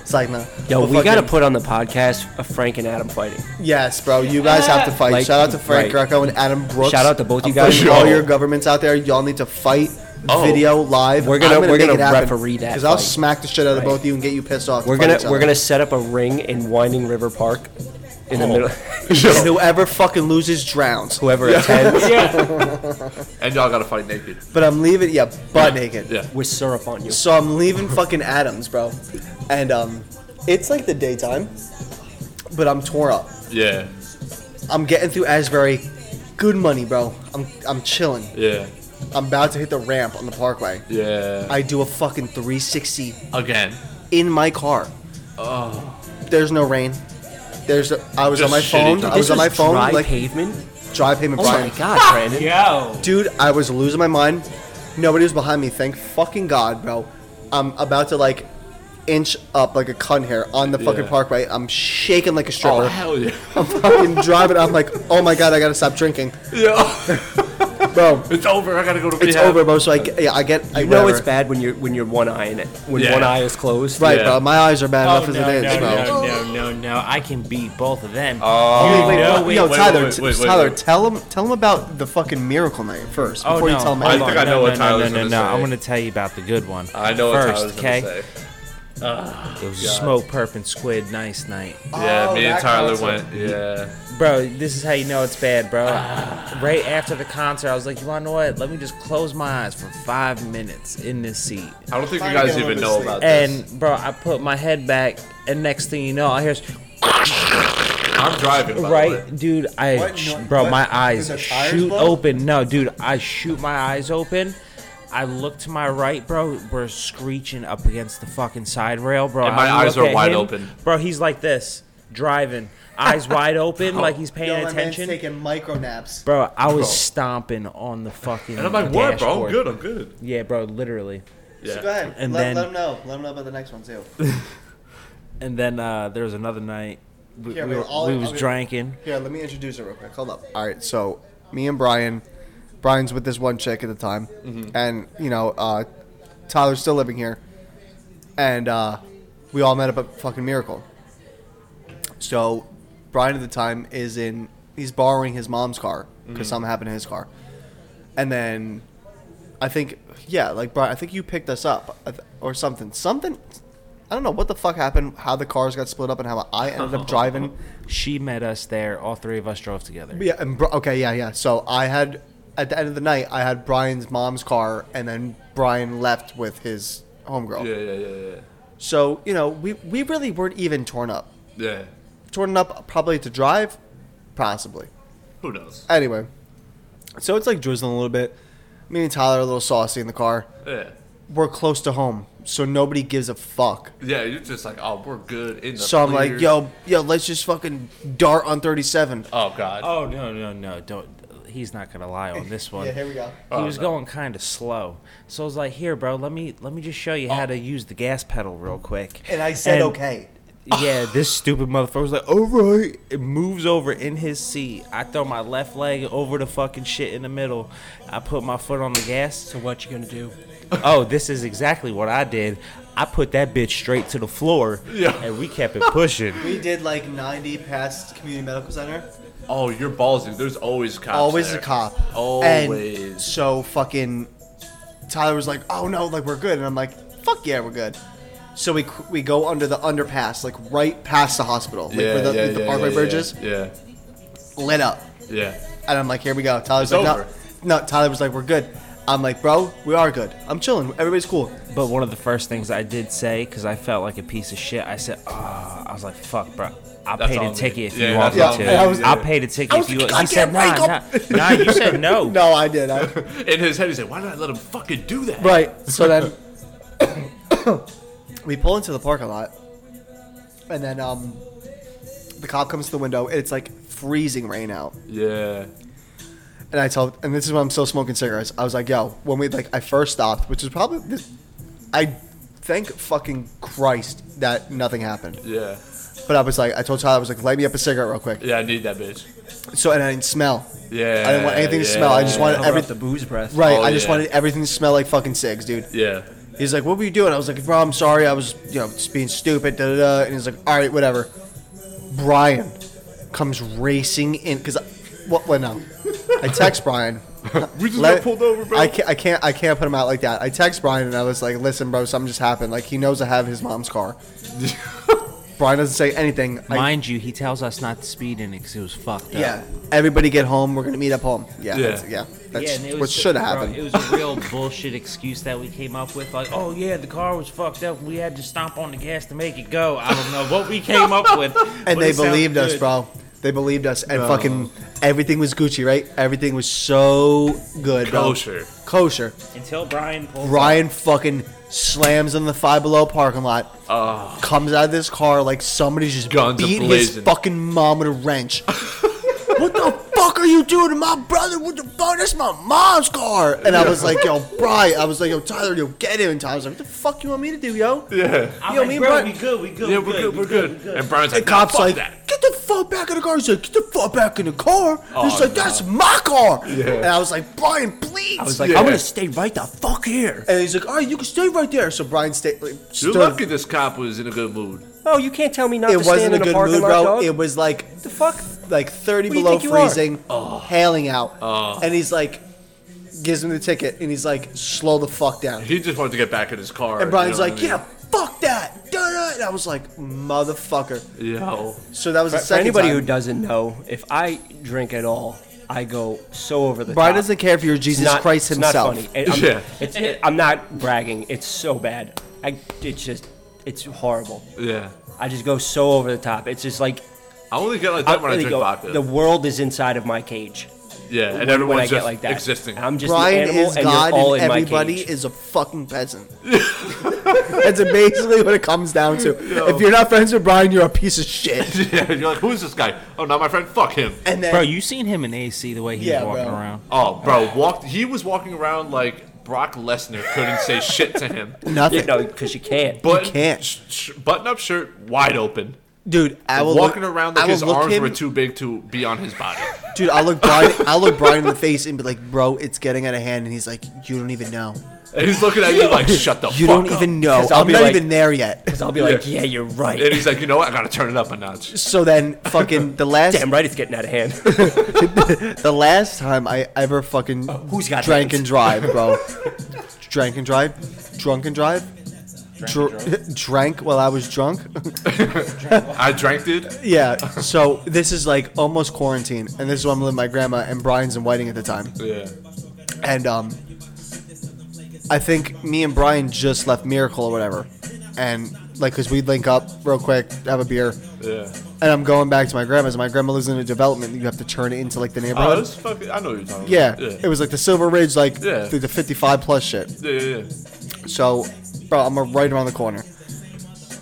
Speaker 3: It's like nah.
Speaker 2: Yo,
Speaker 3: But
Speaker 2: we gotta
Speaker 3: fucking-
Speaker 2: put on the podcast a Frank and Adam fighting.
Speaker 3: Yes, bro. You guys have to fight.
Speaker 2: Like,
Speaker 3: Shout out to Frank
Speaker 2: right.
Speaker 3: Greco and Adam Brooks.
Speaker 2: Shout out to both
Speaker 3: I'm
Speaker 2: you guys.
Speaker 3: putting All
Speaker 2: Yo.
Speaker 3: your governments out there, y'all need to fight.
Speaker 4: Oh.
Speaker 3: Video live.
Speaker 2: We're gonna-
Speaker 3: I'm
Speaker 2: we're
Speaker 3: make
Speaker 2: gonna
Speaker 3: it happen,
Speaker 2: referee that
Speaker 3: I'll
Speaker 2: fight.
Speaker 3: smack the shit out of
Speaker 2: Right.
Speaker 3: both of you and get you pissed off. to
Speaker 2: We're
Speaker 3: fight
Speaker 2: gonna
Speaker 3: each
Speaker 2: we're
Speaker 3: other.
Speaker 2: gonna set up a ring in Winding River Park in
Speaker 3: Oh.
Speaker 2: the middle.
Speaker 3: And whoever fucking loses drowns.
Speaker 2: Whoever attends
Speaker 4: And y'all gotta fight naked.
Speaker 3: But I'm leaving. Yeah, butt naked.
Speaker 4: Yeah.
Speaker 2: with syrup on you.
Speaker 3: So I'm leaving fucking Adams, bro, and um, it's like the daytime, but I'm torn up.
Speaker 4: Yeah.
Speaker 3: I'm getting through Asbury. Good money, bro. I'm I'm chilling.
Speaker 4: Yeah.
Speaker 3: I'm about to hit the ramp on the Parkway.
Speaker 4: Yeah.
Speaker 3: I do a fucking 360
Speaker 4: Again.
Speaker 3: in my car.
Speaker 2: Oh.
Speaker 3: There's no rain. There's a, I was
Speaker 4: Just
Speaker 3: on my
Speaker 4: shitty
Speaker 3: phone.
Speaker 4: time.
Speaker 3: I was on my phone
Speaker 2: dry
Speaker 3: like
Speaker 2: pavement.
Speaker 3: dry payment
Speaker 2: Oh
Speaker 3: Brian.
Speaker 2: my god, Brandon.
Speaker 6: Yo,
Speaker 3: Dude, I was losing my mind. Nobody was behind me. Thank fucking God, bro. I'm about to like inch up like a cunt hair on the fucking
Speaker 4: Yeah.
Speaker 3: parkway. I'm shaking like a
Speaker 4: Oh
Speaker 3: stripper.
Speaker 4: hell yeah.
Speaker 3: I'm fucking driving. I'm like, oh my God, I gotta stop drinking.
Speaker 4: yeah.
Speaker 3: Bro,
Speaker 4: It's over. I gotta go to rehab.
Speaker 3: it's over, bro. So I get, yeah, I get. I
Speaker 2: You know it's
Speaker 3: whatever.
Speaker 2: bad when you're when you're one eye in it. When
Speaker 4: Yeah.
Speaker 2: one eye is closed.
Speaker 3: Right,
Speaker 4: Yeah.
Speaker 3: bro. My eyes are bad
Speaker 5: Oh,
Speaker 3: enough as
Speaker 5: no,
Speaker 3: it is,
Speaker 5: no,
Speaker 3: bro.
Speaker 5: no, no, no, no. I can beat both of them.
Speaker 4: Uh,
Speaker 3: Wait,
Speaker 5: Oh,
Speaker 3: wait,
Speaker 5: no,
Speaker 3: what-
Speaker 5: wait,
Speaker 3: yo,
Speaker 4: wait,
Speaker 3: Tyler,
Speaker 4: wait, wait, wait,
Speaker 3: Tyler,
Speaker 4: wait.
Speaker 3: tell him, tell him about the fucking miracle night first
Speaker 5: Oh,
Speaker 3: before
Speaker 5: no.
Speaker 3: you tell him.
Speaker 4: I
Speaker 5: Hold
Speaker 3: anything.
Speaker 4: think
Speaker 5: on.
Speaker 4: I know
Speaker 5: no,
Speaker 4: what
Speaker 5: no,
Speaker 4: Tyler's
Speaker 5: no, no,
Speaker 4: gonna
Speaker 5: no.
Speaker 4: say.
Speaker 5: I'm going to tell you about the good one.
Speaker 4: I know what
Speaker 5: First,
Speaker 4: Tyler's
Speaker 5: okay?
Speaker 4: gonna say.
Speaker 5: It was smoke, perp, and squid. Nice night.
Speaker 4: Yeah,
Speaker 3: Oh,
Speaker 4: me and
Speaker 3: that
Speaker 4: Tyler
Speaker 3: concert.
Speaker 4: went. Yeah.
Speaker 5: Bro, this is how you know it's bad, bro. right after the concert, I was like, you want to know what? Let me just close my eyes for five minutes in this seat.
Speaker 4: I don't think you
Speaker 3: Fine,
Speaker 4: guys
Speaker 3: get on
Speaker 4: even
Speaker 3: the
Speaker 4: know
Speaker 3: sleep.
Speaker 4: about this.
Speaker 5: And, bro, I put my head back, and next thing you know, I hear,
Speaker 4: I'm driving. By The way.
Speaker 5: right, dude, I,
Speaker 3: What?
Speaker 5: sh-
Speaker 3: No-
Speaker 5: bro,
Speaker 3: what?
Speaker 5: my eyes
Speaker 3: Did the tires
Speaker 5: shoot
Speaker 3: blow?
Speaker 5: open. No, dude, I shoot my eyes open. I look to my right, bro. We're screeching up against the fucking side rail, bro.
Speaker 4: And my
Speaker 5: I
Speaker 4: eyes
Speaker 5: look
Speaker 4: are
Speaker 5: at
Speaker 4: wide
Speaker 5: him.
Speaker 4: open.
Speaker 5: bro. He's like this, driving, eyes wide open, like he's
Speaker 3: Yo,
Speaker 5: paying
Speaker 3: my man's
Speaker 5: attention.
Speaker 3: taking micro naps.
Speaker 5: Bro, I
Speaker 4: Bro.
Speaker 5: was stomping on the fucking.
Speaker 4: And I'm like, what, bro? I'm
Speaker 5: dashboard.
Speaker 4: good. I'm good.
Speaker 5: Yeah, bro, literally.
Speaker 4: Yeah.
Speaker 3: Go ahead.
Speaker 5: And
Speaker 3: let,
Speaker 5: then-
Speaker 3: let him know. Let him know about the next one too.
Speaker 5: And then uh, there was another night. We,
Speaker 3: Here,
Speaker 5: we
Speaker 3: wait,
Speaker 5: were-
Speaker 3: I'll-
Speaker 5: we
Speaker 3: I'll
Speaker 5: was
Speaker 3: be-
Speaker 5: drinking.
Speaker 3: Here, let me introduce her real quick. Hold up. All right, so me and Brian, Brian's with this one chick at the time,
Speaker 5: Mm-hmm.
Speaker 3: and you know, uh, Tyler's still living here, and uh, we all met up at fucking Miracle. So, Brian at the time is in. He's borrowing his mom's car
Speaker 5: Mm-hmm.
Speaker 3: because something happened to his car, and then I think yeah, like Brian, I think you picked us up I th- or something. Something. I don't know what the fuck happened, how the cars got split up, and how I ended up driving
Speaker 5: She met us there. All three of us drove together.
Speaker 3: yeah, and Bri- okay, yeah, yeah. So I had at the end of the night, I had Brian's mom's car, and then Brian left with his homegirl.
Speaker 4: Yeah, yeah, yeah, yeah.
Speaker 3: So you know, we we really weren't even torn up.
Speaker 4: Yeah.
Speaker 3: Torn up probably to drive, possibly.
Speaker 4: Who knows?
Speaker 3: Anyway, so it's like drizzling a little bit. Me and Tyler are a little saucy in the car.
Speaker 4: Yeah.
Speaker 3: We're close to home, so nobody gives a fuck.
Speaker 4: Yeah, you're just like, oh, we're good in the.
Speaker 3: So I'm like,
Speaker 4: clear.
Speaker 3: yo, yo, let's just fucking dart on 37.
Speaker 4: Oh God.
Speaker 5: Oh no no no! Don't. He's not gonna lie on this one.
Speaker 3: we go.
Speaker 5: He
Speaker 2: Oh,
Speaker 5: was going kind of slow, so I was like, "Here, bro, let me let me just show you how
Speaker 2: Oh.
Speaker 5: to use the gas pedal real quick."
Speaker 3: And I said
Speaker 5: And-
Speaker 3: okay.
Speaker 5: Yeah, this stupid motherfucker was like, "All right," it moves over in his seat. I throw my left leg over the fucking shit in the middle. I put my foot on the gas.
Speaker 2: So what you gonna do?
Speaker 5: Oh, this is exactly what I did. I put that bitch straight to the floor,
Speaker 4: Yeah.
Speaker 5: and we kept it pushing.
Speaker 3: We did like 90 past community medical center.
Speaker 4: Oh, you're ballsy. There's always cops.
Speaker 3: always
Speaker 4: there.
Speaker 3: a cop. And
Speaker 4: Always.
Speaker 3: so fucking Tyler was like, "Oh no, like we're good," and I'm like, "Fuck yeah, we're good." So we cr- we go under the underpass, like right past the hospital, like where the, the Parkway bridges
Speaker 4: Yeah.
Speaker 3: lit up,
Speaker 4: Yeah.
Speaker 3: and I'm like, "Here we go." Tyler's
Speaker 4: It's
Speaker 3: like,
Speaker 4: over.
Speaker 3: "No, no." Tyler was like, "We're good." I'm like, "Bro, we are good. I'm chilling. Everybody's cool."
Speaker 5: But one of the first things I did say, because I felt like a piece of shit, I said, "Ah," I was like, fuck, bro. I'll
Speaker 4: That's
Speaker 5: pay
Speaker 4: all
Speaker 5: the
Speaker 4: me.
Speaker 5: ticket if
Speaker 4: Yeah,
Speaker 5: you want me
Speaker 4: that's
Speaker 3: all
Speaker 5: to.
Speaker 3: me. Yeah, I was-
Speaker 5: I'll pay the ticket if
Speaker 3: was
Speaker 5: you
Speaker 3: like, "Goddamn,
Speaker 5: want He said, nah, nah,
Speaker 3: Michael."
Speaker 5: nah, you said no.
Speaker 3: No, I did. I,
Speaker 4: In his head, he's like, why did I let him fucking do that?
Speaker 3: right. So then we pull into the parking lot, and then um, the cop comes to the window, and it's like freezing rain out.
Speaker 4: Yeah.
Speaker 3: and I tell, and this is when I'm still smoking cigarettes. I was like, yo, when we like, I first stopped, which is probably, this, I thank fucking Christ that nothing happened.
Speaker 4: Yeah.
Speaker 3: But I was like, I told Tyler, I was like, light me up a cigarette real quick.
Speaker 4: Yeah, I need that bitch.
Speaker 3: So and I didn't smell.
Speaker 4: Yeah.
Speaker 3: I didn't want anything to
Speaker 4: yeah,
Speaker 3: smell. I just wanted
Speaker 2: Cover
Speaker 3: every
Speaker 2: up the booze breath.
Speaker 3: right.
Speaker 4: Oh,
Speaker 3: I just
Speaker 4: yeah.
Speaker 3: wanted everything to smell like fucking cigs, dude.
Speaker 4: Yeah.
Speaker 3: He's like, what were you doing? I was like, bro, I'm sorry. I was, you know, just being stupid. Da da da. And he's like, all right, whatever. Brian comes racing in because, what? What now? I text Brian.
Speaker 4: We just
Speaker 3: Let-
Speaker 4: got pulled over, bro.
Speaker 3: I can't, I can't, I can't put him out like that. I text Brian and I was like, "Listen, bro, something just happened. Like he knows I have his mom's car." Brian doesn't say anything. I-
Speaker 5: Mind you, he tells us not to speed in it because it was fucked up.
Speaker 3: yeah. Everybody get home. We're gonna meet up home. Yeah,
Speaker 4: Yeah.
Speaker 3: that's, yeah. That's
Speaker 5: and it
Speaker 3: what
Speaker 5: was-
Speaker 3: should have
Speaker 5: bro,
Speaker 3: happened.
Speaker 5: It was a real bullshit excuse that we came up with. Like, oh yeah, the car was fucked up. We had to stomp on the gas to make it go. I don't know what we came up with. but
Speaker 3: and they
Speaker 5: it sounds
Speaker 3: believed us,
Speaker 5: good.
Speaker 3: bro. They believed us, and fucking everything was Gucci, right? Everything was so good, bro.
Speaker 4: Kosher.
Speaker 3: Kosher.
Speaker 5: Until Brian pulled
Speaker 3: Brian fucking slams in the Five Below parking lot. Comes out of this car like somebody just
Speaker 4: Oh. Guns
Speaker 3: beat his
Speaker 4: a-blazing.
Speaker 3: fucking mom with a wrench. what the fuck are you doing to my brother? What the fuck? That's my mom's car. And I was like, yo, Brian. I was like, yo, Tyler, yo, get him. And Tyler's like, what the fuck you want me to do, yo?
Speaker 4: Yeah.
Speaker 5: I'm
Speaker 3: Yo,
Speaker 5: like,
Speaker 3: me and
Speaker 5: bro,
Speaker 3: Brian-
Speaker 5: we good, we good,
Speaker 4: Yeah,
Speaker 5: we
Speaker 4: we're good, we're
Speaker 5: we
Speaker 4: good. And Brian's like,
Speaker 3: The cop's
Speaker 4: "Nah, fuck
Speaker 3: like,
Speaker 4: that.
Speaker 3: get the fuck back in the car. He's like, get the fuck back in the car.
Speaker 4: Oh,
Speaker 3: He's like, that's my car. And I was like, Brian, please.
Speaker 2: I was like,
Speaker 4: Yeah.
Speaker 2: I'm gonna stay right the fuck here.
Speaker 3: and he's like, all right, you can stay right there. So Brian stayed. Like,
Speaker 4: You're
Speaker 3: stood-
Speaker 4: lucky this cop was in a good mood.
Speaker 2: Oh, you can't tell me not
Speaker 3: It
Speaker 2: to stand
Speaker 3: wasn't a
Speaker 2: in a
Speaker 3: good
Speaker 2: parking
Speaker 3: mood,
Speaker 2: lot,
Speaker 3: bro.
Speaker 2: dog.
Speaker 3: It was like
Speaker 2: the fuck?
Speaker 3: like 30
Speaker 2: What do you
Speaker 3: below
Speaker 2: think you are?
Speaker 3: freezing,
Speaker 2: Oh.
Speaker 3: hailing out. And he's like, gives him the ticket, and he's like, slow the fuck down.
Speaker 4: He just wanted to get back in his car.
Speaker 3: And Brian's like,
Speaker 4: you know
Speaker 3: yeah, fuck that. Da, da. And I was like, motherfucker.
Speaker 4: what I mean? Yo.
Speaker 3: So that was
Speaker 2: For,
Speaker 3: the
Speaker 2: for
Speaker 3: second
Speaker 2: anybody
Speaker 3: time.
Speaker 2: who doesn't know, if I drink at all, I go so over the
Speaker 3: Brian
Speaker 2: top.
Speaker 3: doesn't care if you're Jesus
Speaker 2: It's not-
Speaker 3: Christ
Speaker 2: it's
Speaker 3: himself.
Speaker 2: Not funny. It- I'm,
Speaker 4: Yeah.
Speaker 2: it's, it- I'm not bragging. It's so bad. I it's just it's horrible.
Speaker 4: Yeah.
Speaker 2: I just go so over the top. It's just like
Speaker 4: I only get like
Speaker 2: I
Speaker 4: that when I
Speaker 2: really
Speaker 4: drink
Speaker 2: go-
Speaker 4: vodka.
Speaker 2: the world is inside of my cage.
Speaker 4: yeah, and
Speaker 2: when- when
Speaker 4: everyone's
Speaker 2: I
Speaker 4: just
Speaker 2: get like that.
Speaker 4: existing.
Speaker 2: I'm just
Speaker 3: Brian
Speaker 2: an animal,
Speaker 3: is
Speaker 2: and
Speaker 3: God,
Speaker 2: you're all
Speaker 3: and
Speaker 2: in
Speaker 3: everybody
Speaker 2: my cage.
Speaker 3: is a fucking peasant. That's basically what it comes down to.
Speaker 4: Yo.
Speaker 3: If you're not friends with Brian, you're a piece of shit.
Speaker 4: yeah, you're like, who's this guy? Oh, not my friend. Fuck him.
Speaker 3: And then,
Speaker 5: Bro, you seen him in AC the way he's
Speaker 3: Yeah,
Speaker 5: walking
Speaker 3: bro.
Speaker 5: around?
Speaker 4: Oh, bro, walked. He was walking around like Brock Lesnar couldn't say shit to him.
Speaker 3: nothing.
Speaker 2: You know, because you can't.
Speaker 4: But
Speaker 3: can't.
Speaker 4: Sh- sh- button-up shirt wide open,
Speaker 3: Dude, I will
Speaker 4: walking
Speaker 3: look,
Speaker 4: around
Speaker 3: I
Speaker 4: like
Speaker 3: will
Speaker 4: his
Speaker 3: look
Speaker 4: arms
Speaker 3: him-
Speaker 4: were too big to be on his body.
Speaker 3: Dude, I'll look Brian. I'll look Brian in the face and be like, "Bro, it's getting out of hand." And he's like, "You don't even know.
Speaker 4: And he's looking at you like, shut the
Speaker 3: You
Speaker 4: fuck
Speaker 3: don't
Speaker 4: up.
Speaker 3: even know.
Speaker 2: 'Cause I'll
Speaker 3: I'm
Speaker 2: be
Speaker 3: not
Speaker 2: like-
Speaker 3: even there yet."
Speaker 2: Because I'll be like, yeah, you're
Speaker 4: And
Speaker 2: right.
Speaker 4: he's like, you know what? I gotta turn it up a notch.
Speaker 3: So then, fucking the last
Speaker 2: Damn right, it's getting out of hand.
Speaker 3: the last time I ever fucking
Speaker 2: Uh, who's got
Speaker 3: drank
Speaker 2: hands?
Speaker 3: and drive, bro. drank and drive, drunk and drive, Dr- drank while I was drunk.
Speaker 4: I drank it.
Speaker 3: yeah. So this is like almost quarantine, and this is when I'm living with my grandma and Brian's in Whiting at the time.
Speaker 4: Yeah.
Speaker 3: and um, I think me and Brian just left Miracle or whatever, and like, cause we'd link up real quick, have a beer,
Speaker 4: Yeah.
Speaker 3: and I'm going back to my grandma's. My grandma lives in a development. that You have to turn it into like the
Speaker 4: Oh,
Speaker 3: neighborhood.
Speaker 4: that's fucking. I know what you're talking
Speaker 3: yeah,
Speaker 4: about.
Speaker 3: it was like the Silver Ridge, like
Speaker 4: Yeah.
Speaker 3: the, the 55 plus shit.
Speaker 4: Yeah, yeah, yeah.
Speaker 3: So, bro, I'm right around the corner.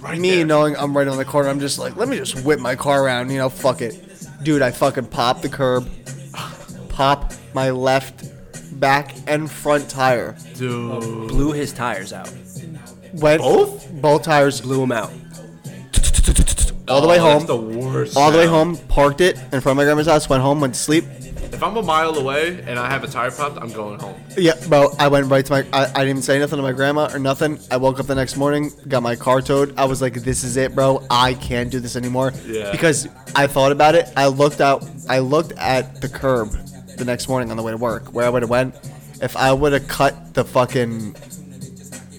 Speaker 4: Right
Speaker 3: me
Speaker 4: there.
Speaker 3: knowing I'm right on the corner, I'm just like, let me just whip my car around, you know, fuck it. Dude, I fucking pop the curb, pop my left back and front tire.
Speaker 4: Dude.
Speaker 2: Blew his tires out.
Speaker 3: Went
Speaker 4: Both?
Speaker 3: both tires
Speaker 2: Blew him out.
Speaker 3: all the way
Speaker 4: Oh, that's
Speaker 3: home.
Speaker 4: the worst.
Speaker 3: all the way
Speaker 4: sound.
Speaker 3: home, parked it in front of my grandma's house, went home, went to sleep.
Speaker 4: If I'm a mile away and I have a tire popped, I'm going home.
Speaker 3: Yeah, bro, I went right to my. I, I didn't even say nothing to my grandma or nothing. I woke up the next morning, got my car towed. I was like, this is it, bro. I can't do this anymore.
Speaker 4: Yeah.
Speaker 3: Because I thought about it. I looked out. I looked at the curb the next morning on the way to work, where I would have went. If I would have cut the fucking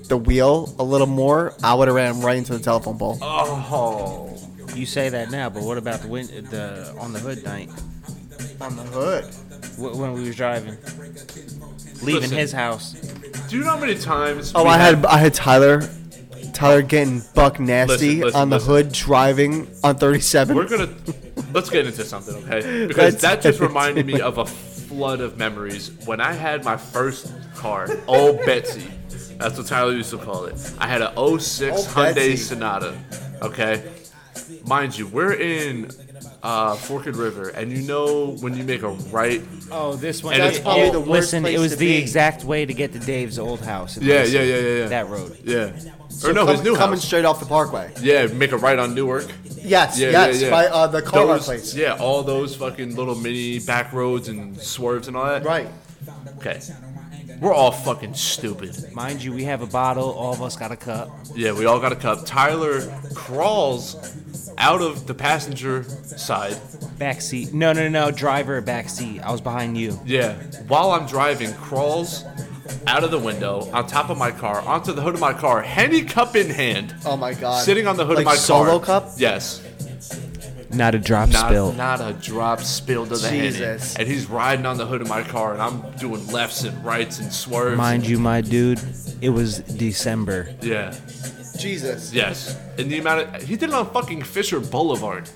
Speaker 3: the wheel a little more, I would have ran right into the telephone pole.
Speaker 4: Oh.
Speaker 5: You say that now, but what about the win- the on the hood night
Speaker 3: On the hood.
Speaker 5: wh- when we was driving, leaving
Speaker 4: Listen.
Speaker 5: his house?
Speaker 4: Do you know how many times?
Speaker 3: Oh,
Speaker 4: we
Speaker 3: I had I had Tyler, Tyler getting buck nasty
Speaker 4: Listen, listen,
Speaker 3: on the
Speaker 4: listen.
Speaker 3: hood driving on 37.
Speaker 4: We're gonna let's get into something, okay? Because
Speaker 3: Let's
Speaker 4: that just
Speaker 3: get
Speaker 4: reminded me of a flood of memories when I had my first car, old Betsy. That's what Tyler used to call it. I had an 06
Speaker 3: Old
Speaker 4: Hyundai
Speaker 3: Betsy.
Speaker 4: Sonata, okay? Mind you, we're in uh, Forked River, and you know when you make a right.
Speaker 5: Oh, this one.
Speaker 4: And it's probably
Speaker 3: the worst
Speaker 5: Listen,
Speaker 3: place
Speaker 5: it was
Speaker 3: to
Speaker 5: the
Speaker 3: be.
Speaker 5: exact way to get to Dave's old house. in
Speaker 4: Yeah,
Speaker 5: Mason.
Speaker 4: yeah, yeah, yeah, yeah.
Speaker 5: That road.
Speaker 4: Yeah. or no, his new
Speaker 3: coming
Speaker 4: house.
Speaker 3: straight off the parkway.
Speaker 4: Yeah, make a right on Newark.
Speaker 3: Yes,
Speaker 4: Yeah,
Speaker 3: yes,
Speaker 4: yeah, yeah.
Speaker 3: by uh, the car
Speaker 4: Those-
Speaker 3: place.
Speaker 4: Yeah, all those fucking little mini back roads and swerves and all that.
Speaker 3: Right.
Speaker 4: Okay. We're all fucking stupid.
Speaker 5: Mind you, we have a bottle. All of us got a cup.
Speaker 4: Yeah, we all got a cup. Tyler crawls out of the passenger side.
Speaker 5: Back seat. No, no, no. Driver back seat. I was behind you.
Speaker 4: Yeah, while I'm driving, crawls out of the window on top of my car onto the hood of my car, handy cup in hand,
Speaker 3: Oh my god.
Speaker 4: sitting on the hood
Speaker 3: like
Speaker 4: of my
Speaker 3: solo
Speaker 4: car.
Speaker 3: cup.
Speaker 4: Yes.
Speaker 5: Not a drop
Speaker 4: Not,
Speaker 5: spill.
Speaker 4: not a drop spilled to the
Speaker 3: Jesus.
Speaker 4: Henny. And he's riding on the hood of my car, and I'm doing lefts and rights and swerves.
Speaker 5: Mind you, my dude, it was December.
Speaker 4: Yeah.
Speaker 3: Jesus.
Speaker 4: Yes. And the amount of he did it on fucking Fisher Boulevard.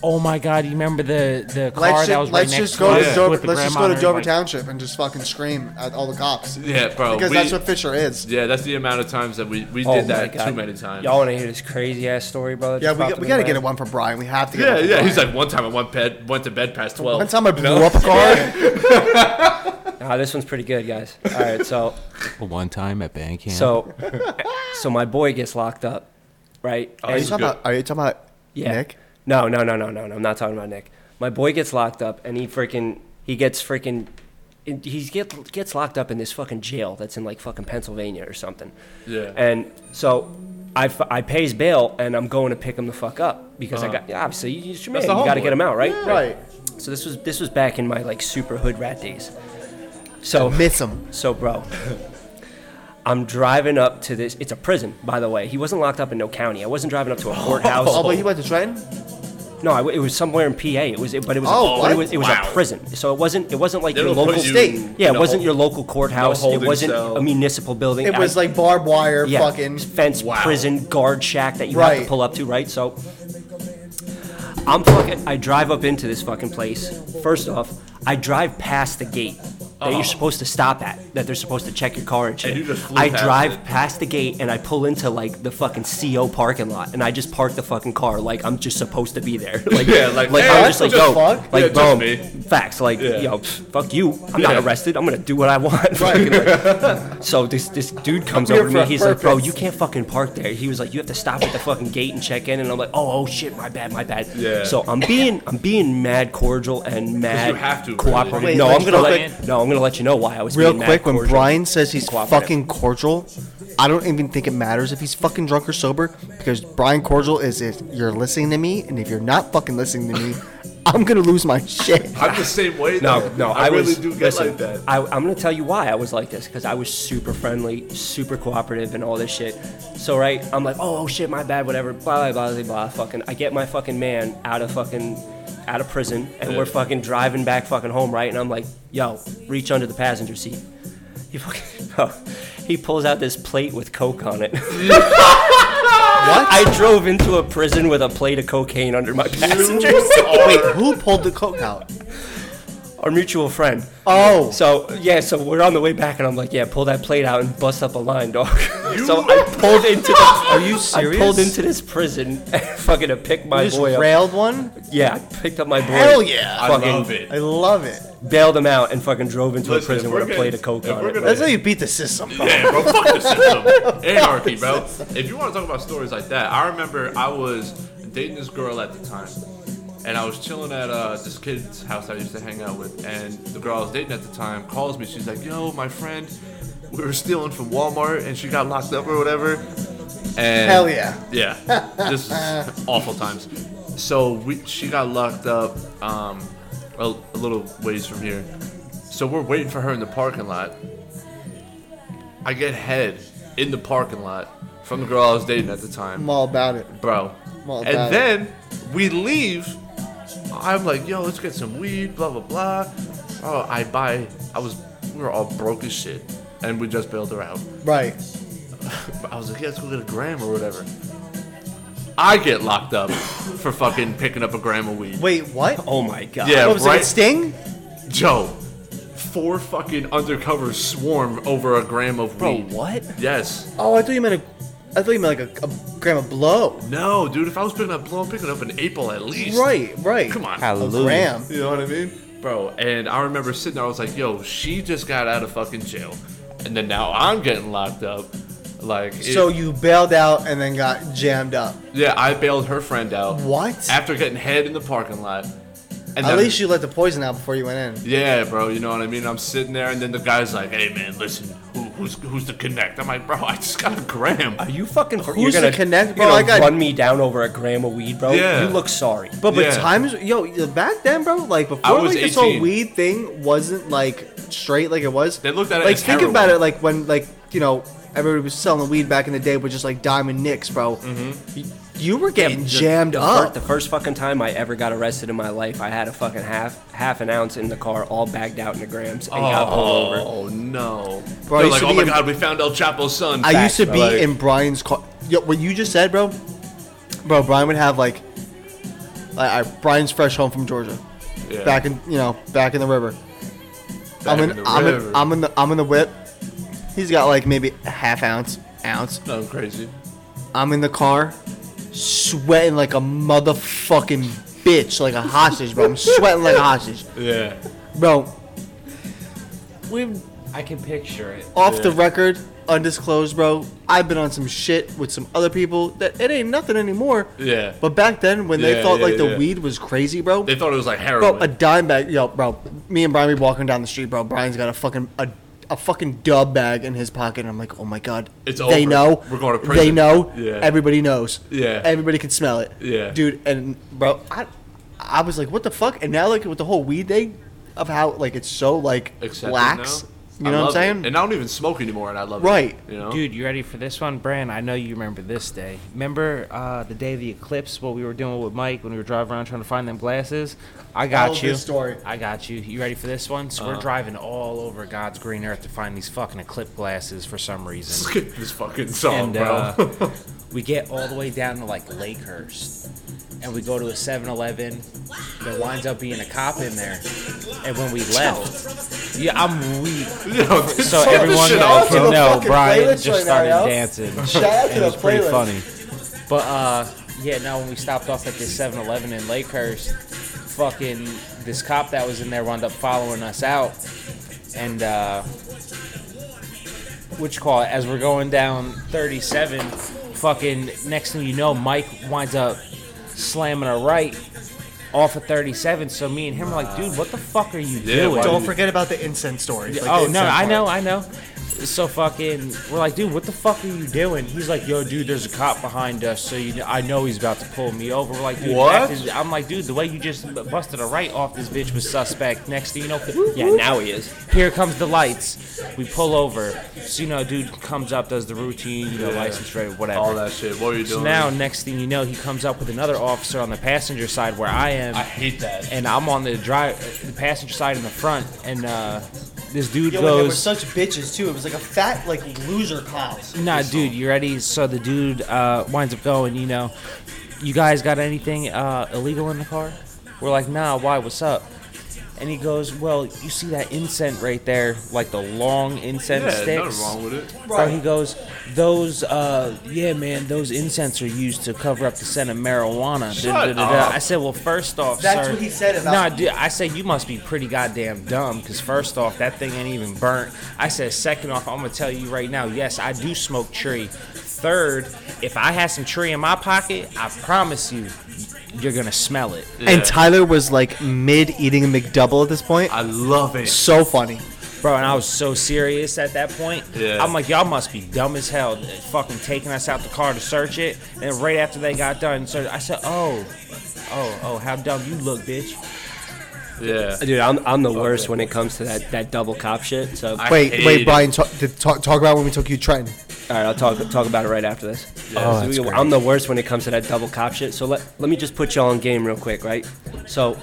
Speaker 5: Oh my God! You remember the the car
Speaker 3: Let's
Speaker 5: that was
Speaker 3: just,
Speaker 5: right
Speaker 3: let's
Speaker 5: next
Speaker 3: just
Speaker 5: to
Speaker 3: go
Speaker 5: us
Speaker 3: to
Speaker 4: Yeah.
Speaker 3: Dover.
Speaker 5: with the
Speaker 3: Let's just
Speaker 5: grandma
Speaker 3: go to
Speaker 5: and
Speaker 3: Dover
Speaker 5: everybody?
Speaker 3: Township and just fucking scream at all the cops
Speaker 4: Yeah, bro.
Speaker 3: because
Speaker 4: we-
Speaker 3: that's what Fisher is.
Speaker 4: Yeah, that's the amount of times that we, we
Speaker 2: Oh
Speaker 4: did
Speaker 2: my
Speaker 4: that too
Speaker 2: God.
Speaker 4: many times.
Speaker 2: Y'all want to hear this crazy ass story, brother?
Speaker 3: Yeah,
Speaker 2: Just
Speaker 3: we,
Speaker 2: popped
Speaker 3: got- we
Speaker 2: in
Speaker 3: gotta
Speaker 2: my
Speaker 3: get
Speaker 2: head.
Speaker 3: a one for Brian. We have to get.
Speaker 4: yeah,
Speaker 3: one for
Speaker 4: yeah. He's
Speaker 3: Brian.
Speaker 4: like one time I went bed went to bed past twelve.
Speaker 3: one time I blew up a car.
Speaker 2: Nah, this one's pretty good, guys. All right, so
Speaker 6: One time at band camp.
Speaker 2: so so my boy gets locked up, right?
Speaker 4: Oh,
Speaker 2: And-
Speaker 3: Are you
Speaker 4: he's
Speaker 3: talking about? Are you talking about Nick?
Speaker 2: No, no, no, no, no, no. I'm not talking about Nick. My boy gets locked up, and he freaking he gets freaking he get, gets locked up in this fucking jail that's in like fucking Pennsylvania or something.
Speaker 4: Yeah.
Speaker 2: And so I, f- I pay his bail, and I'm going to pick him the fuck up because I got yeah, obviously you, you, man,
Speaker 4: Uh-huh. the
Speaker 2: you got to
Speaker 4: homeboy.
Speaker 2: get him out, right?
Speaker 3: Right.
Speaker 2: So this was this was back in my like super hood rat days. So
Speaker 3: Miss him.
Speaker 2: so, bro, I'm driving up to this. It's a prison, by the way. He wasn't locked up in no county. I wasn't driving up to a courthouse.
Speaker 3: Oh, but he went to Trenton.
Speaker 2: no, I, it was somewhere in PA. It was, it, but it was,
Speaker 3: Oh,
Speaker 2: a, but
Speaker 3: what?
Speaker 2: it was, it was
Speaker 4: Wow.
Speaker 2: a prison. So it wasn't, it wasn't like
Speaker 4: They
Speaker 2: your
Speaker 4: don't put
Speaker 2: local
Speaker 4: you
Speaker 3: state.
Speaker 4: in
Speaker 2: Yeah,
Speaker 4: a
Speaker 2: it wasn't
Speaker 4: hol-
Speaker 2: your local courthouse. it
Speaker 4: holding
Speaker 2: wasn't
Speaker 4: cell.
Speaker 2: a municipal building.
Speaker 3: It
Speaker 2: I-
Speaker 3: was like barbed wire, fucking.
Speaker 2: fence
Speaker 4: Wow.
Speaker 2: prison guard shack that you have
Speaker 3: Right.
Speaker 2: to pull up to, right? So I'm fucking I drive up into this fucking place. First off, I drive past the gate that
Speaker 4: Oh.
Speaker 2: you're supposed to stop at, that they're supposed to check your car and shit.
Speaker 4: you just flew
Speaker 2: I
Speaker 4: past
Speaker 2: drive
Speaker 4: it.
Speaker 2: past the gate and I pull into like the fucking CO parking lot and I just park the fucking car like I'm just supposed to be there. Like,
Speaker 4: Yeah, like,
Speaker 2: like
Speaker 4: hey,
Speaker 2: I'm
Speaker 4: what
Speaker 2: just
Speaker 4: the
Speaker 2: like yo, like
Speaker 3: fuck?
Speaker 4: Yeah, just
Speaker 2: boom,
Speaker 4: me.
Speaker 2: facts. Like
Speaker 4: Yeah.
Speaker 2: yo, pff, fuck you. I'm not
Speaker 4: Yeah.
Speaker 2: arrested. I'm gonna do what I want. Fucking, like- so this this dude comes
Speaker 3: here
Speaker 2: over to
Speaker 3: for
Speaker 2: me.
Speaker 3: a
Speaker 2: He's like, bro,
Speaker 3: purpose."
Speaker 2: you can't fucking park there. He was like, you have to stop at the fucking gate and check in. And I'm like, oh, oh shit, my bad, my bad.
Speaker 4: Yeah.
Speaker 2: So I'm being I'm being mad cordial and mad
Speaker 4: have to, really.
Speaker 2: cooperative.
Speaker 3: Wait,
Speaker 2: no,
Speaker 3: like,
Speaker 2: I'm gonna
Speaker 3: real
Speaker 2: let, no, I'm gonna let you know why I was
Speaker 3: Real
Speaker 2: being
Speaker 3: quick,
Speaker 2: mad
Speaker 3: when
Speaker 2: cordial
Speaker 3: Brian says he's
Speaker 2: and cooperative.
Speaker 3: fucking cordial, I don't even think it matters if he's fucking drunk or sober because Brian cordial is if you're listening to me, and if you're not fucking listening to me, I'm gonna lose my shit.
Speaker 4: I'm the same way.
Speaker 2: No,
Speaker 4: though.
Speaker 2: no,
Speaker 4: I,
Speaker 2: I,
Speaker 4: really
Speaker 2: was,
Speaker 4: do get
Speaker 2: listen,
Speaker 4: like that.
Speaker 2: I, I'm gonna tell you why I was like this because I was super friendly, super cooperative, and all this shit. So right, I'm like, oh, oh shit, my bad, whatever, blah blah blah blah. blah. Fucking, I get my fucking man out of fucking out of prison, and we're fucking driving back fucking home, right? And I'm like, yo, reach under the passenger seat. He fucking, bro, he pulls out this plate with coke on it. I drove into a prison with a plate of cocaine under my passenger seat.
Speaker 3: Wait, who pulled the coke out?
Speaker 2: Our mutual friend.
Speaker 3: Oh,
Speaker 2: So yeah, so we're on the way back, and I'm like, yeah, pull that plate out and bust up a line, dog. so I pulled into. The,
Speaker 3: are you
Speaker 2: I
Speaker 3: serious?
Speaker 2: pulled into this prison, fucking to pick my
Speaker 3: You just
Speaker 2: boy up.
Speaker 3: railed one.
Speaker 2: Yeah, I picked up my boy.
Speaker 3: Hell yeah!
Speaker 4: I
Speaker 2: fucking
Speaker 4: love it.
Speaker 3: I love it.
Speaker 2: bailed him out and fucking drove into
Speaker 4: Listen,
Speaker 2: a prison
Speaker 4: if we're
Speaker 2: with a plate of
Speaker 4: gonna-
Speaker 2: coke
Speaker 4: if
Speaker 2: on
Speaker 4: we're
Speaker 2: it.
Speaker 4: gonna-
Speaker 3: That's how you beat the system. bro.
Speaker 4: Yeah, bro, fuck the system. Anarchy, bro. If you want to talk about stories like that, I remember I was dating this girl at the time. And I was chilling at uh, this kid's house I used to hang out with. And the girl I was dating at the time calls me. She's like, yo, my friend, we were stealing from Walmart and she got locked up or whatever. And
Speaker 3: Hell yeah.
Speaker 4: yeah, this is awful times. So we, she got locked up um, a, a little ways from here. So we're waiting for her in the parking lot. I get head in the parking lot from the girl I was dating at the
Speaker 3: I'm
Speaker 4: time,
Speaker 3: all about it.
Speaker 4: bro.
Speaker 3: Well,
Speaker 4: and
Speaker 3: that-
Speaker 4: then we leave. I'm like, yo, let's get some weed, blah blah blah. Oh, I buy. I was. We were all broke as shit, and we just bailed her out.
Speaker 3: Right.
Speaker 4: I was like, yeah, let's go get a gram or whatever. I get locked up for fucking picking up a gram of weed.
Speaker 3: Wait, what?
Speaker 2: Oh my god.
Speaker 4: Yeah,
Speaker 3: what was
Speaker 4: right.
Speaker 3: it? Sting?
Speaker 4: Joe, four fucking undercovers swarm over a gram of
Speaker 2: Bro,
Speaker 4: weed.
Speaker 2: what?
Speaker 4: Yes.
Speaker 3: Oh, I thought you meant a. I thought you meant like a, a gram of blow.
Speaker 4: No, dude. If I was picking up blow, I'm picking up an apple at least.
Speaker 3: Right. Right.
Speaker 4: Come on.
Speaker 3: A
Speaker 6: Hallelujah.
Speaker 3: gram.
Speaker 4: You know what I mean? Bro, and I remember sitting there, I was like, yo, she just got out of fucking jail. And then now I'm getting locked up. Like, it-
Speaker 3: So you bailed out and then got jammed up.
Speaker 4: yeah, I bailed her friend out.
Speaker 3: What?
Speaker 4: After getting head in the parking lot. And
Speaker 3: At
Speaker 4: then-
Speaker 3: least you let the poison out before you went in.
Speaker 4: Yeah, bro, you know what I mean? I'm sitting there, and then the guy's like, hey, man, listen, who, who's who's the connect? I'm like, bro, I just got a gram.
Speaker 2: Are you fucking?
Speaker 3: Who's
Speaker 2: you're gonna
Speaker 3: the connect,
Speaker 2: You're
Speaker 3: bro?
Speaker 2: gonna
Speaker 3: I got-
Speaker 2: run me down over a gram of weed, bro.
Speaker 4: Yeah.
Speaker 2: You look sorry.
Speaker 3: But but
Speaker 4: Yeah.
Speaker 3: times yo yo, back then, bro. Like
Speaker 4: I
Speaker 3: before,
Speaker 4: was
Speaker 3: like this whole
Speaker 4: 18.
Speaker 3: weed thing wasn't like straight like it was.
Speaker 4: They looked at it
Speaker 3: like
Speaker 4: as
Speaker 3: think
Speaker 4: heroin.
Speaker 3: about it like when like you know everybody was selling weed back in the day, but just like diamond nicks, bro.
Speaker 4: Mm-hmm.
Speaker 3: You, you were getting
Speaker 2: The-
Speaker 3: jammed
Speaker 2: the, fir-
Speaker 3: up.
Speaker 2: the first fucking time I ever got arrested in my life, I had a fucking half half an ounce in the car, all bagged out into grams, and got pulled over.
Speaker 4: Oh, no.
Speaker 3: Bro, I used
Speaker 4: They're like,
Speaker 3: to
Speaker 4: oh
Speaker 3: be
Speaker 4: my
Speaker 3: in-
Speaker 4: god, we found El Chapo's son.
Speaker 3: I used to
Speaker 4: Facts,
Speaker 3: be
Speaker 4: like-
Speaker 3: in Brian's car. Yo, what you just said, bro. Bro, Brian would have like I, I Brian's fresh home from Georgia,
Speaker 4: Yeah.
Speaker 3: back in you know back in the river.
Speaker 4: Back
Speaker 3: I'm in,
Speaker 4: in the
Speaker 3: I'm
Speaker 4: river.
Speaker 3: in I'm in the I'm in the whip. He's got like maybe a half ounce ounce.
Speaker 4: No, I'm crazy.
Speaker 3: I'm in the car, sweating like a motherfucking bitch, like a hostage, bro. I'm sweating like a hostage,
Speaker 4: Yeah.
Speaker 3: bro. We've
Speaker 5: I can picture it.
Speaker 3: off the
Speaker 4: Yeah.
Speaker 3: record, undisclosed, bro. I've been on some shit with some other people that it ain't nothing anymore.
Speaker 4: Yeah.
Speaker 3: But back then, when they
Speaker 4: Yeah,
Speaker 3: thought
Speaker 4: yeah,
Speaker 3: like the
Speaker 4: yeah.
Speaker 3: weed was crazy, bro.
Speaker 4: They thought it was like heroin.
Speaker 3: Bro, a dime bag, yo, bro. Me and Brian be walking down the street, bro. Brian's got a fucking a, a fucking dub bag in his pocket. And I'm like, oh my god,
Speaker 4: It's
Speaker 3: They
Speaker 4: over.
Speaker 3: know.
Speaker 4: We're going to
Speaker 3: They
Speaker 4: prison.
Speaker 3: know.
Speaker 4: Yeah.
Speaker 3: Everybody knows.
Speaker 4: Yeah.
Speaker 3: Everybody can smell it.
Speaker 4: Yeah.
Speaker 3: Dude, and bro, I, I was like, what the fuck? And now like with the whole weed thing, of how like it's so like
Speaker 4: Accepted
Speaker 3: lax.
Speaker 4: now.
Speaker 3: You
Speaker 4: I
Speaker 3: know
Speaker 4: love
Speaker 3: what I'm
Speaker 4: it.
Speaker 3: saying?
Speaker 4: And I don't even smoke anymore, and I love
Speaker 3: Right.
Speaker 4: it. You know?
Speaker 5: Dude, you ready for this one, Bran? I know you remember this day. Remember uh, the day of the eclipse, what we were doing with Mike when we were driving around trying to find them glasses? I got
Speaker 3: Tell
Speaker 5: you.
Speaker 3: this story.
Speaker 5: I got you. You ready for this one? So we're driving all over God's green earth to find these fucking eclipse glasses for some reason.
Speaker 4: Skip this fucking song,
Speaker 5: and
Speaker 4: bro.
Speaker 5: uh, we get all the way down to like Lakehurst, and we go to a 7-Eleven. There winds up being a cop in there, and when we left, yeah, I'm weak.
Speaker 4: Yo, dude,
Speaker 5: So
Speaker 4: turn this
Speaker 5: everyone
Speaker 4: shit
Speaker 5: that
Speaker 4: off,
Speaker 3: to the
Speaker 5: you
Speaker 4: bro.
Speaker 5: know,
Speaker 3: fucking
Speaker 5: Brian
Speaker 3: playlist
Speaker 5: just
Speaker 3: right now,
Speaker 5: started
Speaker 3: yo.
Speaker 5: dancing.
Speaker 3: Shout out to
Speaker 5: and it
Speaker 3: the
Speaker 5: was pretty
Speaker 3: playlist.
Speaker 5: funny. But uh, yeah, no, when we stopped off at this 7-Eleven in Lakehurst, fucking this cop that was in there wound up following us out, and uh, what you call it? As we're going down 37, fucking next thing you know, Mike winds up slamming a right. Off of 37, so me and him are like, dude, what the fuck are you
Speaker 4: Yeah,
Speaker 5: doing?
Speaker 4: why
Speaker 7: Don't forget about the incense story. Like,
Speaker 5: oh
Speaker 7: the incense
Speaker 5: no, I
Speaker 7: part.
Speaker 5: know, I know. So fucking, we're like, dude, what the fuck are you doing? He's like, yo, dude, there's a cop behind us, so you know, I know he's about to pull me over. We're like, dude,
Speaker 4: What?
Speaker 5: that is- I'm like, dude, the way you just b- busted a right off this bitch was suspect. Next thing you know, yeah, now he is. Here comes the lights. We pull over. So you know, dude comes up, does the routine, you know, license plate, whatever.
Speaker 4: All that shit. What are you doing?
Speaker 5: So now, next thing you know, he comes up with another officer on the passenger side where I am
Speaker 4: I hate that.
Speaker 5: and I'm on the drive, the passenger side in the front, and uh, this dude
Speaker 7: Yo, and they were
Speaker 5: goes,
Speaker 7: such bitches too. It was like a fat like loser cop.
Speaker 5: "Nah, dude, you ready?" So the dude uh, winds up going, you know, "You guys got anything uh, illegal in the car?" We're like, "Nah, why? What's up?" And he goes, "Well, you see that incense right there, like the long incense
Speaker 4: Yeah,
Speaker 5: sticks."
Speaker 4: nothing wrong with it.
Speaker 5: Bro, he goes, those, uh, yeah, man, those incense are used to cover up the scent of marijuana.
Speaker 4: Shut up.
Speaker 5: I said, well, first off,
Speaker 7: That's
Speaker 5: sir-
Speaker 7: what he said about-
Speaker 5: Nah, dude, I said you must be pretty goddamn dumb, because first off, that thing ain't even burnt. I said, second off, I'm gonna tell you right now, yes, I do smoke tree. Third, if I had some tree in my pocket, I promise you, you're gonna smell it.
Speaker 3: And Tyler was like mid eating a McDouble at this point.
Speaker 4: I love it.
Speaker 3: so funny.
Speaker 5: Bro, and I was so serious at that point.
Speaker 4: Yeah.
Speaker 5: I'm like, y'all must be dumb as hell, fucking taking us out the car to search it. And right after they got done, so I said, oh, oh, oh, how dumb you look, bitch.
Speaker 4: Yeah.
Speaker 2: Dude, I'm, I'm the worst when it comes to that, that double cop shit. So, all
Speaker 4: I
Speaker 3: Wait,
Speaker 4: hate
Speaker 3: wait,
Speaker 4: it.
Speaker 3: Brian, talk, talk, talk about when we took you Trenton.
Speaker 2: right, I'll talk talk about it right after this.
Speaker 4: Oh,
Speaker 2: So we- I'm the worst when it comes to that double cop shit. So let let me just put y'all on game real quick, right? So,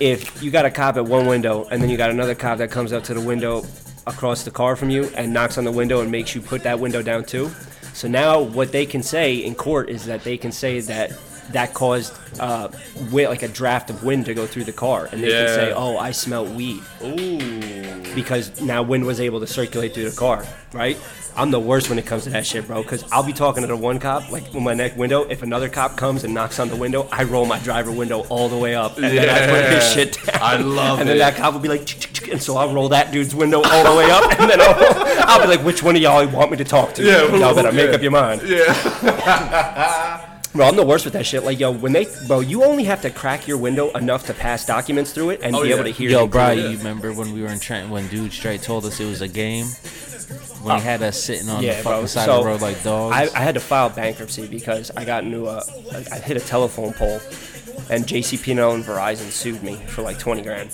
Speaker 2: if you got a cop at one window and then you got another cop that comes up to the window across the car from you and knocks on the window and makes you put that window down too. So now what they can say in court is that they can say that that caused uh, wi- like a draft of wind to go through the car, and they can say,
Speaker 4: Yeah.
Speaker 2: "Oh, I smell weed."
Speaker 4: Ooh.
Speaker 2: because now wind was able to circulate through the car, right? I'm the worst when it comes to that shit, bro. Because I'll be talking to the one cop, like with my neck window. If another cop comes and knocks on the window, I roll my driver window all the way up, and then I put his
Speaker 4: Yeah.
Speaker 2: shit down.
Speaker 4: I love
Speaker 2: And then
Speaker 4: it.
Speaker 2: that cop will be like, "Chick, chick, chick," and so I'll roll that dude's window all the way up, and then I'll, I'll be like, which one of y'all want me to talk to?
Speaker 4: Yeah,
Speaker 2: y'all better make
Speaker 4: yeah.
Speaker 2: up your mind.
Speaker 4: Yeah.
Speaker 2: Bro, I'm the worst with that shit. Like, yo, when they, bro, you only have to crack your window enough to pass documents through it and
Speaker 4: Oh,
Speaker 2: be
Speaker 4: yeah.
Speaker 2: able to hear.
Speaker 5: Yo,
Speaker 2: you.
Speaker 5: bro,
Speaker 4: yeah.
Speaker 5: you remember when we were in Trenton when Dude Straight told us it was a game? When he had us sitting on the
Speaker 2: Yeah,
Speaker 5: fucking
Speaker 2: bro.
Speaker 5: side
Speaker 2: so
Speaker 5: of the road like dogs?
Speaker 2: I, I had to file bankruptcy because I got into a, I- I hit a telephone pole, and JCPenney and Verizon sued me for like 20 grand,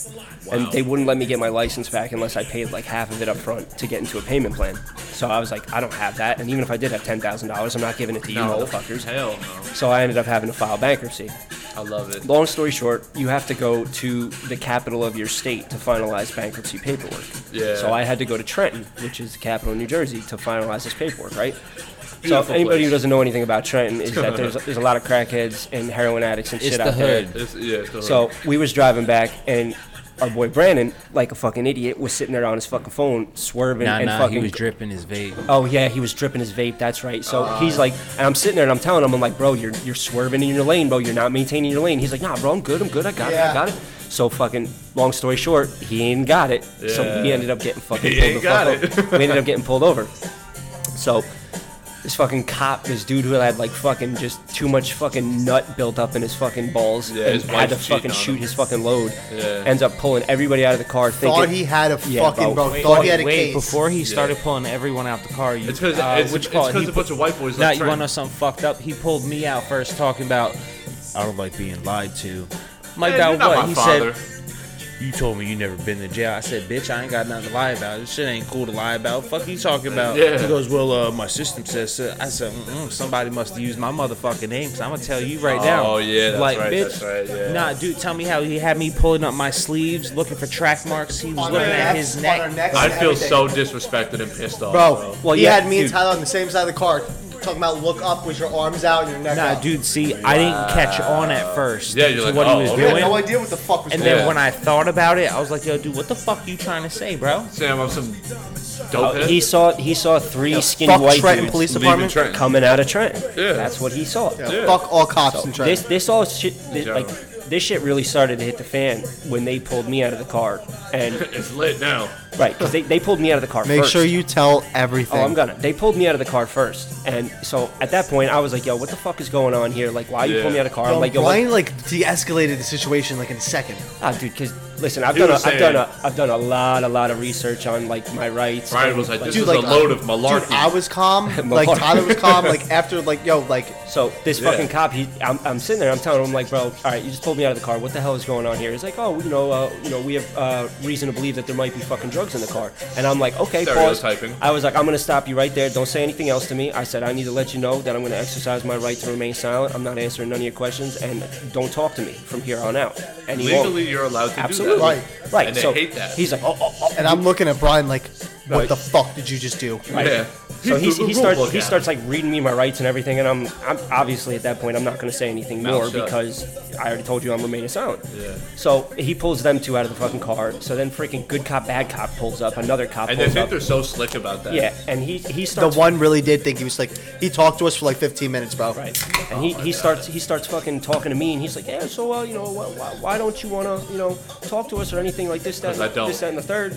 Speaker 2: and they wouldn't let me get my license back unless I paid like half of it up front to get into a payment plan. So I was like, I don't have that, and even if I did have ten thousand dollars, I'm not giving it to you, motherfuckers.
Speaker 4: Hell no.
Speaker 2: So I ended up having to file bankruptcy.
Speaker 4: I love it.
Speaker 2: Long story short, you have to go to the capital of your state to finalize bankruptcy paperwork.
Speaker 4: Yeah.
Speaker 2: So I had to go to Trenton, which is the capital of New Jersey, to finalize this paperwork, right? So
Speaker 4: Beautiful
Speaker 2: anybody who
Speaker 4: place.
Speaker 2: doesn't know anything about Trenton is that there's, there's a lot of crackheads and heroin addicts and
Speaker 6: It's
Speaker 2: shit
Speaker 6: the
Speaker 2: out there.
Speaker 6: hood.
Speaker 4: It's, yeah, it's the hood.
Speaker 2: So we was driving back and our boy Brandon, like a fucking idiot, was sitting there on his fucking phone swerving
Speaker 6: Nah,
Speaker 2: and
Speaker 6: nah,
Speaker 2: fucking
Speaker 6: he was dripping his vape.
Speaker 2: Oh yeah, he was dripping his vape. That's right. So he's like, and I'm sitting there and I'm telling him, I'm like, bro, you're you're swerving in your lane, bro. You're not maintaining your lane. He's like, nah, bro, I'm good. I'm good. I got it. I
Speaker 3: Yeah.
Speaker 2: got it. So fucking long story short, he ain't got it. So we
Speaker 4: Yeah.
Speaker 2: ended up getting fucking
Speaker 4: He
Speaker 2: pulled
Speaker 4: ain't
Speaker 2: the fuck
Speaker 4: got it.
Speaker 2: over. we ended up getting pulled over. So this fucking cop, this dude who had like fucking just too much fucking nut built up in his fucking balls,
Speaker 4: Yeah,
Speaker 2: and
Speaker 4: his
Speaker 2: had to
Speaker 4: wife's cheating
Speaker 2: fucking
Speaker 4: on
Speaker 2: shoot
Speaker 4: him.
Speaker 2: his fucking load,
Speaker 4: Yeah.
Speaker 2: ends up pulling everybody out of the car.
Speaker 3: Thought
Speaker 2: Thinking,
Speaker 3: he had a
Speaker 2: Yeah,
Speaker 3: fucking
Speaker 2: bro.
Speaker 3: bro. Thought
Speaker 5: wait,
Speaker 3: he had a
Speaker 5: wait,
Speaker 3: case.
Speaker 5: before he started pulling everyone out the car, you,
Speaker 4: It's because
Speaker 5: uh,
Speaker 4: it's,
Speaker 5: what
Speaker 4: it's
Speaker 5: you call it?
Speaker 4: 'cause
Speaker 5: He
Speaker 4: a bunch of white boys.
Speaker 5: Now
Speaker 4: like
Speaker 5: you want to know
Speaker 4: Trent.
Speaker 5: something fucked up? He pulled me out first, talking about I don't like being lied to. I'm like
Speaker 4: Man,
Speaker 5: about
Speaker 4: you're not
Speaker 5: what?
Speaker 4: my
Speaker 5: He
Speaker 4: father.
Speaker 5: said, "You told me you never been to jail." I said, "Bitch, I ain't got nothing to lie about. This shit ain't cool to lie about. Fuck you talking about."
Speaker 4: Yeah.
Speaker 5: He goes, "Well, uh, my system says." So. I said, Mm-mm, "Somebody must have used my motherfucking name, cause I'm gonna tell you right
Speaker 4: Oh,
Speaker 5: now."
Speaker 4: yeah, that's
Speaker 5: like,
Speaker 4: right,
Speaker 5: bitch,
Speaker 4: that's right, yeah.
Speaker 5: nah, dude, tell me how he had me pulling up my sleeves, looking for track marks. He was
Speaker 3: On
Speaker 5: looking
Speaker 3: our
Speaker 5: at
Speaker 3: necks,
Speaker 5: his
Speaker 3: on
Speaker 5: neck.
Speaker 3: our necks
Speaker 4: I
Speaker 3: and
Speaker 4: feel
Speaker 3: everything.
Speaker 4: so disrespected and pissed off,
Speaker 3: Bro,
Speaker 2: Well,
Speaker 3: he
Speaker 2: yeah,
Speaker 3: had me
Speaker 2: dude.
Speaker 3: and Tyler on the same side of the car, talking about look up with your arms out and your neck
Speaker 5: Nah,
Speaker 3: out.
Speaker 5: dude, see, I didn't catch on at first
Speaker 4: Yeah, you're
Speaker 5: to
Speaker 4: like,
Speaker 5: what
Speaker 4: oh,
Speaker 5: he was
Speaker 4: okay.
Speaker 3: We had
Speaker 5: doing.
Speaker 3: no idea what the fuck was
Speaker 5: And
Speaker 3: going
Speaker 5: then
Speaker 4: Yeah.
Speaker 5: when I thought about it, I was like, yo, dude, what the fuck you trying to say, bro?
Speaker 4: Sam. I'm some dope. head.
Speaker 2: he saw he saw three skinny
Speaker 3: on.
Speaker 2: white
Speaker 3: Fuck Trenton
Speaker 2: dudes.
Speaker 3: Police
Speaker 4: Leaving
Speaker 3: Department.
Speaker 4: Trenton.
Speaker 2: coming out of Trent.
Speaker 4: Yeah.
Speaker 2: That's what he saw.
Speaker 4: Yeah.
Speaker 3: Fuck all cops in
Speaker 2: This
Speaker 3: Trenton.
Speaker 2: this all shit this,
Speaker 4: Yeah.
Speaker 2: like this shit really started to hit the fan when they pulled me out of the car and
Speaker 4: it's lit now.
Speaker 2: right because they, they pulled me out of the car.
Speaker 3: Make
Speaker 2: first.
Speaker 3: sure you tell everything.
Speaker 2: Oh, I'm gonna. They pulled me out of the car first, and so at that point I was like, "Yo, what the fuck is going on here? Like, why you
Speaker 4: Yeah.
Speaker 2: pull me out of the car?"
Speaker 3: Bro,
Speaker 2: I'm like, "Yo,
Speaker 3: Brian like de-escalated the situation like in a second.
Speaker 2: what- ah, dude, because listen, I've
Speaker 4: He
Speaker 2: done a,
Speaker 4: was
Speaker 2: I've done
Speaker 4: saying-
Speaker 2: a I've done a lot a lot of research on like my rights.
Speaker 4: Brian
Speaker 2: and,
Speaker 4: was like, this
Speaker 3: Dude,
Speaker 4: is
Speaker 3: like
Speaker 4: a load of
Speaker 3: Dude,
Speaker 4: malarkey.
Speaker 3: I was calm. like
Speaker 2: Malarkey.
Speaker 3: Tyler was calm. Like after like yo like
Speaker 2: So this
Speaker 4: Yeah.
Speaker 2: fucking cop, he, I'm, I'm sitting there, I'm telling him like, bro, all right, you just pulled me out of the car. What the hell is going on here? He's like, oh, you know, uh, you know, we have uh, reason to believe that there might be fucking drugs in the car. And I'm like, okay, pause.
Speaker 4: Stereotyping.
Speaker 2: I was like, I'm gonna stop you right there. Don't say anything else to me. I said, I need to let you know that I'm gonna exercise my right to remain silent. I'm not answering none of your questions, and don't talk to me from here on out. And he won't.
Speaker 4: Legally, you're allowed to
Speaker 2: Absolutely.
Speaker 4: do that.
Speaker 3: Right.
Speaker 2: Right.
Speaker 4: And they
Speaker 2: so
Speaker 4: hate that.
Speaker 2: he's like, oh, oh, oh.
Speaker 3: and I'm looking at Brian like, what
Speaker 2: Right.
Speaker 3: the fuck did you just do?
Speaker 2: Right.
Speaker 4: Yeah.
Speaker 2: So he,
Speaker 4: He's the
Speaker 2: he
Speaker 4: rule
Speaker 2: starts
Speaker 4: book
Speaker 2: he
Speaker 4: guy.
Speaker 2: starts like reading me my rights and everything, and I'm I'm obviously at that point I'm not going to say anything
Speaker 4: Mouth
Speaker 2: more
Speaker 4: shut.
Speaker 2: because I already told you I'm remaining silent.
Speaker 4: Yeah.
Speaker 2: So he pulls them two out of the fucking car. So then freaking good cop bad cop pulls up another cop.
Speaker 4: And they
Speaker 2: pulls
Speaker 4: think
Speaker 2: up.
Speaker 4: they're so slick about that.
Speaker 2: yeah, and he he
Speaker 3: The
Speaker 2: starts
Speaker 3: one really did think he was like he talked to us for like 15 minutes, bro.
Speaker 2: Right. And he, he starts he starts fucking talking to me, and he's like, yeah, so uh, you know, why, why, why don't you wanna you know talk to us or anything like this, that,
Speaker 4: 'Cause I don't.
Speaker 2: this, that, and the third.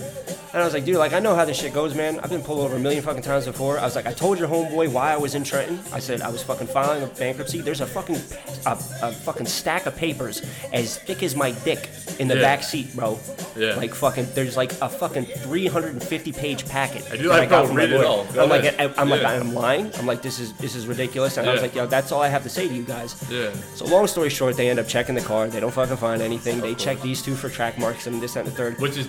Speaker 2: And I was like, dude, like I know how this shit goes, man. I've been pulled over a million fucking times before. I was like, I told your homeboy why I was in Trenton. I said I was fucking filing a bankruptcy. There's a fucking a, a fucking stack of papers as thick as my dick in the
Speaker 4: Yeah.
Speaker 2: back seat, bro.
Speaker 4: Yeah.
Speaker 2: Like fucking, there's like a fucking 350 page packet.
Speaker 4: And you're
Speaker 2: that
Speaker 4: like,
Speaker 2: got
Speaker 4: bro,
Speaker 2: from my
Speaker 4: read it
Speaker 2: lawyer.
Speaker 4: all. Go
Speaker 2: I'm like,
Speaker 4: ahead.
Speaker 2: I, am like,
Speaker 4: Yeah.
Speaker 2: I'm lying. I'm like, this is this is ridiculous. And I was
Speaker 4: Yeah.
Speaker 2: like, yo, that's all I have to say to you guys.
Speaker 4: Yeah.
Speaker 2: So long story short, they end up checking the car. They don't fucking find anything. They check these two for track marks and this that, and the third.
Speaker 4: Which is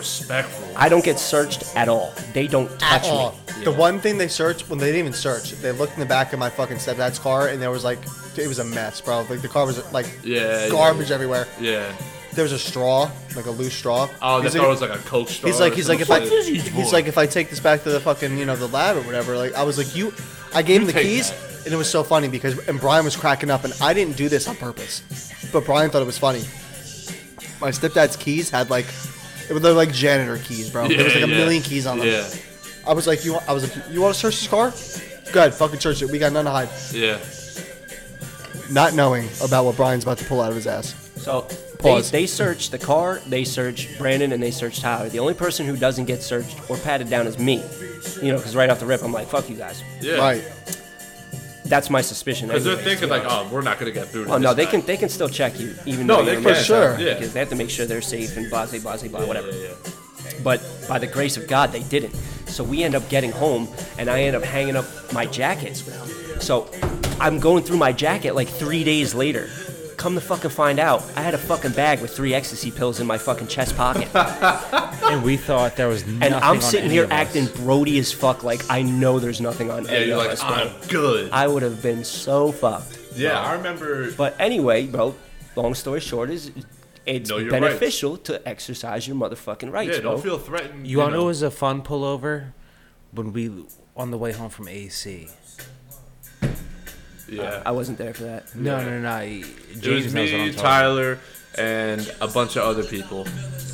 Speaker 4: disrespectful.
Speaker 2: I don't get searched at all. They don't
Speaker 3: At
Speaker 2: touch
Speaker 3: all.
Speaker 2: me.
Speaker 3: The one thing they searched when they didn't even search, they looked in the back of my fucking stepdad's car and there was like it was a mess, bro. Like the car was like
Speaker 4: Yeah, yeah,
Speaker 3: garbage everywhere.
Speaker 4: Yeah.
Speaker 3: There was a straw, like a loose straw.
Speaker 4: Oh, they
Speaker 3: He's
Speaker 4: thought it was like a coke store.
Speaker 3: He's like, he's like, if I,
Speaker 4: What is he doing?
Speaker 3: he's like, if I take this back to the fucking, you know, the lab or whatever. Like, I was like, you, I gave him the
Speaker 4: take
Speaker 3: keys, and it was so funny because, and Brian was cracking up, and I didn't do this on purpose, but Brian thought it was funny. My stepdad's keys had like, it was they're like janitor keys, bro. there was like a
Speaker 4: yeah.
Speaker 3: million keys on them.
Speaker 4: Yeah.
Speaker 3: I was like, you, want- I was like, you want to search this car? Good, fucking search it. We got none to hide.
Speaker 4: Yeah.
Speaker 3: Not knowing about what Brian's about to pull out of his ass.
Speaker 2: So they,
Speaker 3: Pause.
Speaker 2: they search the car, they search Brandon, and they search Tyler. The only person who doesn't get searched or patted down is me. You know, because right off the rip, I'm like, fuck you guys.
Speaker 4: Yeah.
Speaker 3: Right.
Speaker 2: That's my suspicion.
Speaker 4: Because they're
Speaker 2: anyways,
Speaker 4: thinking
Speaker 2: you know.
Speaker 4: like, oh, we're not gonna get through. to
Speaker 2: Oh no,
Speaker 4: this
Speaker 2: they
Speaker 4: guy.
Speaker 2: can they can still check you even
Speaker 4: No,
Speaker 2: though
Speaker 4: they
Speaker 2: you're
Speaker 4: can.
Speaker 2: not-
Speaker 3: Sure.
Speaker 4: Yeah.
Speaker 2: because they have to make sure they're safe and blah blah blah blah
Speaker 4: Yeah,
Speaker 2: whatever.
Speaker 4: yeah, yeah.
Speaker 2: But by the grace of God, they didn't. So we end up getting home, and I end up hanging up my jackets. So I'm going through my jacket like three days later. Come to fucking find out, I had a fucking bag with three ecstasy pills in my fucking chest pocket,
Speaker 5: And we thought there was
Speaker 2: and
Speaker 5: nothing
Speaker 2: I'm
Speaker 5: on
Speaker 2: sitting
Speaker 5: any
Speaker 2: here
Speaker 5: of us.
Speaker 2: acting Brody as fuck. Like I know there's nothing on
Speaker 4: Yeah,
Speaker 2: any
Speaker 4: you're
Speaker 2: of
Speaker 4: like, "Ah."
Speaker 2: us, bro.
Speaker 4: I'm good.
Speaker 2: I would have been so fucked.
Speaker 4: Yeah, I remember.
Speaker 2: But anyway, bro, long story short is it's
Speaker 4: Know your
Speaker 2: beneficial to exercise your motherfucking rights,
Speaker 4: Yeah,
Speaker 2: bro.
Speaker 4: don't feel threatened.
Speaker 6: You all know it
Speaker 4: know.
Speaker 6: was a fun pullover when we
Speaker 5: on the way home from AC.
Speaker 4: Yeah.
Speaker 2: I wasn't there for that.
Speaker 5: No, no, no. he-
Speaker 4: It was
Speaker 5: James knows what
Speaker 4: me,
Speaker 5: I'm talking.
Speaker 4: Tyler, and a bunch of other people.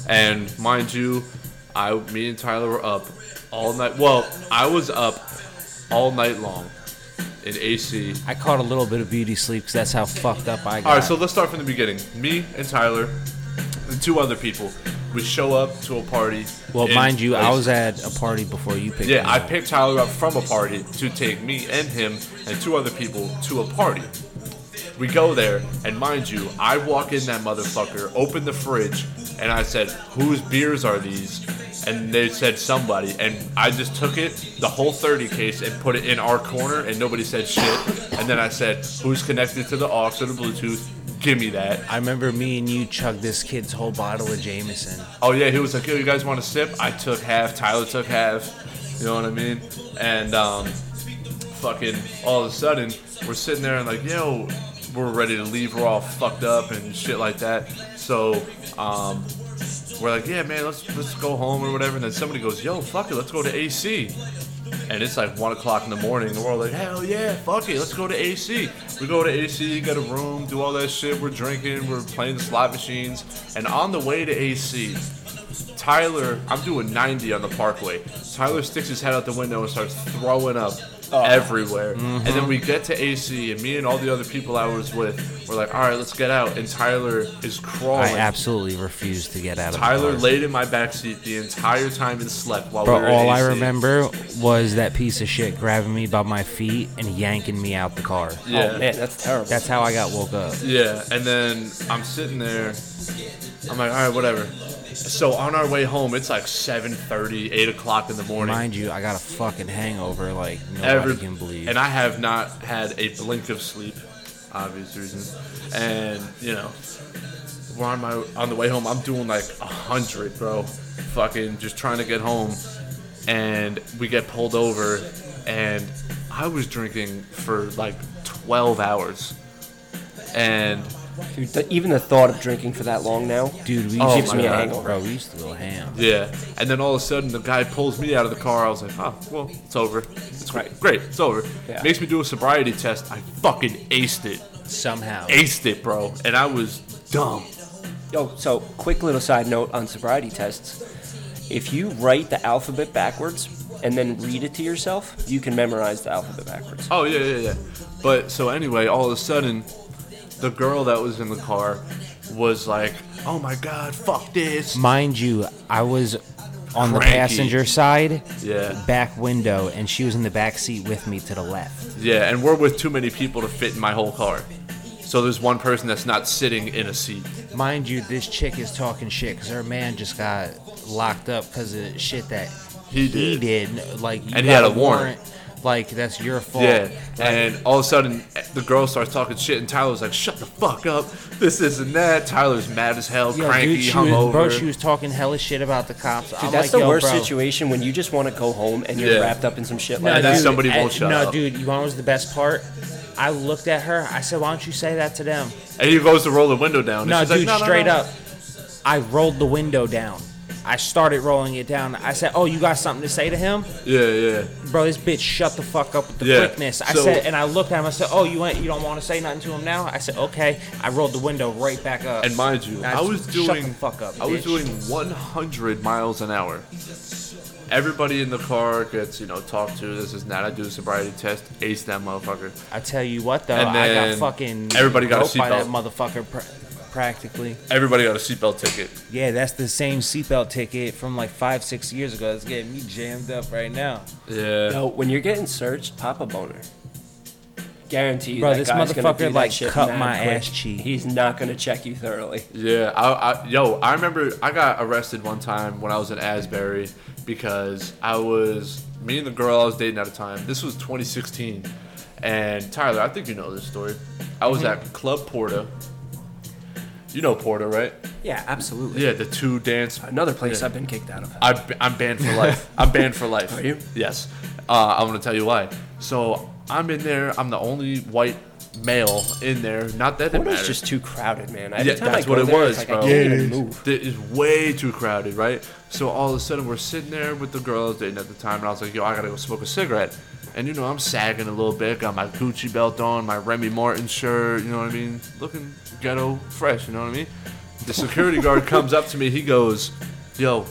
Speaker 4: And mind you, I, me and Tyler were up all night. Well, I was up all night long in AC.
Speaker 5: I caught a little bit of beauty sleep because that's how fucked up I got.
Speaker 4: All right, so let's start from the beginning. Me and Tyler, and two other people, we show up to a party.
Speaker 5: well,
Speaker 4: in
Speaker 5: mind you, I
Speaker 4: place-
Speaker 5: was at a party before you picked
Speaker 4: Yeah,
Speaker 5: me
Speaker 4: I
Speaker 5: up.
Speaker 4: picked Tyler up from a party to take me and him and two other people to a party. We go there, and mind you, I walk in that motherfucker, open the fridge, and I said, Whose beers are these? And they said, Somebody. And I just took it, the whole 30 case, and put it in our corner, and nobody said shit. And then I said, Who's connected to the aux or the Bluetooth? Give me that.
Speaker 5: I remember me and you chugged this kid's whole bottle of Jameson.
Speaker 4: Oh yeah, he was like, "Yo, you guys want a sip?" I took half. Tyler took half. You know what I mean? And um, fucking all of a sudden, we're sitting there and like, "Yo, we're ready to leave. We're all fucked up and shit like that." So um, we're like, "Yeah, man, let's let's go home or whatever." And then somebody goes, "Yo, fuck it, let's go to AC." And it's like one o'clock in the morning, and we're all like, "Hell yeah, fuck it, let's go to AC." We go to AC, get a room, do all that shit. We're drinking, we're playing the slot machines, and on the way to AC, Tyler, I'm doing 90 on the parkway. Tyler sticks his head out the window and starts throwing up everywhere. And then we get to AC, and me and all the other people I was with were like, all right, let's get out. And Tyler is
Speaker 5: I
Speaker 4: crawling.
Speaker 5: absolutely refused to get out of
Speaker 4: Oh, Tyler
Speaker 5: the car.
Speaker 4: laid in my backseat the entire time and slept while
Speaker 5: Bro,
Speaker 4: we were in
Speaker 5: all I
Speaker 4: AC.
Speaker 5: remember was that piece of shit grabbing me by my feet and yanking me out the car.
Speaker 4: Yeah.
Speaker 2: Oh man, that's terrible.
Speaker 5: That's how I got woke up.
Speaker 4: Yeah, and then I'm sitting there. I'm like, all right, whatever. So on our way home, it's like 7:30, 8 o'clock in the morning.
Speaker 5: Mind you, I got a fucking hangover like nobody
Speaker 4: Every-
Speaker 5: can believe.
Speaker 4: And I have not had a blink of sleep, obvious reasons. And you know, we're on my on the way home. I'm doing like a hundred, bro. Fucking just trying to get home, and we get pulled over, and I was drinking for like 12 hours, and
Speaker 2: Dude, th- even the thought of drinking for that long now.
Speaker 5: Dude, we used
Speaker 4: Oh
Speaker 5: to
Speaker 4: my
Speaker 5: go,
Speaker 4: God.
Speaker 5: bro. We used to go ham.
Speaker 4: Yeah, and then all of a sudden the guy pulls me out of the car. I was like, oh, well, it's over. It's great. Great, it's over.
Speaker 2: Yeah.
Speaker 4: Makes me do a sobriety test. I fucking aced it.
Speaker 5: Somehow,
Speaker 4: Aced it, bro. And I was dumb.
Speaker 2: Yo, so quick little side note on sobriety tests. If you write the alphabet backwards and then read it to yourself, you can memorize the alphabet backwards.
Speaker 4: Oh yeah, yeah, yeah. But so anyway, all of a sudden, the girl that was in the car was like, oh my god, fuck this.
Speaker 5: mind you, I was on the
Speaker 4: Cranky.
Speaker 5: passenger side,
Speaker 4: Yeah.
Speaker 5: back window, and she was in the back seat with me to the left.
Speaker 4: Yeah, and we're with too many people to fit in my whole car. So there's one person that's not sitting in a seat.
Speaker 5: Mind you, this chick is talking shit because her man just got locked up because of shit that
Speaker 4: He did.
Speaker 5: did. Like, you
Speaker 4: And he
Speaker 5: got
Speaker 4: had a warrant.
Speaker 5: Like, that's your fault.
Speaker 4: Yeah,
Speaker 5: Like,
Speaker 4: and all of a sudden the girl starts talking shit, and Tyler's like, "Shut the fuck up! This isn't that." Tyler's mad as hell,
Speaker 5: yo,
Speaker 4: cranky,
Speaker 5: dude, she was,
Speaker 4: hungover.
Speaker 5: bro, she was talking hella shit about the cops. I'm
Speaker 2: Dude, that's
Speaker 5: like,
Speaker 2: the
Speaker 5: yo,
Speaker 2: worst
Speaker 5: bro.
Speaker 2: situation when you just want to go home and you're
Speaker 4: Yeah.
Speaker 2: wrapped up in some shit
Speaker 5: No,
Speaker 2: like
Speaker 4: And then
Speaker 5: dude,
Speaker 2: that.
Speaker 4: somebody
Speaker 5: and-
Speaker 4: won't shut
Speaker 5: no,
Speaker 4: up.
Speaker 5: dude, you want what was the best part? I looked at her. I said, "Why don't you say that to them?"
Speaker 4: and he goes to roll the window down. and
Speaker 5: No,
Speaker 4: she's like,
Speaker 5: dude,
Speaker 4: no,
Speaker 5: straight
Speaker 4: no.
Speaker 5: up, I rolled the window down. I started rolling it down. I said, "Oh, you got something to say to him,
Speaker 4: Yeah, yeah,
Speaker 5: bro? This bitch shut the fuck up with the
Speaker 4: Yeah,
Speaker 5: quickness." I
Speaker 4: so-
Speaker 5: said, and I looked at him. I said, "Oh, you ain't, you don't want to say nothing to him now?" I said, "Okay." I rolled the window right back up.
Speaker 4: and mind you, I,
Speaker 5: I
Speaker 4: was
Speaker 5: just-
Speaker 4: doing
Speaker 5: shut the fuck up,
Speaker 4: I was
Speaker 5: bitch.
Speaker 4: doing 100 miles an hour. Everybody in the car gets you know talked to. This is not. I do a sobriety test. Ace that motherfucker.
Speaker 5: I tell you what, though,
Speaker 4: And
Speaker 5: I got
Speaker 4: then
Speaker 5: fucking
Speaker 4: everybody got a
Speaker 5: roped by that
Speaker 4: seatbelt.
Speaker 5: motherfucker pra- practically.
Speaker 4: Everybody got a seatbelt ticket.
Speaker 5: Yeah, that's the same seatbelt ticket from like five, six years ago. That's getting me jammed up right now.
Speaker 4: Yeah.
Speaker 2: Yo, when you're getting searched, pop a boner. Guarantee you
Speaker 5: Bro,
Speaker 2: that
Speaker 5: this
Speaker 2: guy's gonna
Speaker 5: motherfucker,
Speaker 2: do that
Speaker 5: like,
Speaker 2: shit
Speaker 5: cut
Speaker 2: mad
Speaker 5: my
Speaker 2: quick.
Speaker 5: ass cheek.
Speaker 2: He's not gonna check you thoroughly.
Speaker 4: Yeah, I, I yo, I remember I got arrested one time when I was in Asbury because I was me and the girl I was dating at the time. This was 2016, and Tyler, I think you know this story. I was
Speaker 5: Mm-hmm.
Speaker 4: at Club Porta. You know Porta, right?
Speaker 2: Yeah, absolutely.
Speaker 4: Yeah, the two dance.
Speaker 2: Another place
Speaker 4: Yeah.
Speaker 2: I've been kicked out of.
Speaker 4: I've, b- I'm banned for life. I'm banned for life.
Speaker 2: Are you?
Speaker 4: Yes. Uh, I'm gonna tell you why. So I'm in there. I'm the only white male in there. Not that it
Speaker 2: Portland's
Speaker 4: matters.
Speaker 2: just too crowded, man. Every
Speaker 4: yeah,
Speaker 2: time
Speaker 4: that's
Speaker 2: I go
Speaker 4: what it
Speaker 2: there, it's
Speaker 4: was,
Speaker 2: like,
Speaker 4: bro.
Speaker 2: I can't even move.
Speaker 4: It is way too crowded, right? So all of a sudden we're sitting there with the girls dating at the time, and I was like, yo, I gotta go smoke a cigarette. And you know, I'm sagging a little bit, got my Gucci belt on, my Remy Martin shirt, you know what I mean? Looking ghetto fresh, you know what I mean? The security guard comes up to me, he goes, yo,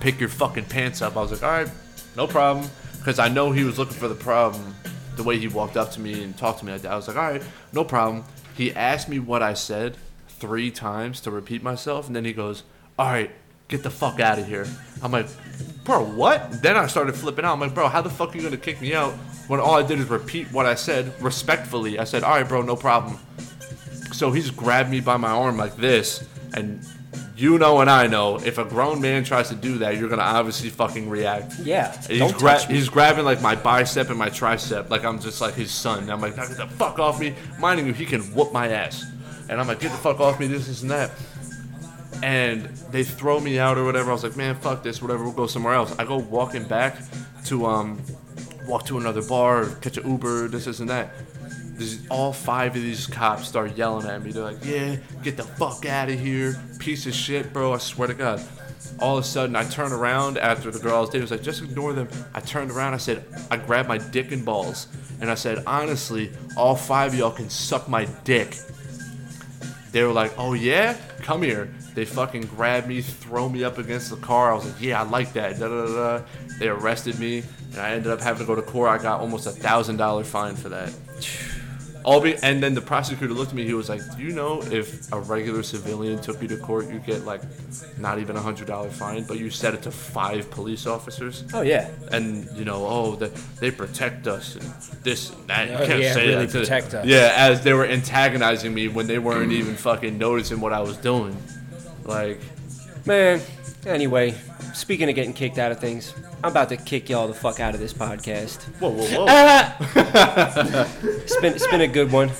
Speaker 4: pick your fucking pants up. I was like, all right, no problem. Because I know he was looking for the problem the way he walked up to me and talked to me like that. I was like, all right, no problem. He asked me what I said three times to repeat myself, and then he goes, all right, get the fuck out of here. I'm like, bro, what? Then I started flipping out. I'm like, bro, how the fuck are you going to kick me out when all I did is repeat what I said respectfully? I said, all right, bro, no problem. So he's grabbed me by my arm like this, and you know and I know if a grown man tries to do that, you're gonna obviously fucking react.
Speaker 2: Yeah,
Speaker 4: And He's,
Speaker 2: don't
Speaker 4: gra-
Speaker 2: touch me.
Speaker 4: he's grabbing like my bicep and my tricep, like I'm just like his son. And I'm like, "Now get the fuck off me. Minding you, he can whoop my ass. And I'm like, get the fuck off me, this, this, and that. And they throw me out or whatever. I was like, man, fuck this, whatever, we'll go somewhere else. I go walking back to um walk to another bar, catch an Uber, this, this, and that. These, all five of these cops start yelling at me. They're like, yeah, get the fuck out of here, piece of shit, bro. I swear to God. All of a sudden, I turn around after the girl I was dating was like, just ignore them. I turned around. I said, I grabbed my dick and balls. And I said, honestly, all five of y'all can suck my dick. They were like, "Oh yeah, come here." They fucking grabbed me, throw me up against the car. I was like, "Yeah, I like that." Da, da, da, da. They arrested me, and I ended up having to go to court. I got almost a thousand dollar fine for that. All be- and then the prosecutor looked at me. He was like, "Do you know if a regular civilian took you to court, you get like not even a hundred dollar fine, but you said it to five police officers?"
Speaker 2: Oh yeah,
Speaker 4: and you know, oh, they, they protect us and this and that. You
Speaker 5: Oh,
Speaker 4: can't
Speaker 5: yeah,
Speaker 4: say
Speaker 5: really
Speaker 4: that to-
Speaker 5: protect us.
Speaker 4: Yeah, as they were antagonizing me when they weren't even fucking noticing what I was doing. Like,
Speaker 2: man. Anyway, speaking of getting kicked out of things, I'm about to kick y'all the fuck out of this podcast.
Speaker 4: whoa, whoa, whoa.
Speaker 2: It's been it's been a good one.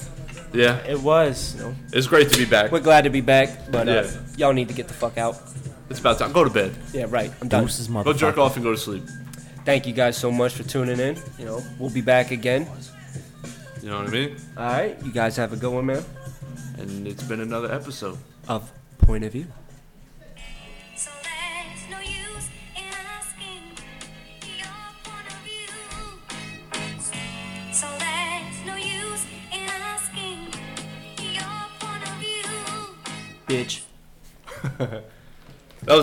Speaker 4: yeah,
Speaker 5: It was.
Speaker 4: it's great to be back.
Speaker 2: We're glad to be back, but uh,
Speaker 4: Yeah.
Speaker 2: y'all need to get the fuck out.
Speaker 4: It's about time. Go to bed.
Speaker 2: Yeah, right. I'm done.
Speaker 4: Go jerk off and go to sleep.
Speaker 2: Thank you guys so much for tuning in. You know, we'll be back again.
Speaker 4: You know what I mean?
Speaker 2: All right, you guys have a good one, man.
Speaker 4: And it's been another episode.
Speaker 2: Of point of view.
Speaker 8: So there's no use in asking your point of view. So there's no use in asking your point of view.
Speaker 2: bitch.